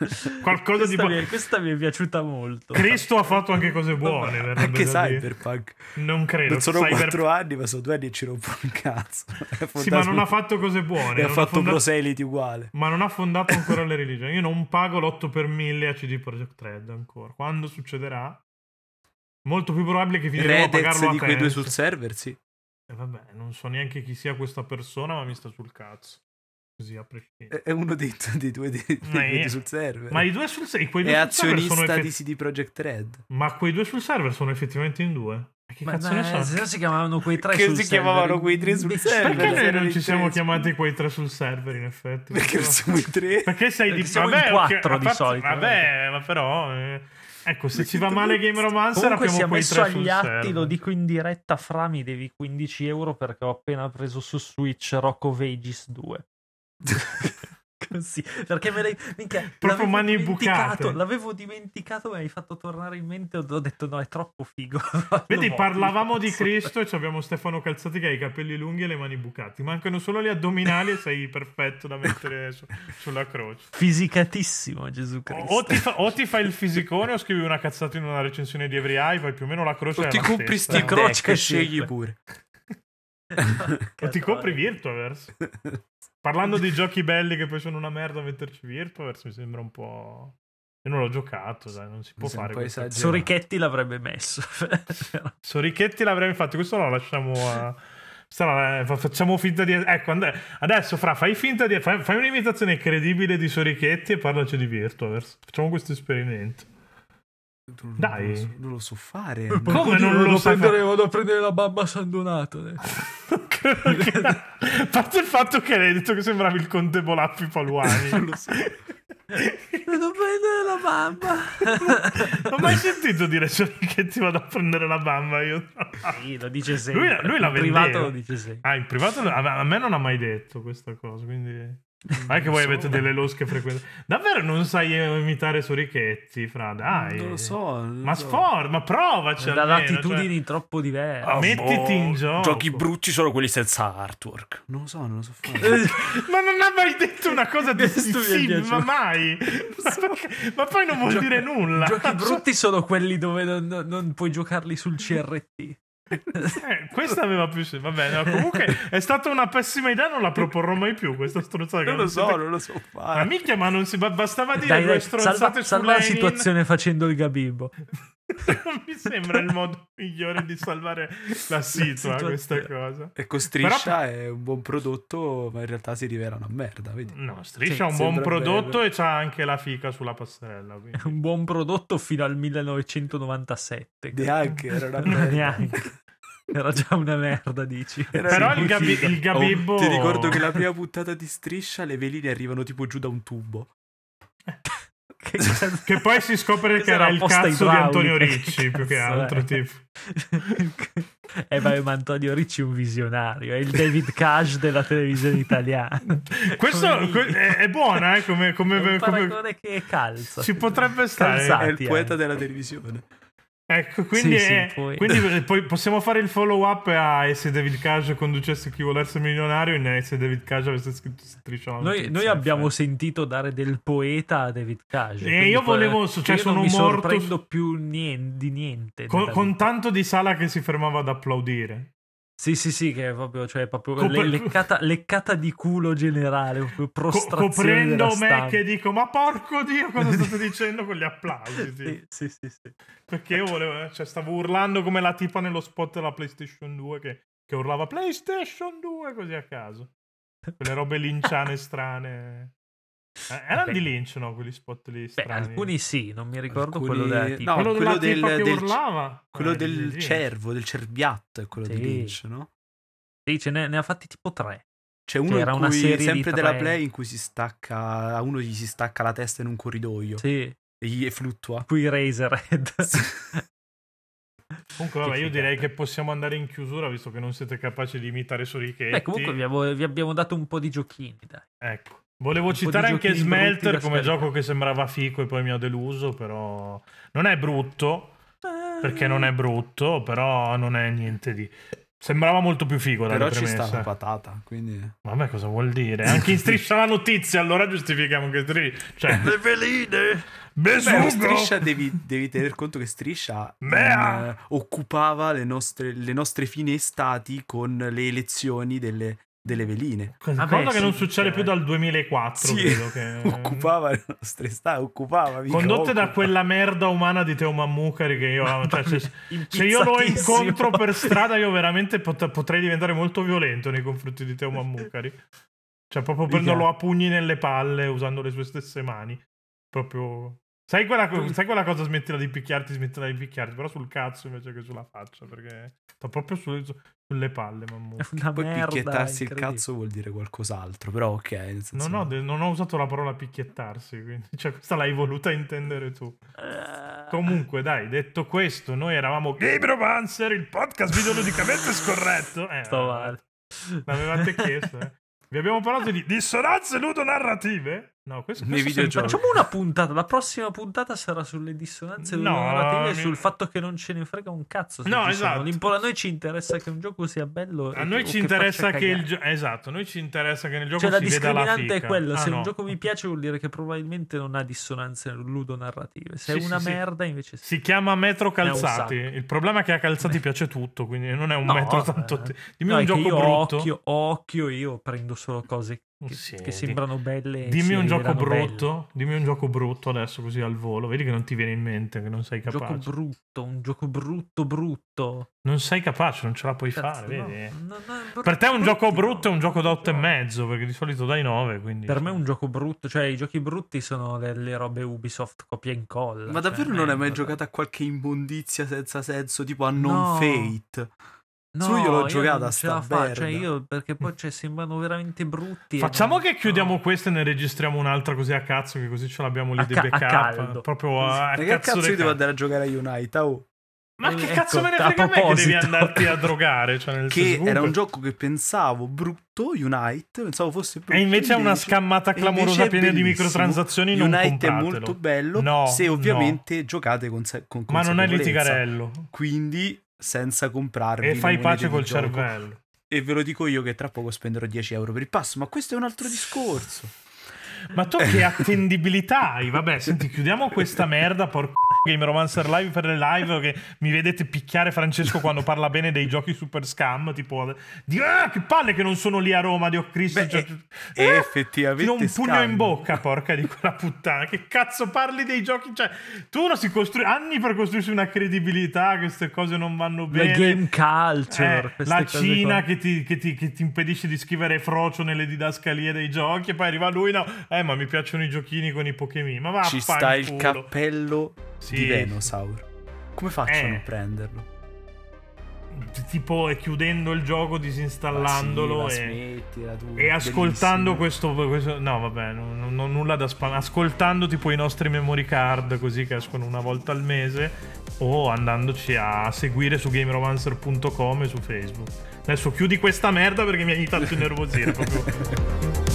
[SPEAKER 1] qualcosa di...
[SPEAKER 2] Questa, mi
[SPEAKER 1] buono.
[SPEAKER 2] è, questa mi è piaciuta molto.
[SPEAKER 1] Cristo ha fatto anche cose buone, verrebbe
[SPEAKER 3] Anche
[SPEAKER 1] da dire.
[SPEAKER 3] Cyberpunk.
[SPEAKER 1] Non credo.
[SPEAKER 3] Non sono
[SPEAKER 1] Cyber-
[SPEAKER 3] quattro anni, ma sono due anni e ci rompo il cazzo.
[SPEAKER 1] Sì, ma non ha fatto cose buone.
[SPEAKER 3] E ha
[SPEAKER 1] non
[SPEAKER 3] fatto
[SPEAKER 1] fondato-
[SPEAKER 3] proseliti uguale.
[SPEAKER 1] Ma non ha fondato ancora le religioni. Io non pago l'8 per 1000 a CD Projekt Red ancora. Quando succederà? Molto più probabile che finiremo a
[SPEAKER 3] Redez
[SPEAKER 1] pagarlo
[SPEAKER 3] di
[SPEAKER 1] a
[SPEAKER 3] quei due
[SPEAKER 1] Tencent.
[SPEAKER 3] sul server, sì.
[SPEAKER 1] E vabbè, non so neanche chi sia questa persona, ma mi sta sul cazzo. Così a prescindere.
[SPEAKER 3] È è uno dei, dei due dei, dei
[SPEAKER 1] Ma
[SPEAKER 3] due
[SPEAKER 1] è-
[SPEAKER 3] sul server.
[SPEAKER 1] Ma i due sul server, quei
[SPEAKER 3] è
[SPEAKER 1] due sul server sono
[SPEAKER 3] azionista di
[SPEAKER 1] effetti-
[SPEAKER 3] CD Projekt Red.
[SPEAKER 1] ma quei due sul server sono effettivamente in due. Ma che
[SPEAKER 2] Ma
[SPEAKER 1] cazzo
[SPEAKER 2] no,
[SPEAKER 1] ne so?
[SPEAKER 2] se no si chiamavano quei tre
[SPEAKER 3] Che
[SPEAKER 2] sul
[SPEAKER 3] si
[SPEAKER 2] server.
[SPEAKER 3] chiamavano quei tre sul
[SPEAKER 2] Imbecille.
[SPEAKER 3] server?
[SPEAKER 1] Perché
[SPEAKER 3] Perché
[SPEAKER 1] noi non
[SPEAKER 3] erano
[SPEAKER 1] ci
[SPEAKER 3] in
[SPEAKER 1] siamo
[SPEAKER 3] tre?
[SPEAKER 1] chiamati quei tre sul server, in effetti?
[SPEAKER 3] Perché
[SPEAKER 1] Non so.
[SPEAKER 3] siamo i tre.
[SPEAKER 1] Perché sei di
[SPEAKER 2] Perché siamo in
[SPEAKER 1] vabbè, ok,
[SPEAKER 2] quattro
[SPEAKER 1] a
[SPEAKER 2] di
[SPEAKER 1] parte-
[SPEAKER 2] solito,
[SPEAKER 1] Vabbè, ma però. eh, ecco, se
[SPEAKER 3] Ma
[SPEAKER 1] ci
[SPEAKER 3] che
[SPEAKER 1] va male
[SPEAKER 3] dovizia.
[SPEAKER 1] Game Romance,
[SPEAKER 2] Comunque si è
[SPEAKER 1] quei
[SPEAKER 2] messo
[SPEAKER 1] tre sul
[SPEAKER 2] agli atti,
[SPEAKER 1] server.
[SPEAKER 2] lo dico in diretta, fra mi devi 15 euro perché ho appena preso su Switch Rock of Ages 2. Così, perché me l'hai minchia,
[SPEAKER 1] Proprio
[SPEAKER 2] l'avevo
[SPEAKER 1] mani
[SPEAKER 2] dimenticato,
[SPEAKER 1] bucate.
[SPEAKER 2] L'avevo dimenticato, mi hai fatto tornare in mente. Ho ho detto: no, è troppo figo.
[SPEAKER 1] Vedi,
[SPEAKER 2] Lo voglio,
[SPEAKER 1] parlavamo di
[SPEAKER 2] cazzo.
[SPEAKER 1] Cristo e ci abbiamo Stefano Calzati che ha i capelli lunghi e le mani bucate. Mancano solo gli addominali e sei perfetto da mettere su- sulla croce.
[SPEAKER 2] Fisicatissimo Gesù
[SPEAKER 1] O,
[SPEAKER 2] Cristo.
[SPEAKER 1] o ti fa- o ti fai il fisicone o scrivi una cazzata in una recensione di Every Eye, fai più o meno la croce.
[SPEAKER 3] O
[SPEAKER 1] è
[SPEAKER 3] ti
[SPEAKER 1] la
[SPEAKER 3] compri
[SPEAKER 1] stessa.
[SPEAKER 3] Steam
[SPEAKER 2] Ti croce
[SPEAKER 3] Deck,
[SPEAKER 2] sempre.
[SPEAKER 3] scegli pure.
[SPEAKER 1] O ti compri Virtuaverse. Parlando di giochi belli che poi sono una merda, metterci Virtuaverse mi sembra un po'. Io non l'ho giocato, dai, non si può
[SPEAKER 3] Mi
[SPEAKER 1] fare.
[SPEAKER 3] sembra un po'
[SPEAKER 1] questa-
[SPEAKER 3] esagerato.
[SPEAKER 2] Sorichetti l'avrebbe messo.
[SPEAKER 1] Sorichetti l'avrei fatto, questo lo lasciamo a. questa la- fa- Facciamo finta di. Ecco, and- adesso Fra, fai finta di. Fai, fai un'imitazione credibile di Sorichetti e parlaci di Virtuaverse. Facciamo questo esperimento.
[SPEAKER 3] Non lo
[SPEAKER 1] Dai.
[SPEAKER 3] so- Non lo so fare.
[SPEAKER 1] Come non lo sai fare?
[SPEAKER 2] vado a prendere la babba San Donato.
[SPEAKER 1] Credo che- A parte il fatto che hai detto che sembravi il conte Bolaffi
[SPEAKER 3] Non
[SPEAKER 1] Paluani.
[SPEAKER 3] lo so.
[SPEAKER 2] Devo prendere la mamma.
[SPEAKER 1] Non ho mai sentito dire Sorichetti vado a prendere la bamba io.
[SPEAKER 2] sì, lo dice sempre.
[SPEAKER 1] Lui, lui la
[SPEAKER 2] In
[SPEAKER 1] vendeva.
[SPEAKER 2] privato lo dice sempre.
[SPEAKER 1] Ah, in privato a a me non ha mai detto questa cosa, quindi... Ma è che
[SPEAKER 3] Non
[SPEAKER 1] voi
[SPEAKER 3] so.
[SPEAKER 1] avete delle losche frequenti. Davvero non sai eh, imitare Sorichetti, fra dai.
[SPEAKER 3] Non lo so. non
[SPEAKER 1] Ma
[SPEAKER 3] lo so.
[SPEAKER 1] sforza, ma provaci.
[SPEAKER 2] da
[SPEAKER 1] almeno, cioè.
[SPEAKER 2] latitudini troppo diverse.
[SPEAKER 1] Ah, Mettiti in gioco.
[SPEAKER 4] Giochi brutti sono quelli senza artwork.
[SPEAKER 3] Non lo so, non lo so fare.
[SPEAKER 1] cioè- Ma non ha mai detto una cosa di
[SPEAKER 2] Questo mi è
[SPEAKER 1] sì,
[SPEAKER 2] piaciuto.
[SPEAKER 1] ma mai. Ma, perché- ma poi non vuol dire nulla.
[SPEAKER 2] Giochi
[SPEAKER 1] ah,
[SPEAKER 2] brutti sono quelli dove non, non- non puoi giocarli sul CRT.
[SPEAKER 1] Eh, questa aveva più senso. Vabbè, no, comunque è stata una pessima idea, non la proporrò mai più questa strozzata. che
[SPEAKER 3] Non lo so,
[SPEAKER 1] siete-
[SPEAKER 3] non lo so
[SPEAKER 1] Ma
[SPEAKER 3] fare.
[SPEAKER 1] minchia, ma non si ba- bastava dire
[SPEAKER 2] Dai,
[SPEAKER 1] due
[SPEAKER 2] dai,
[SPEAKER 1] strozzate
[SPEAKER 2] salva,
[SPEAKER 1] su
[SPEAKER 2] salva la
[SPEAKER 1] Lenin.
[SPEAKER 2] situazione facendo il gabibbo.
[SPEAKER 1] non mi sembra il modo migliore di salvare la situa
[SPEAKER 2] situazione.
[SPEAKER 1] questa cosa.
[SPEAKER 3] E con Striscia è un buon prodotto, ma in realtà si rivela una merda, vedi?
[SPEAKER 1] No, Striscia
[SPEAKER 3] Sì,
[SPEAKER 1] ha un buon
[SPEAKER 3] sembra
[SPEAKER 1] prodotto
[SPEAKER 3] bello.
[SPEAKER 1] e c'ha anche la fica sulla passerella. quindi.
[SPEAKER 2] Un buon prodotto fino al 1997.
[SPEAKER 3] Neanche era una merda.
[SPEAKER 2] Neanche. Era già una merda, dici.
[SPEAKER 3] Era
[SPEAKER 1] Però
[SPEAKER 3] sì,
[SPEAKER 1] il, gabi-
[SPEAKER 3] figa.
[SPEAKER 1] il gabibbo...
[SPEAKER 3] Oh, ti ricordo che la prima puntata di Striscia le veline arrivano tipo giù da un tubo.
[SPEAKER 2] Che cazzo- Esatto,
[SPEAKER 1] Che poi si scopre che
[SPEAKER 2] Questa
[SPEAKER 1] era
[SPEAKER 2] una
[SPEAKER 1] il
[SPEAKER 2] posta
[SPEAKER 1] cazzo di Antonio
[SPEAKER 2] idraulica,
[SPEAKER 1] Ricci, più che
[SPEAKER 2] cazzo
[SPEAKER 1] altro.
[SPEAKER 2] è?
[SPEAKER 1] tipo.
[SPEAKER 2] eh, ma ma Antonio Ricci è un visionario, è il David Cash della televisione italiana.
[SPEAKER 1] Questo
[SPEAKER 2] Come
[SPEAKER 1] que- è, è buona, eh, come... come-
[SPEAKER 2] È un
[SPEAKER 1] come-
[SPEAKER 2] paragone che calza.
[SPEAKER 1] Si potrebbe stare.
[SPEAKER 2] Calzati,
[SPEAKER 3] È il
[SPEAKER 2] eh.
[SPEAKER 3] poeta della televisione.
[SPEAKER 1] Ecco, quindi,
[SPEAKER 2] Sì, sì,
[SPEAKER 1] è-
[SPEAKER 2] poi-
[SPEAKER 1] quindi poi possiamo fare il follow up a e se David Cage conducesse chi volesse milionario in e se David Cage avesse scritto striscia. la
[SPEAKER 2] Noi,
[SPEAKER 1] notizia,
[SPEAKER 2] noi abbiamo
[SPEAKER 1] cioè.
[SPEAKER 2] sentito dare del poeta a David Cage.
[SPEAKER 1] E
[SPEAKER 2] quindi
[SPEAKER 1] io
[SPEAKER 2] poi-
[SPEAKER 1] volevo- cioè,
[SPEAKER 2] io
[SPEAKER 1] sono
[SPEAKER 2] non mi
[SPEAKER 1] morto-
[SPEAKER 2] sorprendo più nien- di niente.
[SPEAKER 1] con,
[SPEAKER 2] della
[SPEAKER 1] con
[SPEAKER 2] vita.
[SPEAKER 1] tanto di sala che si fermava ad applaudire.
[SPEAKER 2] Sì, sì, sì, che è proprio, cioè, proprio
[SPEAKER 1] Copre-
[SPEAKER 2] le- leccata, leccata di culo generale, proprio
[SPEAKER 1] Co-
[SPEAKER 2] prostrazione della
[SPEAKER 1] coprendo me
[SPEAKER 2] stampa.
[SPEAKER 1] che dico "Ma porco Dio, cosa state dicendo con gli applausi?" sì.
[SPEAKER 2] Sì, sì, sì, sì.
[SPEAKER 1] Perché io volevo, cioè stavo urlando come la tipa nello spot della PlayStation 2 che, che urlava PlayStation 2 così a caso. Quelle robe linciane strane. Eh, erano
[SPEAKER 2] Vabbè.
[SPEAKER 1] di Lynch, no? Quegli spot lì
[SPEAKER 2] Beh,
[SPEAKER 1] strani.
[SPEAKER 2] alcuni sì, non mi ricordo
[SPEAKER 3] Alcuni-
[SPEAKER 2] quello della tipa.
[SPEAKER 3] no,
[SPEAKER 1] Quello,
[SPEAKER 3] quello
[SPEAKER 1] della tipa
[SPEAKER 3] del-
[SPEAKER 1] che
[SPEAKER 3] del-
[SPEAKER 1] urlava.
[SPEAKER 3] Quello
[SPEAKER 1] Eh,
[SPEAKER 3] del
[SPEAKER 1] sì, sì.
[SPEAKER 2] certo.
[SPEAKER 3] cervo, del cerbiatto, è quello
[SPEAKER 2] Sì.
[SPEAKER 3] di Lynch, no?
[SPEAKER 2] Sì, ce ne, ne ha fatti tipo tre.
[SPEAKER 3] C'è uno
[SPEAKER 2] era
[SPEAKER 3] in
[SPEAKER 2] una
[SPEAKER 3] cui-
[SPEAKER 2] serie di
[SPEAKER 3] sempre della
[SPEAKER 2] tre.
[SPEAKER 3] play in cui si stacca, a uno gli si stacca la testa in un corridoio
[SPEAKER 2] Sì,
[SPEAKER 3] e, gli, e fluttua.
[SPEAKER 2] qui Razorhead.
[SPEAKER 1] Comunque, vabbè,
[SPEAKER 2] Che
[SPEAKER 1] io
[SPEAKER 2] figata.
[SPEAKER 1] direi che possiamo andare in chiusura visto che non siete capaci di imitare Sorichetti.
[SPEAKER 2] Beh, comunque vi abbiamo, vi abbiamo dato un po' di giochini, dai.
[SPEAKER 1] Ecco. Volevo
[SPEAKER 2] Un po'
[SPEAKER 1] citare
[SPEAKER 2] di
[SPEAKER 1] anche
[SPEAKER 2] giochini brutti
[SPEAKER 1] Smelter
[SPEAKER 2] da
[SPEAKER 1] come
[SPEAKER 2] scaricare.
[SPEAKER 1] gioco che sembrava fico e poi mi ha deluso, però non è brutto. perché non è brutto, però non è niente di... Sembrava molto più figo dalle
[SPEAKER 3] Però ci
[SPEAKER 1] premesse.
[SPEAKER 3] sta la patata, quindi...
[SPEAKER 1] Vabbè, cosa vuol dire? Anche in striscia la notizia, allora giustifichiamo che striscia... Cioè,
[SPEAKER 4] Le veline!
[SPEAKER 1] besugo!
[SPEAKER 3] Beh, striscia devi, devi tener conto che Striscia
[SPEAKER 1] Mea!
[SPEAKER 3] eh, occupava le nostre, le nostre fine estati con le elezioni delle, delle veline.
[SPEAKER 1] Cosa
[SPEAKER 2] Vabbè,
[SPEAKER 1] che
[SPEAKER 2] sì,
[SPEAKER 1] non succede
[SPEAKER 2] cioè.
[SPEAKER 1] più dal 2004,
[SPEAKER 3] Sì.
[SPEAKER 1] credo che...
[SPEAKER 3] occupava le nostre estati, occupava. mica
[SPEAKER 1] Condotte
[SPEAKER 3] occupa.
[SPEAKER 1] da quella merda umana di Teo Mammucari che io... amo. Cioè, se, se io lo
[SPEAKER 2] Impizzatissimo.
[SPEAKER 1] incontro per strada io veramente pot- potrei diventare molto violento nei confronti di Teo Mammucari. Cioè proprio
[SPEAKER 3] Mica.
[SPEAKER 1] prenderlo a pugni nelle palle usando le sue stesse mani. Proprio... Sai quella, co- sai quella cosa smettila di picchiarti, smettila di picchiarti, però sul cazzo invece che sulla faccia, perché sta proprio su- su- sulle palle, Mammucari.
[SPEAKER 2] Eh, Una
[SPEAKER 3] Poi
[SPEAKER 2] merda
[SPEAKER 3] picchiettarsi il
[SPEAKER 2] incredibile.
[SPEAKER 3] cazzo vuol dire qualcos'altro, però ok. nel senso-
[SPEAKER 1] Non ho, de- non ho usato la parola picchiettarsi, quindi cioè, questa l'hai voluta intendere tu.
[SPEAKER 2] Eh,
[SPEAKER 1] Comunque, dai, detto questo, noi eravamo Gabromancer, il podcast videoludicamente scorretto. Eh,
[SPEAKER 2] Sto male.
[SPEAKER 1] L'avevate chiesto, eh. Vi abbiamo parlato di dissonanze ludonarrative? No, questo,
[SPEAKER 3] Nei
[SPEAKER 1] questo
[SPEAKER 3] videogiochi.
[SPEAKER 1] sembra-
[SPEAKER 2] Facciamo una puntata. La prossima puntata sarà sulle dissonanze
[SPEAKER 1] No,
[SPEAKER 2] narrative e
[SPEAKER 1] mi-
[SPEAKER 2] sul fatto che non ce ne frega un cazzo. se
[SPEAKER 1] No,
[SPEAKER 2] ci sono.
[SPEAKER 1] esatto.
[SPEAKER 2] L'impo- a noi ci interessa che un gioco sia bello.
[SPEAKER 1] A noi ci interessa che il gioco... Esatto, a noi ci interessa che nel gioco
[SPEAKER 2] Cioè, la
[SPEAKER 1] si veda la
[SPEAKER 2] discriminante
[SPEAKER 1] fica.
[SPEAKER 2] è quella.
[SPEAKER 1] Ah,
[SPEAKER 2] se
[SPEAKER 1] no.
[SPEAKER 2] un gioco mi piace, vuol dire che probabilmente non ha dissonanze ludonarrative. Se è
[SPEAKER 1] Sì,
[SPEAKER 2] una
[SPEAKER 1] sì, sì.
[SPEAKER 2] merda, invece sì.
[SPEAKER 1] Si chiama Metro
[SPEAKER 2] Ne ha un
[SPEAKER 1] Calzati.
[SPEAKER 2] sacco.
[SPEAKER 1] Il problema è che a Calzati piace tutto, quindi non è un
[SPEAKER 2] No,
[SPEAKER 1] metro tanto...
[SPEAKER 2] eh.
[SPEAKER 1] te- Dimmi
[SPEAKER 2] No,
[SPEAKER 1] un
[SPEAKER 2] è che
[SPEAKER 1] gioco
[SPEAKER 2] io ho
[SPEAKER 1] brutto.
[SPEAKER 2] Occhio, ho occhio, io prendo solo cose che,
[SPEAKER 1] Sì,
[SPEAKER 2] che
[SPEAKER 1] di-
[SPEAKER 2] sembrano belle. e si
[SPEAKER 1] Dimmi un gioco
[SPEAKER 2] rivelano belle.
[SPEAKER 1] brutto, dimmi un gioco brutto adesso così al volo, vedi che non ti viene in mente, che non sei
[SPEAKER 2] Un gioco
[SPEAKER 1] capace.
[SPEAKER 2] brutto, un gioco brutto, brutto.
[SPEAKER 1] Non sei capace, non ce la puoi
[SPEAKER 2] Cazzo,
[SPEAKER 1] fare,
[SPEAKER 2] no.
[SPEAKER 1] vedi?
[SPEAKER 2] No, no, è
[SPEAKER 1] Per te un gioco
[SPEAKER 2] bruttissimo.
[SPEAKER 1] brutto è un gioco da 8 e mezzo, perché di solito dai 9, quindi...
[SPEAKER 2] Per me un gioco brutto, cioè i giochi brutti sono delle robe Ubisoft copia e incolla.
[SPEAKER 3] Ma
[SPEAKER 2] cioè,
[SPEAKER 3] davvero non hai mai
[SPEAKER 2] merda.
[SPEAKER 3] giocato a qualche imbondizia senza senso, tipo a
[SPEAKER 2] No.
[SPEAKER 3] non fate? Su, io l'ho giocata
[SPEAKER 2] non
[SPEAKER 3] a
[SPEAKER 2] ce
[SPEAKER 3] sta
[SPEAKER 2] la fa- Cioio
[SPEAKER 3] merda.
[SPEAKER 2] io perché poi cioè, sembrano veramente brutti. e
[SPEAKER 1] Facciamo
[SPEAKER 2] non-
[SPEAKER 1] che chiudiamo
[SPEAKER 2] no.
[SPEAKER 1] questa e ne registriamo un'altra così a cazzo, che così ce l'abbiamo lì
[SPEAKER 2] A
[SPEAKER 1] di
[SPEAKER 2] ca- a
[SPEAKER 1] backup.
[SPEAKER 2] caldo.
[SPEAKER 1] Proprio a, a
[SPEAKER 3] Ma che cazzo,
[SPEAKER 1] Ah, cazzo
[SPEAKER 3] io
[SPEAKER 1] di
[SPEAKER 3] devo
[SPEAKER 1] ca-
[SPEAKER 3] andare a giocare a United? oh?
[SPEAKER 1] Ma che
[SPEAKER 2] Ecco,
[SPEAKER 1] cazzo me ne
[SPEAKER 2] a
[SPEAKER 1] frega a me che devi
[SPEAKER 2] proposito.
[SPEAKER 1] andarti a drogare? Cioè nel senso,
[SPEAKER 3] Che era
[SPEAKER 1] comunque-
[SPEAKER 3] un gioco che pensavo brutto, Unite, pensavo fosse brutto.
[SPEAKER 1] E invece è una scammata
[SPEAKER 3] invece
[SPEAKER 1] clamorosa
[SPEAKER 3] è
[SPEAKER 1] piena di
[SPEAKER 3] bellissimo.
[SPEAKER 1] microtransazioni, non
[SPEAKER 3] Unite è
[SPEAKER 1] compratelo.
[SPEAKER 3] molto bello
[SPEAKER 1] No,
[SPEAKER 3] se
[SPEAKER 1] no.
[SPEAKER 3] ovviamente giocate con, se- con
[SPEAKER 1] Ma non è
[SPEAKER 3] consapevolezza.
[SPEAKER 1] litigarello.
[SPEAKER 3] Quindi senza comprarvi
[SPEAKER 1] E
[SPEAKER 3] le
[SPEAKER 1] fai
[SPEAKER 3] monete
[SPEAKER 1] pace
[SPEAKER 3] di
[SPEAKER 1] col
[SPEAKER 3] gioco.
[SPEAKER 1] cervello.
[SPEAKER 3] E ve lo dico io che tra poco spenderò 10 euro per il passo, ma questo è un altro discorso.
[SPEAKER 1] Ma tu che attendibilità hai? Vabbè, senti, chiudiamo questa merda, porco Gameromancer Live per le live che mi vedete picchiare Francesco quando parla bene dei giochi super scam, tipo di, "Ah, che palle che non sono lì a Roma, Dio Cristo.
[SPEAKER 3] Beh,
[SPEAKER 1] cioè,
[SPEAKER 3] e
[SPEAKER 1] eh,
[SPEAKER 3] effettivamente
[SPEAKER 1] tiro un pugno
[SPEAKER 3] scam.
[SPEAKER 1] in bocca, porca di quella puttana. Che cazzo parli dei giochi? Cioè, tu non si costrui anni per costruirsi una credibilità, queste cose non vanno
[SPEAKER 2] La
[SPEAKER 1] bene.
[SPEAKER 2] game culture,
[SPEAKER 1] Eh,
[SPEAKER 2] Cioè, queste
[SPEAKER 1] la
[SPEAKER 2] cose
[SPEAKER 1] Cina
[SPEAKER 2] qua.
[SPEAKER 1] che ti, che ti- che ti impedisce di scrivere frocio nelle didascalie dei giochi e poi arriva lui no eh ma mi piacciono i giochini con i Pokémon ma va
[SPEAKER 3] Ci sta il cappello
[SPEAKER 1] Sì.
[SPEAKER 3] di Venosaur. Come faccio
[SPEAKER 1] Eh.
[SPEAKER 3] a non prenderlo?
[SPEAKER 1] tipo e chiudendo il gioco disinstallandolo
[SPEAKER 3] Ma sì, la
[SPEAKER 1] e,
[SPEAKER 3] smettila tu,
[SPEAKER 1] e ascoltando
[SPEAKER 3] bellissimo.
[SPEAKER 1] questo, questo- no vabbè non, non- non- nulla da spam ascoltando tipo i nostri memory card così che escono una volta al mese o andandoci a seguire su gameromancer.com e su Facebook adesso chiudi questa merda perché mi hai tanto innervosire proprio